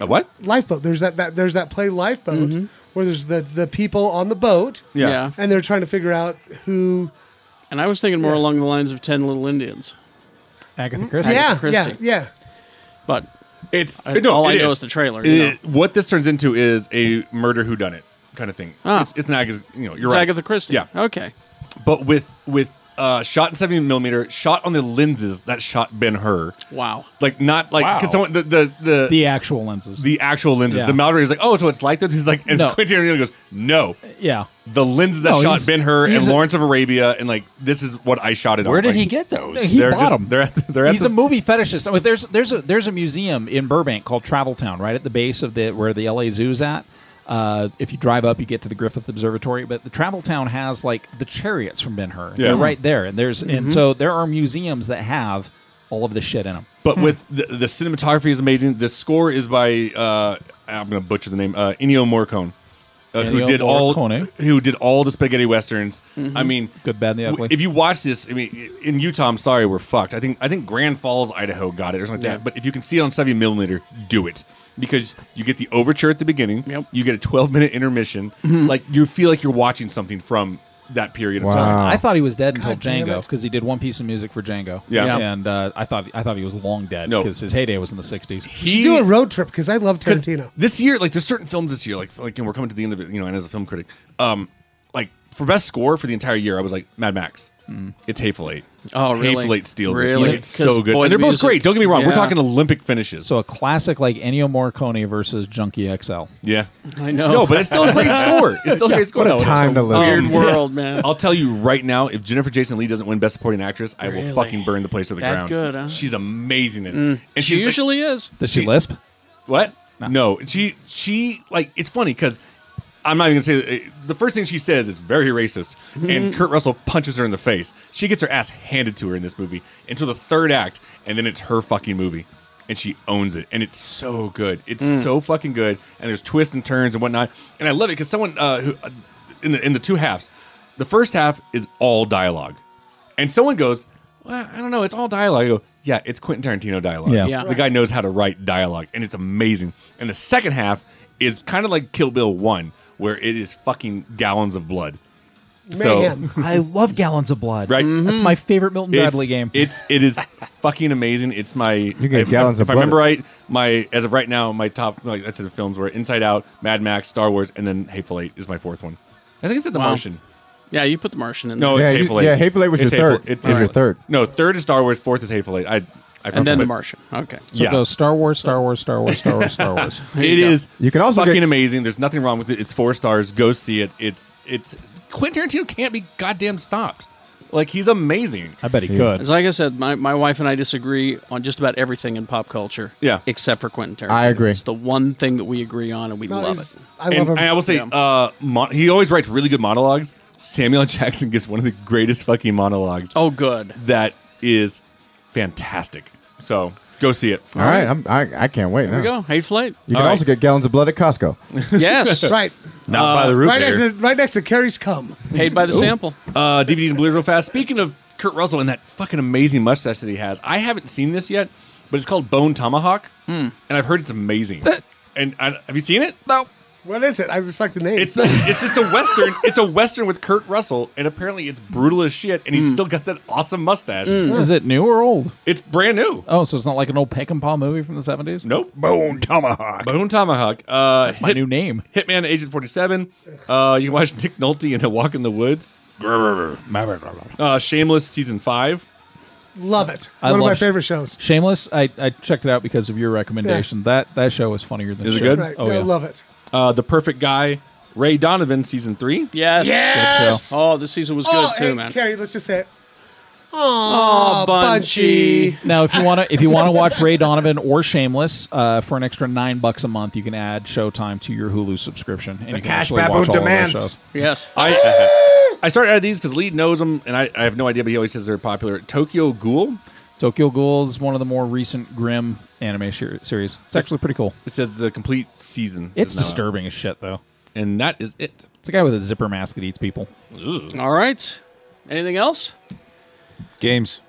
Speaker 5: A what?
Speaker 4: Lifeboat. There's that, that there's that play lifeboat
Speaker 7: Mm-hmm.
Speaker 4: where there's the, the people on the boat.
Speaker 2: Yeah. Yeah.
Speaker 4: And they're trying to figure out who
Speaker 2: And I was thinking more along the lines of Ten Little Indians.
Speaker 7: Agatha
Speaker 4: Christie. Yeah, yeah, yeah.
Speaker 2: But
Speaker 5: it's
Speaker 2: I,
Speaker 5: no,
Speaker 2: all I
Speaker 5: it
Speaker 2: know
Speaker 5: is.
Speaker 2: is the trailer.
Speaker 5: It-
Speaker 2: You know?
Speaker 5: What this turns into is a murder who done it kind of thing.
Speaker 2: Ah.
Speaker 5: It's, it's an Agatha, you know, you're
Speaker 2: It's
Speaker 5: right.
Speaker 2: Agatha Christie.
Speaker 5: Yeah.
Speaker 7: Oh.
Speaker 2: Okay.
Speaker 5: But with with uh, shot in 70 millimeter, shot on the lenses that shot Ben Hur.
Speaker 2: Wow.
Speaker 5: Like not like because
Speaker 7: Wow.
Speaker 5: someone the the, the
Speaker 7: The actual lenses.
Speaker 5: the actual lenses.
Speaker 7: Yeah.
Speaker 5: The Mallory is like, oh, so it's like this. He's like, and
Speaker 7: No.
Speaker 5: Quentin Tarantino goes, no,
Speaker 7: Yeah.
Speaker 5: the lenses that
Speaker 7: No,
Speaker 5: shot
Speaker 7: he's-
Speaker 5: Ben Hur and
Speaker 7: he's a-
Speaker 5: Lawrence of Arabia, and like this is what I shot it on.
Speaker 7: Where did
Speaker 5: Like,
Speaker 7: he get those? He
Speaker 5: They're
Speaker 7: bought
Speaker 5: just-
Speaker 7: 'em.
Speaker 5: They're at, they're at
Speaker 7: He's
Speaker 5: the
Speaker 7: a movie fetishist. I mean, there's there's a there's a museum in Burbank called Travel Town, right at the base of the where the LA Zoo's at. Uh, if you drive up, you get to the Griffith Observatory, but the Travel Town has like the chariots from Ben Hur.
Speaker 5: Yeah.
Speaker 7: They're right there, and there's and
Speaker 5: Mhm.
Speaker 7: so there are museums that have all of this shit in them.
Speaker 5: But with the, the cinematography is amazing. The score is by uh, I'm going to butcher the name uh, Ennio Morricone, uh, who
Speaker 7: Ennio
Speaker 5: did all
Speaker 7: Morricone.
Speaker 5: who did all the spaghetti westerns.
Speaker 7: Mhm.
Speaker 4: Mm-hmm.
Speaker 5: I mean,
Speaker 7: good, bad, and the
Speaker 5: w-
Speaker 7: ugly.
Speaker 5: If you watch this, I mean, in Utah, I'm sorry, we're fucked. I think I think Grand Falls, Idaho, got it or something like
Speaker 2: Yeah.
Speaker 5: that. But if you can see it on 70 millimeter, do it because you get the overture at the beginning. You get a 12 minute intermission.
Speaker 4: Mm-hmm.
Speaker 7: Mhm.
Speaker 5: Like you feel like you're watching something from that period of time.
Speaker 7: I thought he was dead until
Speaker 5: God damn
Speaker 7: Django
Speaker 5: it.
Speaker 7: because he did one piece of music for Django.
Speaker 5: Yeah. Yeah.
Speaker 7: and uh, I thought I thought he was long dead
Speaker 5: No.
Speaker 7: because his heyday was in the '60s.
Speaker 4: You should do a road trip because I love
Speaker 5: 'Cause
Speaker 4: Tarantino.
Speaker 5: This year, like there's certain films this year, like like and we're coming to the end of it, you know, and as a film critic, um, like for best score for the entire year, I was like Mad Max. It's Hateful Eight.
Speaker 2: Mm. Oh, really?
Speaker 5: Hateful Eight steals
Speaker 2: Really?
Speaker 5: it. Like, it's so
Speaker 2: 'Cause,
Speaker 5: good.
Speaker 2: boy,
Speaker 5: and
Speaker 2: the
Speaker 5: they're both
Speaker 2: music-
Speaker 5: great. Don't get me wrong. We're
Speaker 2: Yeah.
Speaker 5: talking Olympic finishes.
Speaker 7: So a classic like Ennio Morricone versus Junkie XL.
Speaker 5: Yeah,
Speaker 2: I know. Um,
Speaker 5: No, but it's still a great score. It's still a great score.
Speaker 7: What a
Speaker 5: No, it's
Speaker 7: time
Speaker 5: so
Speaker 7: to live
Speaker 5: Weird
Speaker 7: in.
Speaker 5: world,
Speaker 2: man.
Speaker 5: I'll tell you right now, if Jennifer Jason Lee doesn't win Best Supporting Actress, I
Speaker 2: Really?
Speaker 5: will fucking burn the place to the
Speaker 2: That
Speaker 5: ground.
Speaker 2: good, huh?
Speaker 5: She's amazing in it.
Speaker 2: Mm.
Speaker 5: And
Speaker 2: she
Speaker 5: she's like-
Speaker 2: usually is.
Speaker 7: Does she lisp?
Speaker 5: What? No. She she like it's funny because I'm not even gonna say that- the first thing she says is very racist, and Kurt Russell punches her in the face. She gets her ass handed to her in this movie until the third act, and then it's her fucking movie, and she owns it, and it's so good. It's
Speaker 2: Mm.
Speaker 5: so fucking good, and there's twists and turns and whatnot, and I love it because someone uh, who uh, in the in the two halves, the first half is all dialogue, and someone goes. Well, I don't know. It's all dialogue. I go, yeah, it's Quentin Tarantino dialogue.
Speaker 7: Yeah. Yeah.
Speaker 5: The guy knows how to write dialogue, and it's amazing. And the second half is kind of like Kill Bill 1, where it is fucking gallons of blood. So,
Speaker 7: I love Gallons of Blood.
Speaker 5: right?
Speaker 7: That's my favorite Milton
Speaker 5: It's-
Speaker 7: Bradley game.
Speaker 5: It's it is fucking amazing. It's my you
Speaker 10: get gallons
Speaker 5: if,
Speaker 10: of
Speaker 5: I
Speaker 10: blood.
Speaker 5: remember right, my as of right now, my top like that's the films were Inside Out, Mad Max, Star Wars, and then Hateful Eight is my fourth one. I think it's at The
Speaker 2: Wow.
Speaker 5: Martian.
Speaker 2: Yeah, you put the Martian in.
Speaker 5: No,
Speaker 2: there.
Speaker 5: it's Hateful Eight.
Speaker 10: yeah, Hateful Eight was
Speaker 5: It's
Speaker 10: your
Speaker 5: Hateful-
Speaker 10: third.
Speaker 5: It's
Speaker 10: It was your
Speaker 5: Hateful-
Speaker 10: third.
Speaker 5: No, third is Star Wars. Fourth is Hateful Eight. I, I
Speaker 2: And then
Speaker 5: but-
Speaker 2: The Martian. Okay.
Speaker 7: So
Speaker 5: yeah.
Speaker 7: it goes Star Wars, Star Wars, Star Wars, Star Wars, Star Wars.
Speaker 5: It is.
Speaker 10: You can also
Speaker 5: fucking
Speaker 10: get-
Speaker 5: amazing. There's nothing wrong with it. It's four stars. Go see it. It's it's Quentin Tarantino can't be goddamn stopped. Like he's amazing.
Speaker 7: I bet
Speaker 5: he could.
Speaker 2: It's like I said, my, my wife and I disagree on just about everything in pop culture.
Speaker 5: Yeah.
Speaker 2: Except for Quentin Tarantino.
Speaker 5: I agree.
Speaker 2: It's the one thing that we agree on, and we
Speaker 4: No,
Speaker 2: love
Speaker 4: he's-
Speaker 2: it.
Speaker 4: I love
Speaker 5: and,
Speaker 4: him.
Speaker 5: and I will say,
Speaker 2: Yeah.
Speaker 5: uh, mon- he always writes really good monologues. Samuel L. Jackson gets one of the greatest fucking monologues.
Speaker 2: Oh, good.
Speaker 5: That is fantastic. So go see it.
Speaker 10: All right, I'm, I I can't wait.
Speaker 2: There we
Speaker 10: now.
Speaker 2: go. Hateful Eight.
Speaker 10: You can also get gallons of blood at Costco.
Speaker 2: Yes.
Speaker 4: right.
Speaker 5: Not by the root
Speaker 4: right
Speaker 5: beer.
Speaker 4: next, to, right next to Carrie's cum.
Speaker 2: Paid by the
Speaker 5: Ooh.
Speaker 2: sample.
Speaker 5: Uh, DVDs and Blu-rays real fast. Speaking of Kurt Russell and that fucking amazing mustache that he has, I haven't seen this yet, but it's called Bone Tomahawk, and I've heard it's amazing. and I, have you seen it? No.
Speaker 4: What is it? I just like the name.
Speaker 5: It's it's just a western. it's a western with Kurt Russell, and apparently it's brutal as shit, and he's
Speaker 7: Mm.
Speaker 5: still got that awesome mustache.
Speaker 7: Is it new or old?
Speaker 5: It's brand new.
Speaker 7: Oh, so it's not like an old Peck and Paw movie from the 70s?
Speaker 5: Nope. Bone Tomahawk. Bone Tomahawk. Uh, That's
Speaker 7: my new name.
Speaker 5: Hitman Agent 47. Uh, you can watch Nick Nolte in A Walk in the Woods. Uh, Shameless Season 5.
Speaker 4: Love it.
Speaker 7: I
Speaker 4: One of
Speaker 7: love
Speaker 4: my
Speaker 7: Sh-
Speaker 4: favorite shows.
Speaker 7: Shameless, I, I checked it out because of your recommendation. That that show is funnier than
Speaker 5: Is it
Speaker 7: shit.
Speaker 5: good? Right.
Speaker 7: Oh,
Speaker 4: I
Speaker 7: yeah.
Speaker 4: love it.
Speaker 5: Uh, the Perfect Guy. Ray Donovan Season 3.
Speaker 2: Yes.
Speaker 4: Yes! Good show.
Speaker 2: Oh, this season was
Speaker 4: oh,
Speaker 2: good too,
Speaker 4: hey,
Speaker 2: man.
Speaker 4: Carrie, let's just say it.
Speaker 2: Aw,
Speaker 4: Oh, Bunchy.
Speaker 7: Now, if you want to, if you want to watch Ray Donovan or Shameless uh, for an extra nine bucks a month, you can add Showtime to your Hulu subscription, and you can actually watch all of those shows.
Speaker 2: Yes.
Speaker 5: I I started out of these because Lee knows them, and I, I have no idea, but he always says they're popular. Tokyo Ghoul.
Speaker 7: Tokyo Ghoul is one of the more recent grim anime sher- series. It's actually pretty cool.
Speaker 5: It says the complete season.
Speaker 7: It's
Speaker 5: is now out.
Speaker 7: disturbing as shit, though.
Speaker 5: And that is it.
Speaker 7: It's a guy with a zipper mask that eats people.
Speaker 2: All right. Anything else?
Speaker 11: Games.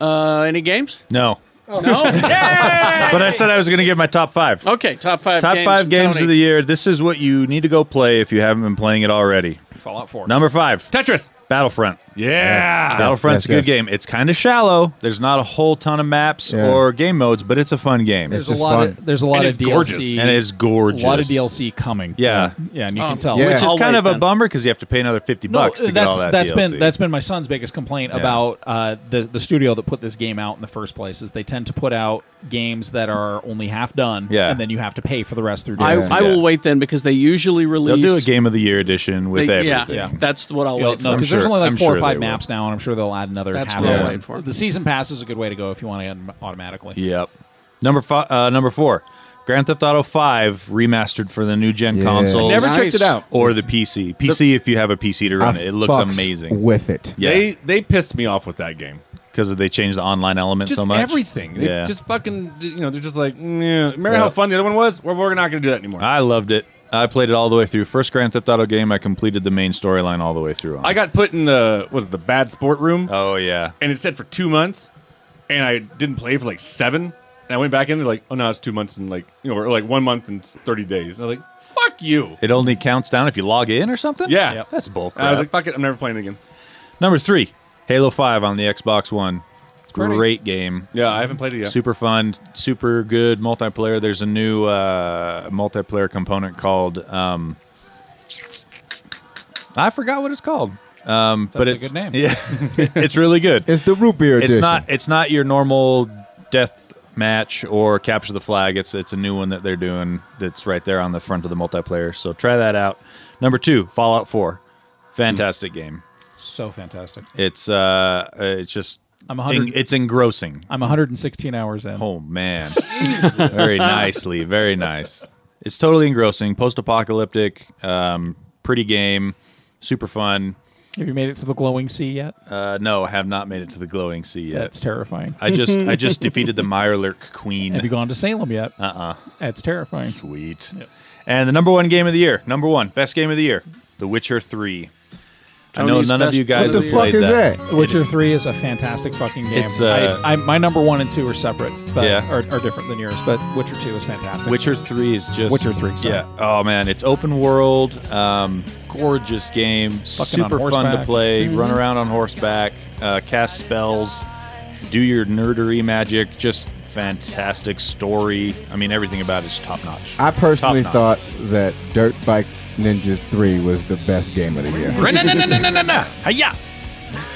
Speaker 2: Uh, any games?
Speaker 11: No.
Speaker 2: No.
Speaker 11: But I said I was going to give my top five.
Speaker 2: Okay. Top five.
Speaker 11: Top
Speaker 2: games
Speaker 11: five
Speaker 2: from
Speaker 11: games
Speaker 2: Tony.
Speaker 11: of the year. This is what you need to go play if you haven't been playing it already.
Speaker 7: Fallout 4.
Speaker 11: Number five,
Speaker 5: Tetris.
Speaker 11: Battlefront.
Speaker 5: Yeah, Yes.
Speaker 11: Battlefront's
Speaker 5: Yes, yes,
Speaker 11: a good game. It's kind of shallow. There's not a whole ton of maps
Speaker 7: Yeah.
Speaker 11: or game modes, but it's a fun game.
Speaker 7: There's a lot. Of, there's a lot
Speaker 11: And
Speaker 7: of
Speaker 11: it's
Speaker 7: DLC,
Speaker 11: gorgeous. and it's gorgeous.
Speaker 7: A lot of DLC coming.
Speaker 11: Yeah, Oh.
Speaker 7: yeah, and you can tell.
Speaker 11: which is kind of a bummer because you have to pay another fifty bucks to get
Speaker 7: that's
Speaker 11: all that.
Speaker 7: has
Speaker 11: DLC.
Speaker 7: been that's been my son's biggest complaint
Speaker 11: Yeah.
Speaker 7: about uh, the the studio that put this game out in the first place is they tend to put out games that are only half done,
Speaker 11: Yeah.
Speaker 7: and then you have to pay for the rest through.
Speaker 2: I,
Speaker 7: DLC.
Speaker 2: I will wait then because they usually
Speaker 11: They'll
Speaker 2: release.
Speaker 11: do a game of the year edition with
Speaker 2: they- yeah,
Speaker 11: everything.
Speaker 2: that's what I'll
Speaker 7: Yeah,
Speaker 2: wait
Speaker 7: no,
Speaker 2: for.
Speaker 7: because there's only like four or five maps now, and I'm sure they'll add another
Speaker 2: That's
Speaker 7: half.
Speaker 2: what
Speaker 11: I'll
Speaker 7: dozen.
Speaker 2: wait for.
Speaker 7: The season pass is a good way to go if you want to get 'em automatically.
Speaker 11: Yep. Number five. Uh, number four. Grand Theft Auto 5 remastered for the new gen
Speaker 10: Yeah.
Speaker 11: console.
Speaker 5: Never checked it out.
Speaker 11: Or the PC. PC if you have a PC to run
Speaker 10: I
Speaker 11: it. It looks
Speaker 10: Ah, fucks
Speaker 11: amazing.
Speaker 10: with it.
Speaker 11: Yeah.
Speaker 5: They they pissed me off with that game.
Speaker 11: Because they changed the online element
Speaker 5: Just
Speaker 11: so much.
Speaker 5: everything. They
Speaker 11: yeah.
Speaker 5: Just fucking, you know, they're just like, "Nyeh." remember
Speaker 11: Yeah.
Speaker 5: how fun the other one was? Well, we're not going to do that anymore.
Speaker 11: I loved it. I played it all the way through. First Grand Theft Auto game, I completed the main storyline all the way through. On.
Speaker 5: I got put in the was it the bad sport room?
Speaker 11: Oh yeah,
Speaker 5: and it said for two months, and I didn't play for like seven. And I went back in. They're like, oh no, it's two months and like you know, or like one month and thirty days. And I was like, fuck you.
Speaker 11: It only counts down if you log in or something?
Speaker 5: Yeah,
Speaker 11: That's bull
Speaker 5: And I was
Speaker 11: crap.
Speaker 5: like, fuck it, I'm never playing it again.
Speaker 11: Number three, Halo Five on the Xbox One. It's
Speaker 5: pretty.
Speaker 11: great game.
Speaker 5: Yeah, I haven't played it yet.
Speaker 11: Super fun, super good multiplayer. There's a new uh, multiplayer component called um, I forgot what it's called. Um, but
Speaker 7: That's
Speaker 11: it's
Speaker 7: a good name.
Speaker 11: Yeah, it's really good.
Speaker 10: It's the root beer
Speaker 11: It's
Speaker 10: edition.
Speaker 11: not. It's not your normal death match or capture the flag. It's it's a new one that they're doing. That's right there on the front of the multiplayer. So try that out. Number two, Fallout Four, fantastic
Speaker 7: Mm-hmm.
Speaker 11: game.
Speaker 7: So fantastic.
Speaker 11: It's uh, it's just
Speaker 7: I'm 100
Speaker 11: en- it's engrossing.
Speaker 7: I'm 116 hours in.
Speaker 11: Oh man, very nicely, very nice. It's totally engrossing, post-apocalyptic, um, pretty game, super fun.
Speaker 7: Have you made it to the glowing sea yet?
Speaker 11: Uh, no, I have not made it to the glowing sea yet.
Speaker 7: That's terrifying.
Speaker 11: I just I just defeated the Mirelurk Queen.
Speaker 7: Have you gone to Salem yet?
Speaker 11: Uh uh
Speaker 7: That's terrifying.
Speaker 11: Sweet. And the number one game of the year, number one best game of the year, The Witcher Three. I know
Speaker 7: Tony's
Speaker 11: none of
Speaker 7: best
Speaker 11: you
Speaker 7: game
Speaker 11: guys
Speaker 7: of
Speaker 11: have
Speaker 7: the
Speaker 11: played
Speaker 7: year.
Speaker 11: that.
Speaker 7: The Witcher Three is a fantastic fucking game.
Speaker 11: It's, uh,
Speaker 7: I, I, my number one and two are separate, but
Speaker 11: Yeah.
Speaker 7: are, are different than yours. But Witcher Two is fantastic.
Speaker 11: Witcher Three is just
Speaker 7: Witcher Three. Sorry.
Speaker 11: Yeah. Oh man, it's open world, um, gorgeous game,
Speaker 7: on
Speaker 11: super fun to
Speaker 7: horseback.
Speaker 11: play.
Speaker 7: Mhm.
Speaker 11: Run around on horseback, uh, cast spells, do your nerdery magic. Just fantastic story. I mean, everything about it is top notch.
Speaker 10: I personally
Speaker 11: Top-notch.
Speaker 10: thought that Dirt Bike Ninjas 3 was the best game of the year.
Speaker 11: Ra-na-na-na-na-na-na. Hi-ya.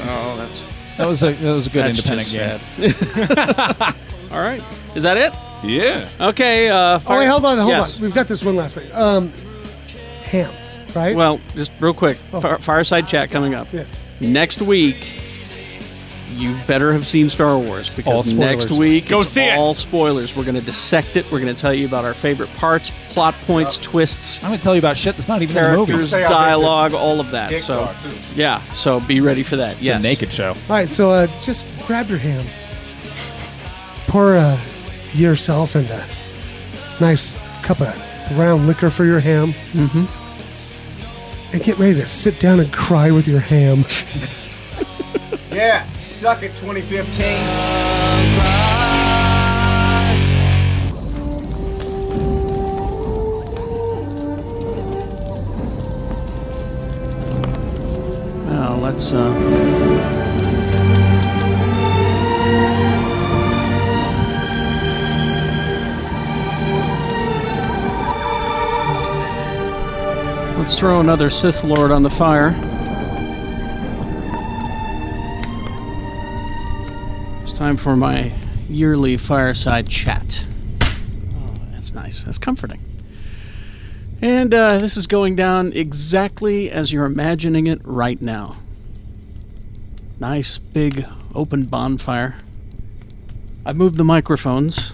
Speaker 2: Oh, that's
Speaker 7: That was a that was a good
Speaker 2: That's
Speaker 7: independent
Speaker 2: just
Speaker 7: game.
Speaker 2: all right. Is that it?
Speaker 5: Yeah.
Speaker 2: Okay. Uh,
Speaker 4: Oh,
Speaker 2: fire-
Speaker 4: wait, hold on, hold
Speaker 2: Yes.
Speaker 4: on. We've got this one last thing. Um, ham, right?
Speaker 2: Well, just real quick,
Speaker 11: Oh.
Speaker 2: fire- fireside chat coming up.
Speaker 4: Yes.
Speaker 2: Next week, you better have seen Star Wars
Speaker 3: All
Speaker 2: because
Speaker 3: spoilers.
Speaker 2: next week
Speaker 3: Go
Speaker 2: it's
Speaker 3: see it.
Speaker 2: all spoilers. We're going to dissect it. We're going to tell you about our favorite parts, plot points,
Speaker 11: Uh,
Speaker 2: twists.
Speaker 7: I'm going to tell you about shit that's not even in the movie.
Speaker 2: characters,
Speaker 7: Say how big
Speaker 2: dialogue,
Speaker 7: the
Speaker 2: all of that.
Speaker 7: dicks
Speaker 2: So
Speaker 7: are, too.
Speaker 2: yeah, so be ready for that.
Speaker 7: It's the
Speaker 2: yes.
Speaker 7: naked show.
Speaker 4: All right, so uh, just grab your ham, pour uh, yourself into a nice cup of brown liquor for your ham, mm-hmm. and get ready to sit down and cry with your ham.
Speaker 13: Yeah, suck it 2015.
Speaker 2: Well, let's. Uh... Let's throw another Sith Lord on the fire. It's time for my yearly fireside chat. Oh, that's nice. That's comforting. And uh, this is going down exactly as you're imagining it right now. Nice big open bonfire. I've moved the microphones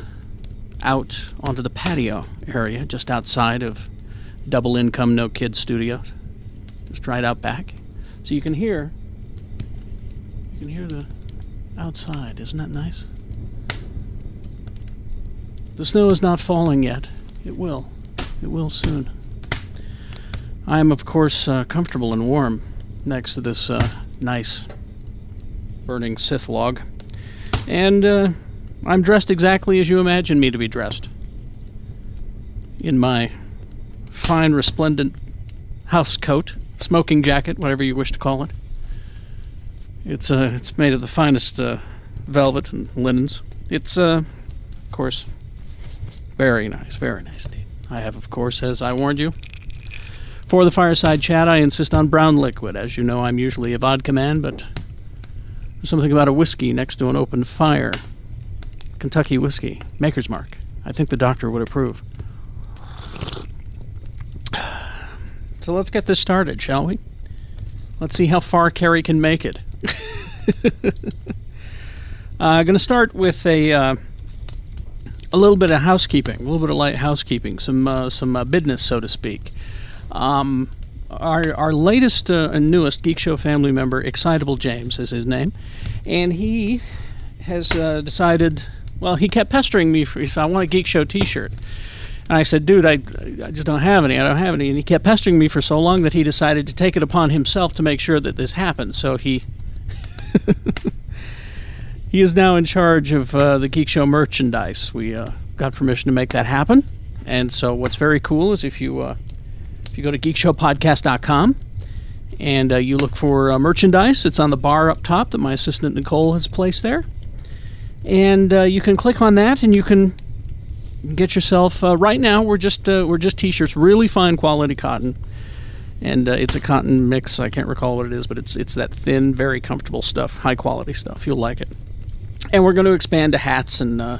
Speaker 2: out onto the patio area just outside of Double Income No Kids Studio. Just right out back. So you can hear you can hear the outside. Isn't that nice? The snow is not falling yet. It will. It will soon. I am, of course, uh, comfortable and warm next to this uh, nice burning Sith log. And uh, I'm dressed exactly as you imagine me to be dressed. In my fine, resplendent house coat, smoking jacket, whatever you wish to call it. It's uh, it's made of the finest uh, velvet and linens. It's uh, of course, very nice, very nice indeed. I have, of course, as I warned you. For the fireside chat, I insist on brown liquid. As you know, I'm usually a vodka man, but there's something about a whiskey next to an open fire. Kentucky whiskey, Maker's Mark. I think the doctor would approve. So let's get this started, shall we? Let's see how far Carrie can make it. I'm uh, going to start with a uh, a little bit of housekeeping, a little bit of light housekeeping, some uh, some uh, business, so to speak. Um, our our latest uh, and newest Geek Show family member, Excitable James, is his name, and he has uh, decided. Well, he kept pestering me for. He said, "I want a Geek Show T-shirt." And I said, dude, I, I just don't have any. I don't have any. And he kept pestering me for so long that he decided to take it upon himself to make sure that this happened. So he he is now in charge of uh, the Geek Show merchandise. We uh, got permission to make that happen. And so what's very cool is if you uh, if you go to geekshowpodcast.com and uh, you look for uh, merchandise, it's on the bar up top that my assistant Nicole has placed there. And uh, you can click on that and you can get yourself uh, right now we're just uh, we're just t-shirts really fine quality cotton and uh, it's a cotton mix i can't recall what it is but it's it's that thin very comfortable stuff high quality stuff you'll like it and we're going to expand to hats and uh,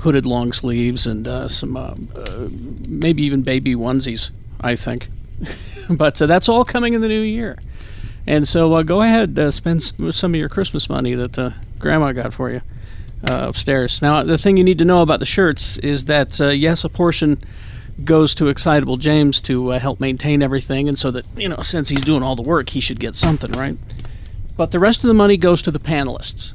Speaker 2: hooded long sleeves and uh, some uh, uh, maybe even baby onesies i think but uh, that's all coming in the new year and so uh, go ahead uh, spend some, some of your christmas money that uh, grandma got for you uh, upstairs. Now, the thing you need to know about the shirts is that uh, yes, a portion goes to Excitable James to uh, help maintain everything, and so that you know, since he's doing all the work, he should get something, right? But the rest of the money goes to the panelists.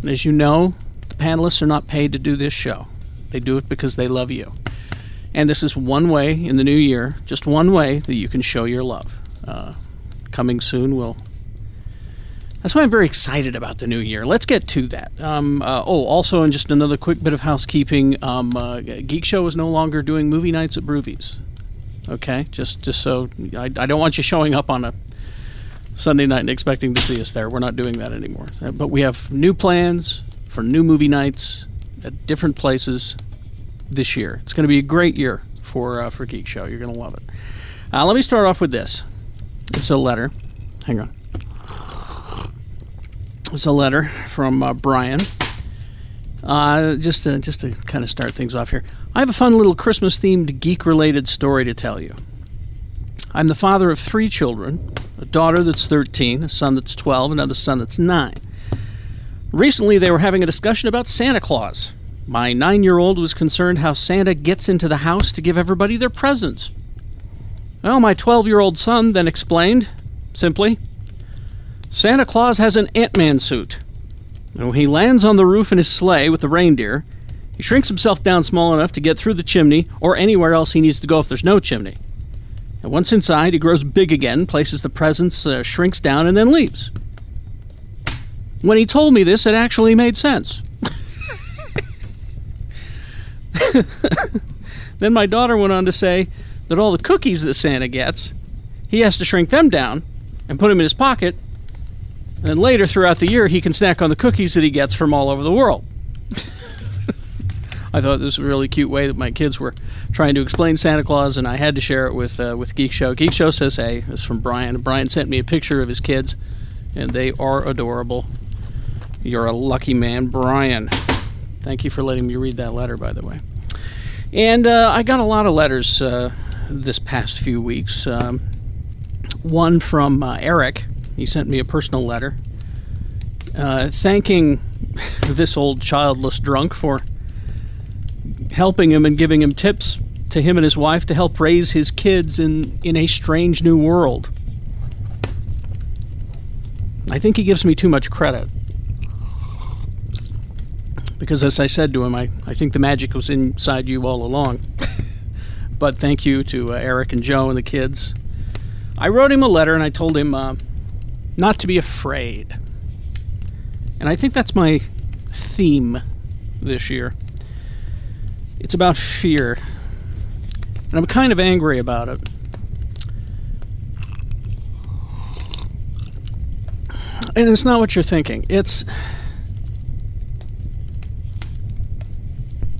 Speaker 2: And as you know, the panelists are not paid to do this show. They do it because they love you. And this is one way in the new year, just one way that you can show your love. Uh, coming soon, we'll that's why I'm very excited about the new year. Let's get to that. Um, uh, oh, also, and just another quick bit of housekeeping: um, uh, Geek Show is no longer doing movie nights at Broovies. Okay, just just so I, I don't want you showing up on a Sunday night and expecting to see us there. We're not doing that anymore. Uh, But we have new plans for new movie nights at different places this year. It's going to be a great year for uh, for Geek Show. You're going to love it. Uh, let me start off with this. It's a letter. Hang on. It's a letter from uh, Brian. Uh, just to, just to kind of start things off here, I have a fun little Christmas themed geek related story to tell you. I'm the father of three children a daughter that's 13, a son that's 12, and another son that's 9. Recently, they were having a discussion about Santa Claus. My nine year old was concerned how Santa gets into the house to give everybody their presents. Well, my 12 year old son then explained, simply, Santa Claus has an Ant Man suit. And when he lands on the roof in his sleigh with the reindeer, he shrinks himself down small enough to get through the chimney or anywhere else he needs to go if there's no chimney. And once inside, he grows big again, places the presents, uh, shrinks down, and then leaves. When he told me this, it actually made sense. then my daughter went on to say that all the cookies that Santa gets, he has to shrink them down and put them in his pocket and then later throughout the year, he can snack on the cookies that he gets from all over the world. I thought this was a really cute way that my kids were trying to explain Santa Claus, and I had to share it with uh, with Geek Show. Geek Show says, "Hey, this is from Brian." Brian sent me a picture of his kids, and they are adorable. You're a lucky man, Brian. Thank you for letting me read that letter, by the way. And uh, I got a lot of letters uh, this past few weeks. Um, one from uh, Eric. He sent me a personal letter uh, thanking this old childless drunk for helping him and giving him tips to him and his wife to help raise his kids in, in a strange new world. I think he gives me too much credit. Because, as I said to him, I, I think the magic was inside you all along. but thank you to uh, Eric and Joe and the kids. I wrote him a letter and I told him uh, not to be afraid. And I think that's my theme this year. It's about fear. And I'm kind of angry about it. And it's not what you're thinking. It's.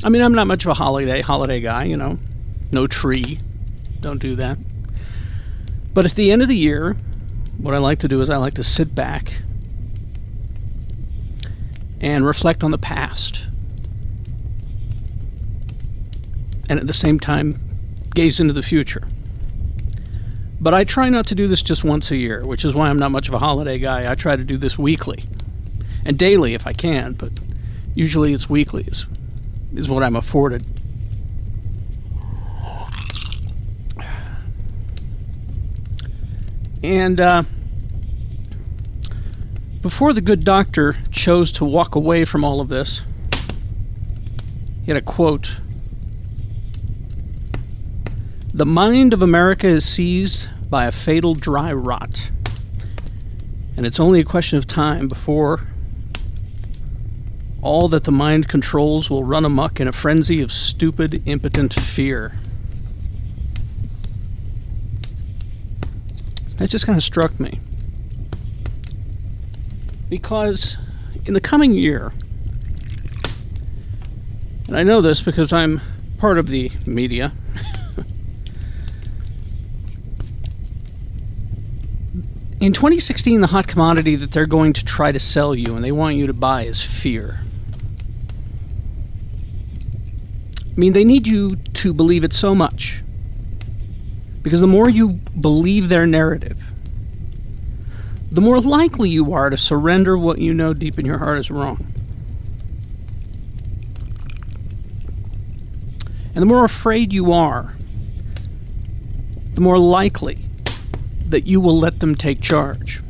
Speaker 2: I mean, I'm not much of a holiday holiday guy, you know. No tree. Don't do that. But at the end of the year, what I like to do is I like to sit back and reflect on the past. And at the same time, gaze into the future. But I try not to do this just once a year, which is why I'm not much of a holiday guy. I try to do this weekly and daily if I can, but usually it's weeklies. is what I'm afforded. And uh, before the good doctor chose to walk away from all of this, he had a quote The mind of America is seized by a fatal dry rot. And it's only a question of time before all that the mind controls will run amuck in a frenzy of stupid, impotent fear. That just kind of struck me. Because in the coming year, and I know this because I'm part of the media, in 2016, the hot commodity that they're going to try to sell you and they want you to buy is fear. I mean, they need you to believe it so much. Because the more you believe their narrative, the more likely you are to surrender what you know deep in your heart is wrong. And the more afraid you are, the more likely that you will let them take charge.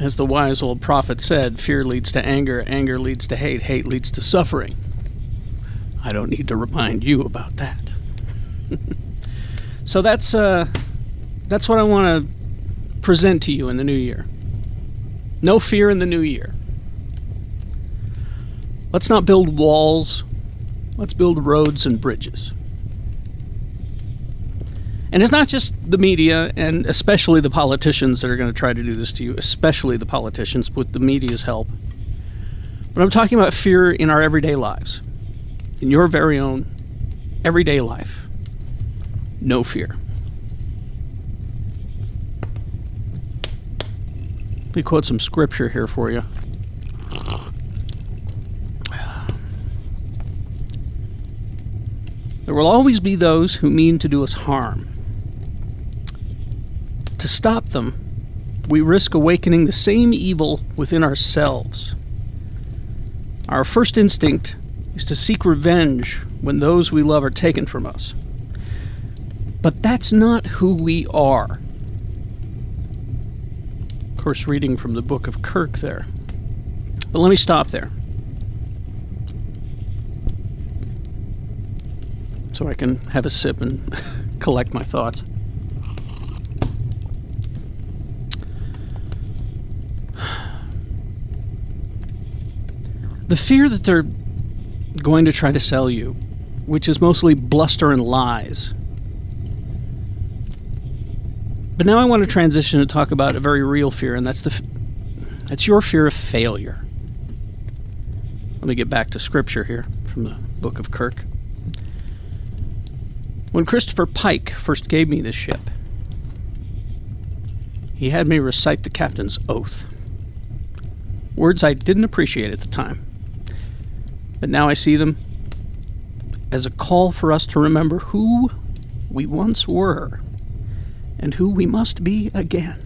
Speaker 2: As the wise old prophet said, fear leads to anger, anger leads to hate, hate leads to suffering. I don't need to remind you about that. so that's uh, that's what I want to present to you in the new year. No fear in the new year. Let's not build walls. Let's build roads and bridges. And it's not just the media and especially the politicians that are going to try to do this to you, especially the politicians with the media's help. But I'm talking about fear in our everyday lives, in your very own everyday life. No fear. Let me quote some scripture here for you. There will always be those who mean to do us harm. To stop them, we risk awakening the same evil within ourselves. Our first instinct is to seek revenge when those we love are taken from us. But that's not who we are. Of course, reading from the book of Kirk there. But let me stop there. so I can have a sip and collect my thoughts. The fear that they're going to try to sell you, which is mostly bluster and lies. But now I want to transition to talk about a very real fear, and that's the f- that's your fear of failure. Let me get back to scripture here from the book of Kirk. When Christopher Pike first gave me this ship, he had me recite the captain's oath. Words I didn't appreciate at the time, but now I see them as a call for us to remember who we once were and who we must be again.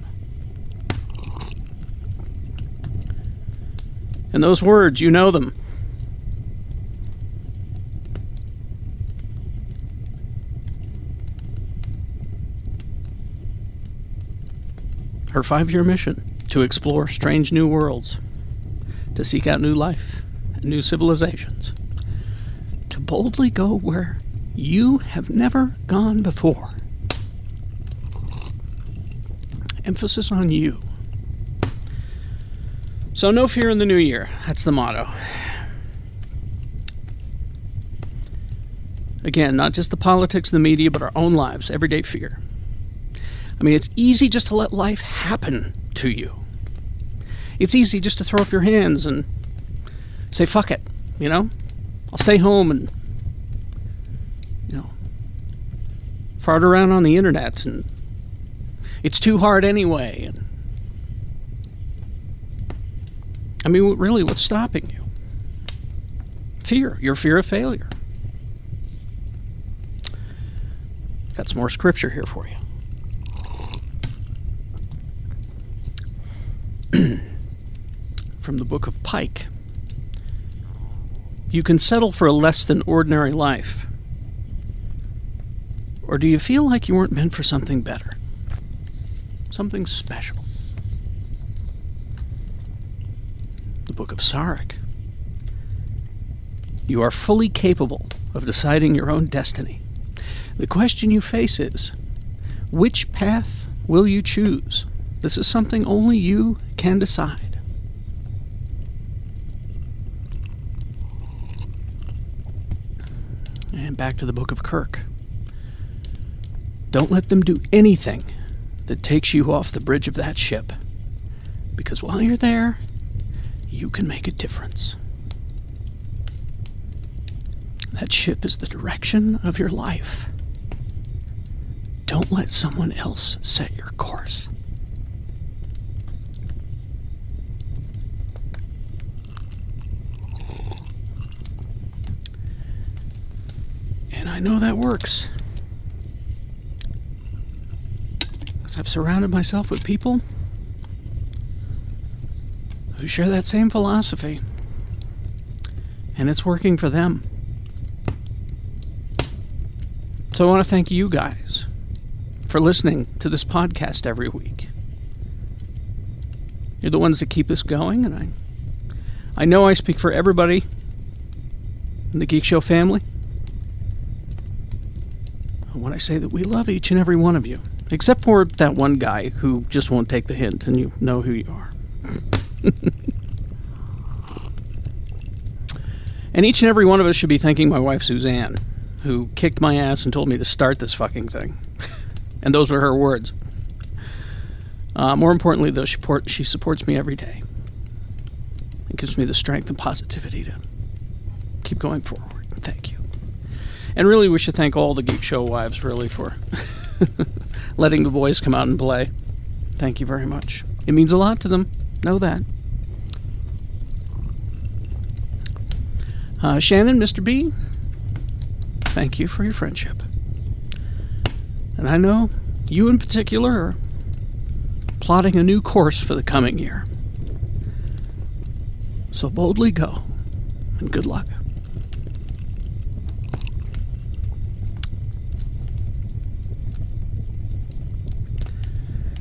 Speaker 2: And those words, you know them. her five year mission to explore strange new worlds, to seek out new life and new civilizations, to boldly go where you have never gone before. Emphasis on you. So, no fear in the new year. That's the motto. Again, not just the politics, the media, but our own lives, everyday fear. I mean, it's easy just to let life happen to you. It's easy just to throw up your hands and say, fuck it, you know? I'll stay home and, you know, fart around on the internet and it's too hard anyway. And, I mean, really, what's stopping you? Fear, your fear of failure. Got some more scripture here for you. from the Book of Pike. You can settle for a less than ordinary life. Or do you feel like you weren't meant for something better? Something special? The Book of Sarek. You are fully capable of deciding your own destiny. The question you face is which path will you choose? This is something only you can decide. And back to the Book of Kirk. Don't let them do anything that takes you off the bridge of that ship. Because while you're there, you can make a difference. That ship is the direction of your life. Don't let someone else set your course. And I know that works. Because I've surrounded myself with people who share that same philosophy. And it's working for them. So I want to thank you guys for listening to this podcast every week. You're the ones that keep us going, and I, I know I speak for everybody in the Geek Show family when I say that we love each and every one of you, except for that one guy who just won't take the hint, and you know who you are. and each and every one of us should be thanking my wife, Suzanne, who kicked my ass and told me to start this fucking thing. and those were her words. Uh, more importantly, though, she, port- she supports me every day and gives me the strength and positivity to keep going forward. Thank you. And really, we should thank all the Geek Show wives, really, for letting the boys come out and play. Thank you very much. It means a lot to them. Know that. Uh, Shannon, Mr. B, thank you for your friendship. And I know you in particular are plotting a new course for the coming year. So boldly go, and good luck.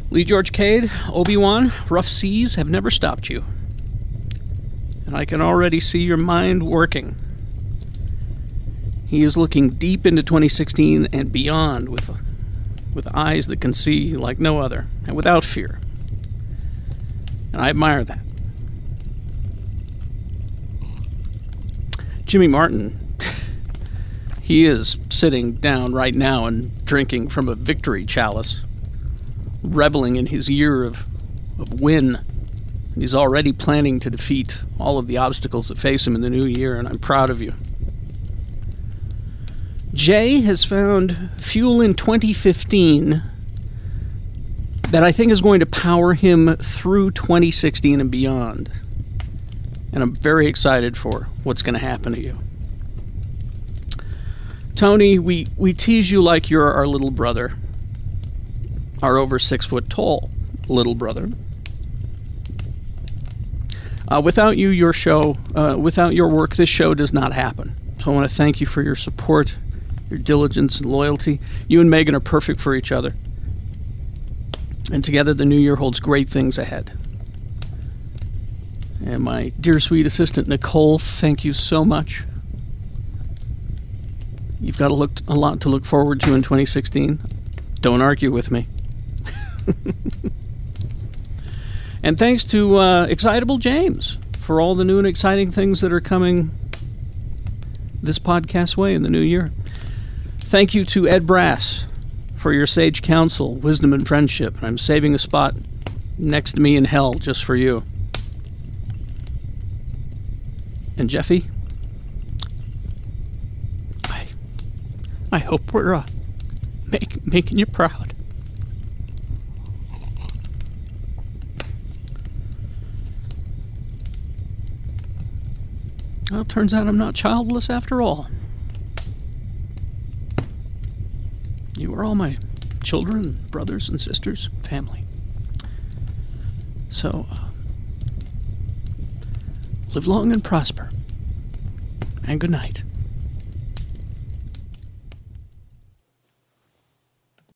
Speaker 2: Lee George Cade, Obi Wan, rough seas have never stopped you. And I can already see your mind working. He is looking deep into 2016 and beyond with, with eyes that can see like no other and without fear. And I admire that. Jimmy Martin, he is sitting down right now and drinking from a victory chalice reveling in his year of, of win. And he's already planning to defeat all of the obstacles that face him in the new year, and I'm proud of you. Jay has found fuel in 2015 that I think is going to power him through 2016 and beyond. And I'm very excited for what's going to happen to you. Tony, we, we tease you like you're our little brother our over six foot tall little brother. Uh, without you, your show, uh, without your work, this show does not happen. So I want to thank you for your support, your diligence, and loyalty. You and Megan are perfect for each other. And together, the new year holds great things ahead. And my dear sweet assistant, Nicole, thank you so much. You've got a, look, a lot to look forward to in 2016. Don't argue with me. and thanks to uh, Excitable James for all the new and exciting things that are coming this podcast way in the new year. Thank you to Ed Brass for your sage counsel, wisdom, and friendship. I'm saving a spot next to me in hell just for you. And Jeffy, I, I hope we're uh, make, making you proud. Well, it turns out I'm not childless after all. You are all my children, brothers and sisters, family. So, uh, Live long and prosper. And good night.